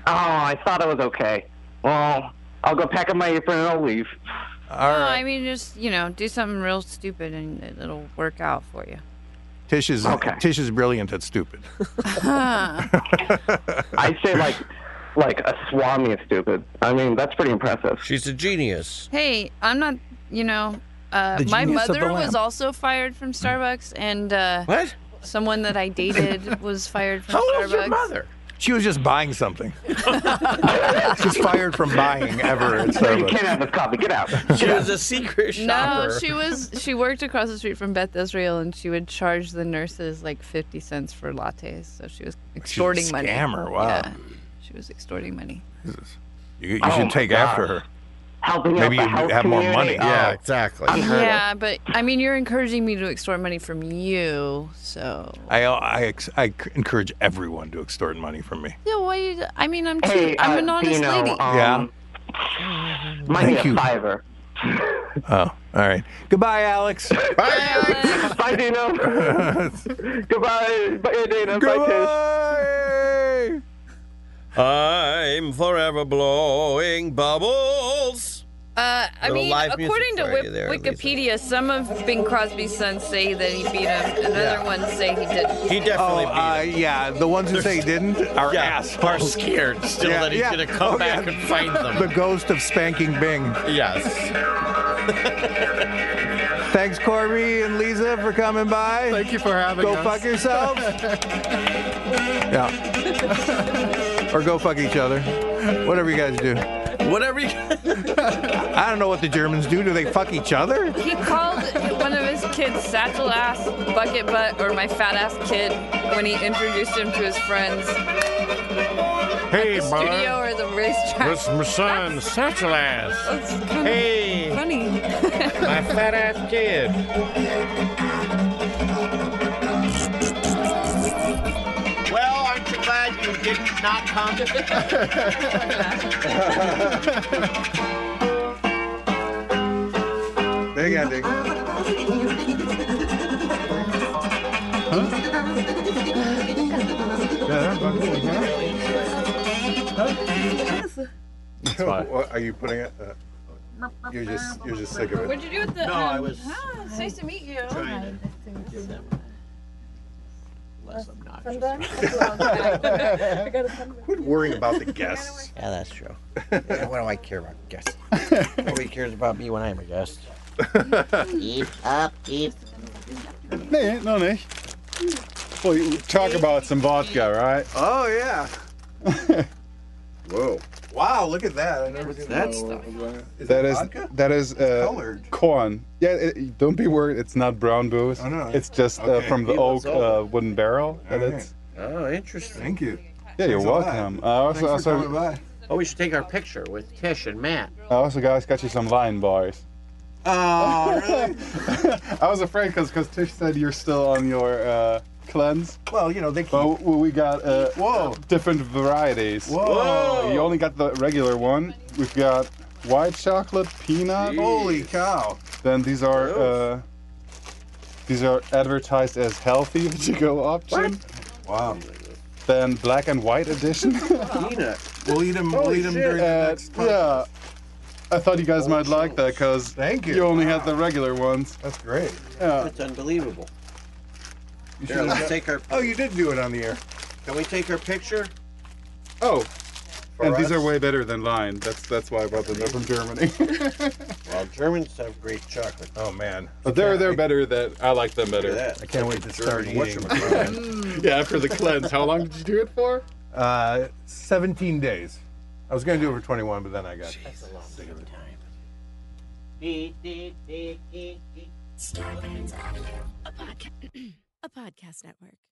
[SPEAKER 9] Oh, I thought I was okay. Well, I'll go pack up my apron and I'll leave.
[SPEAKER 7] All
[SPEAKER 1] No,
[SPEAKER 7] right,
[SPEAKER 1] I mean, just, you know, do something real stupid and it- it'll work out for you.
[SPEAKER 7] Tish is
[SPEAKER 9] Okay.
[SPEAKER 7] Tish is brilliant at stupid.
[SPEAKER 9] I say like, like a swami of stupid. I mean, that's pretty impressive.
[SPEAKER 4] She's a genius.
[SPEAKER 1] Hey, I'm not, you know, uh,
[SPEAKER 7] The
[SPEAKER 1] my
[SPEAKER 7] genius of the
[SPEAKER 1] mother was
[SPEAKER 7] lamp.
[SPEAKER 1] also fired from Starbucks, and uh,
[SPEAKER 4] What?
[SPEAKER 1] someone that I dated was fired from
[SPEAKER 4] How
[SPEAKER 1] Starbucks.
[SPEAKER 4] old is your mother?
[SPEAKER 7] She was just buying something. She's fired from buying ever at
[SPEAKER 9] No, you uh, can't
[SPEAKER 7] Starbucks.
[SPEAKER 9] have this coffee. Get out.
[SPEAKER 4] She was a secret shopper.
[SPEAKER 1] No, she was she worked across the street from Beth Israel, and she would charge the nurses like fifty cents for lattes. So she was extorting money.
[SPEAKER 7] scammer, wow.
[SPEAKER 1] Yeah, she was extorting money.
[SPEAKER 7] You, you
[SPEAKER 9] Oh
[SPEAKER 7] should
[SPEAKER 9] my
[SPEAKER 7] take
[SPEAKER 9] God.
[SPEAKER 7] after her.
[SPEAKER 9] Helping
[SPEAKER 7] Maybe you
[SPEAKER 9] out the health
[SPEAKER 7] have more
[SPEAKER 9] community.
[SPEAKER 7] money. Yeah,
[SPEAKER 9] Oh.
[SPEAKER 4] exactly.
[SPEAKER 9] Unheard of.
[SPEAKER 1] Yeah, but I mean, you're encouraging me to extort money from you, so
[SPEAKER 7] I I, ex- I encourage everyone to extort money from me.
[SPEAKER 1] yeah. Why? You, I mean, I'm
[SPEAKER 9] Hey,
[SPEAKER 1] too, I'm
[SPEAKER 9] uh,
[SPEAKER 1] an honest
[SPEAKER 9] Dino,
[SPEAKER 1] lady.
[SPEAKER 9] Um,
[SPEAKER 7] Yeah.
[SPEAKER 9] Might
[SPEAKER 7] Thank
[SPEAKER 9] be a
[SPEAKER 7] you.
[SPEAKER 9] fiver.
[SPEAKER 7] Oh, all right. Goodbye, Alex.
[SPEAKER 9] Bye, Dino. Goodbye. Bye, Dana. Bye, Tish.
[SPEAKER 7] Goodbye.
[SPEAKER 4] I'm forever blowing bubbles.
[SPEAKER 24] Uh, I
[SPEAKER 4] Little
[SPEAKER 24] mean,
[SPEAKER 4] live music
[SPEAKER 24] according to
[SPEAKER 4] for
[SPEAKER 24] Wip-
[SPEAKER 4] you there, Lisa.
[SPEAKER 24] Wikipedia, some of Bing Crosby's sons say that he beat him, and other ones say he didn't.
[SPEAKER 4] He definitely
[SPEAKER 7] Oh, uh, yeah. The ones who say didn't are
[SPEAKER 4] yeah, are
[SPEAKER 7] assholes.
[SPEAKER 4] scared still
[SPEAKER 7] Yeah,
[SPEAKER 4] that he's
[SPEAKER 7] yeah.
[SPEAKER 4] gonna come
[SPEAKER 7] Oh,
[SPEAKER 4] back
[SPEAKER 7] yeah.
[SPEAKER 4] and find
[SPEAKER 7] The
[SPEAKER 4] them.
[SPEAKER 7] ghost of Spanking Bing.
[SPEAKER 4] yes.
[SPEAKER 7] Thanks, Corby and Lisa, for coming by. Thank you for having go us. Go fuck yourself. yeah. Or go fuck each other. Whatever you guys do.
[SPEAKER 4] Whatever you
[SPEAKER 7] I don't know what the Germans do. Do they fuck each other?
[SPEAKER 24] He called one of his kids satchel ass, bucket butt, or my fat ass kid when he introduced him to his friends at
[SPEAKER 8] Hey,
[SPEAKER 24] the studio or the racetrack.
[SPEAKER 8] This my son, Satchel Ass.
[SPEAKER 24] That's kind of
[SPEAKER 8] Hey,
[SPEAKER 24] funny.
[SPEAKER 8] my fat ass kid.
[SPEAKER 4] Well, aren't you glad you did not come?
[SPEAKER 7] Big ending.
[SPEAKER 2] That's why.
[SPEAKER 7] what are you putting it? Uh, you're just you're just sick of it.
[SPEAKER 6] What'd you do with the?
[SPEAKER 7] No,
[SPEAKER 6] um,
[SPEAKER 7] I was
[SPEAKER 6] ah, it's nice to meet you.
[SPEAKER 4] trying
[SPEAKER 21] Less obnoxious.
[SPEAKER 4] Quit
[SPEAKER 7] worrying about the guests.
[SPEAKER 4] Yeah, that's true. Yeah, what do I care about guests? Nobody cares about me when I'm a guest. eat up, eat.
[SPEAKER 2] Nee, no, nee. Well, you talk about some vodka, right?
[SPEAKER 7] Oh yeah. Whoa. Wow, look at that. I never did
[SPEAKER 2] that
[SPEAKER 7] stuff. Is
[SPEAKER 2] That
[SPEAKER 7] it
[SPEAKER 2] is
[SPEAKER 7] vodka?
[SPEAKER 2] that is uh,
[SPEAKER 7] colored.
[SPEAKER 2] corn. Yeah, it, don't be worried. It's not brown booze.
[SPEAKER 7] I know.
[SPEAKER 2] It's just
[SPEAKER 7] Okay.
[SPEAKER 2] uh, from the
[SPEAKER 7] He
[SPEAKER 2] oak
[SPEAKER 7] was
[SPEAKER 2] uh, wooden barrel. And
[SPEAKER 7] All
[SPEAKER 2] it's,
[SPEAKER 4] Oh, interesting.
[SPEAKER 7] Thank you.
[SPEAKER 2] yeah, you're
[SPEAKER 4] Thanks a lot.
[SPEAKER 2] welcome. I also,
[SPEAKER 4] Thanks for
[SPEAKER 2] also,
[SPEAKER 7] by.
[SPEAKER 4] Oh, we should take our picture with Tish and Matt.
[SPEAKER 2] I also, guys, got you some wine bars.
[SPEAKER 4] Oh, really?
[SPEAKER 2] I was afraid because Tish said you're still on your uh, cleanse.
[SPEAKER 7] Well, you know they.
[SPEAKER 4] Oh,
[SPEAKER 2] Well, w- we got uh, whoa different varieties.
[SPEAKER 7] Whoa.
[SPEAKER 2] You only got the regular one. We've got white chocolate, peanut.
[SPEAKER 7] Holy cow!
[SPEAKER 2] Then these are uh, these are advertised as healthy if you go option.
[SPEAKER 7] Wow.
[SPEAKER 2] Then black and white edition.
[SPEAKER 7] Peanut. We'll eat them. We'll
[SPEAKER 2] Holy
[SPEAKER 7] eat them
[SPEAKER 2] shit.
[SPEAKER 7] during the
[SPEAKER 2] Uh,
[SPEAKER 7] next.
[SPEAKER 2] Yeah. I thought you guys might like that because thank
[SPEAKER 7] you.
[SPEAKER 2] You only had the regular ones.
[SPEAKER 7] That's great.
[SPEAKER 2] Yeah.
[SPEAKER 4] That's unbelievable.
[SPEAKER 7] You
[SPEAKER 4] Here,
[SPEAKER 7] should've
[SPEAKER 4] let's
[SPEAKER 7] got-
[SPEAKER 4] take our-
[SPEAKER 7] Oh, you did do it on the air.
[SPEAKER 4] Can we take our picture?
[SPEAKER 2] Oh.
[SPEAKER 4] For
[SPEAKER 2] and these
[SPEAKER 4] us?
[SPEAKER 2] are way better than mine. That's that's why I brought them. They're from Germany.
[SPEAKER 4] Well, Germans have great chocolate.
[SPEAKER 7] Oh man.
[SPEAKER 2] But they're they're better than I like them better.
[SPEAKER 4] Look at that.
[SPEAKER 7] I can't wait to start
[SPEAKER 4] German
[SPEAKER 7] eating.
[SPEAKER 2] yeah, after the cleanse. How long did you do it for?
[SPEAKER 7] Uh, 17 days. I was gonna do it for 21, but then I got sick of it.
[SPEAKER 25] Starlands Audio, a, podca- a podcast network.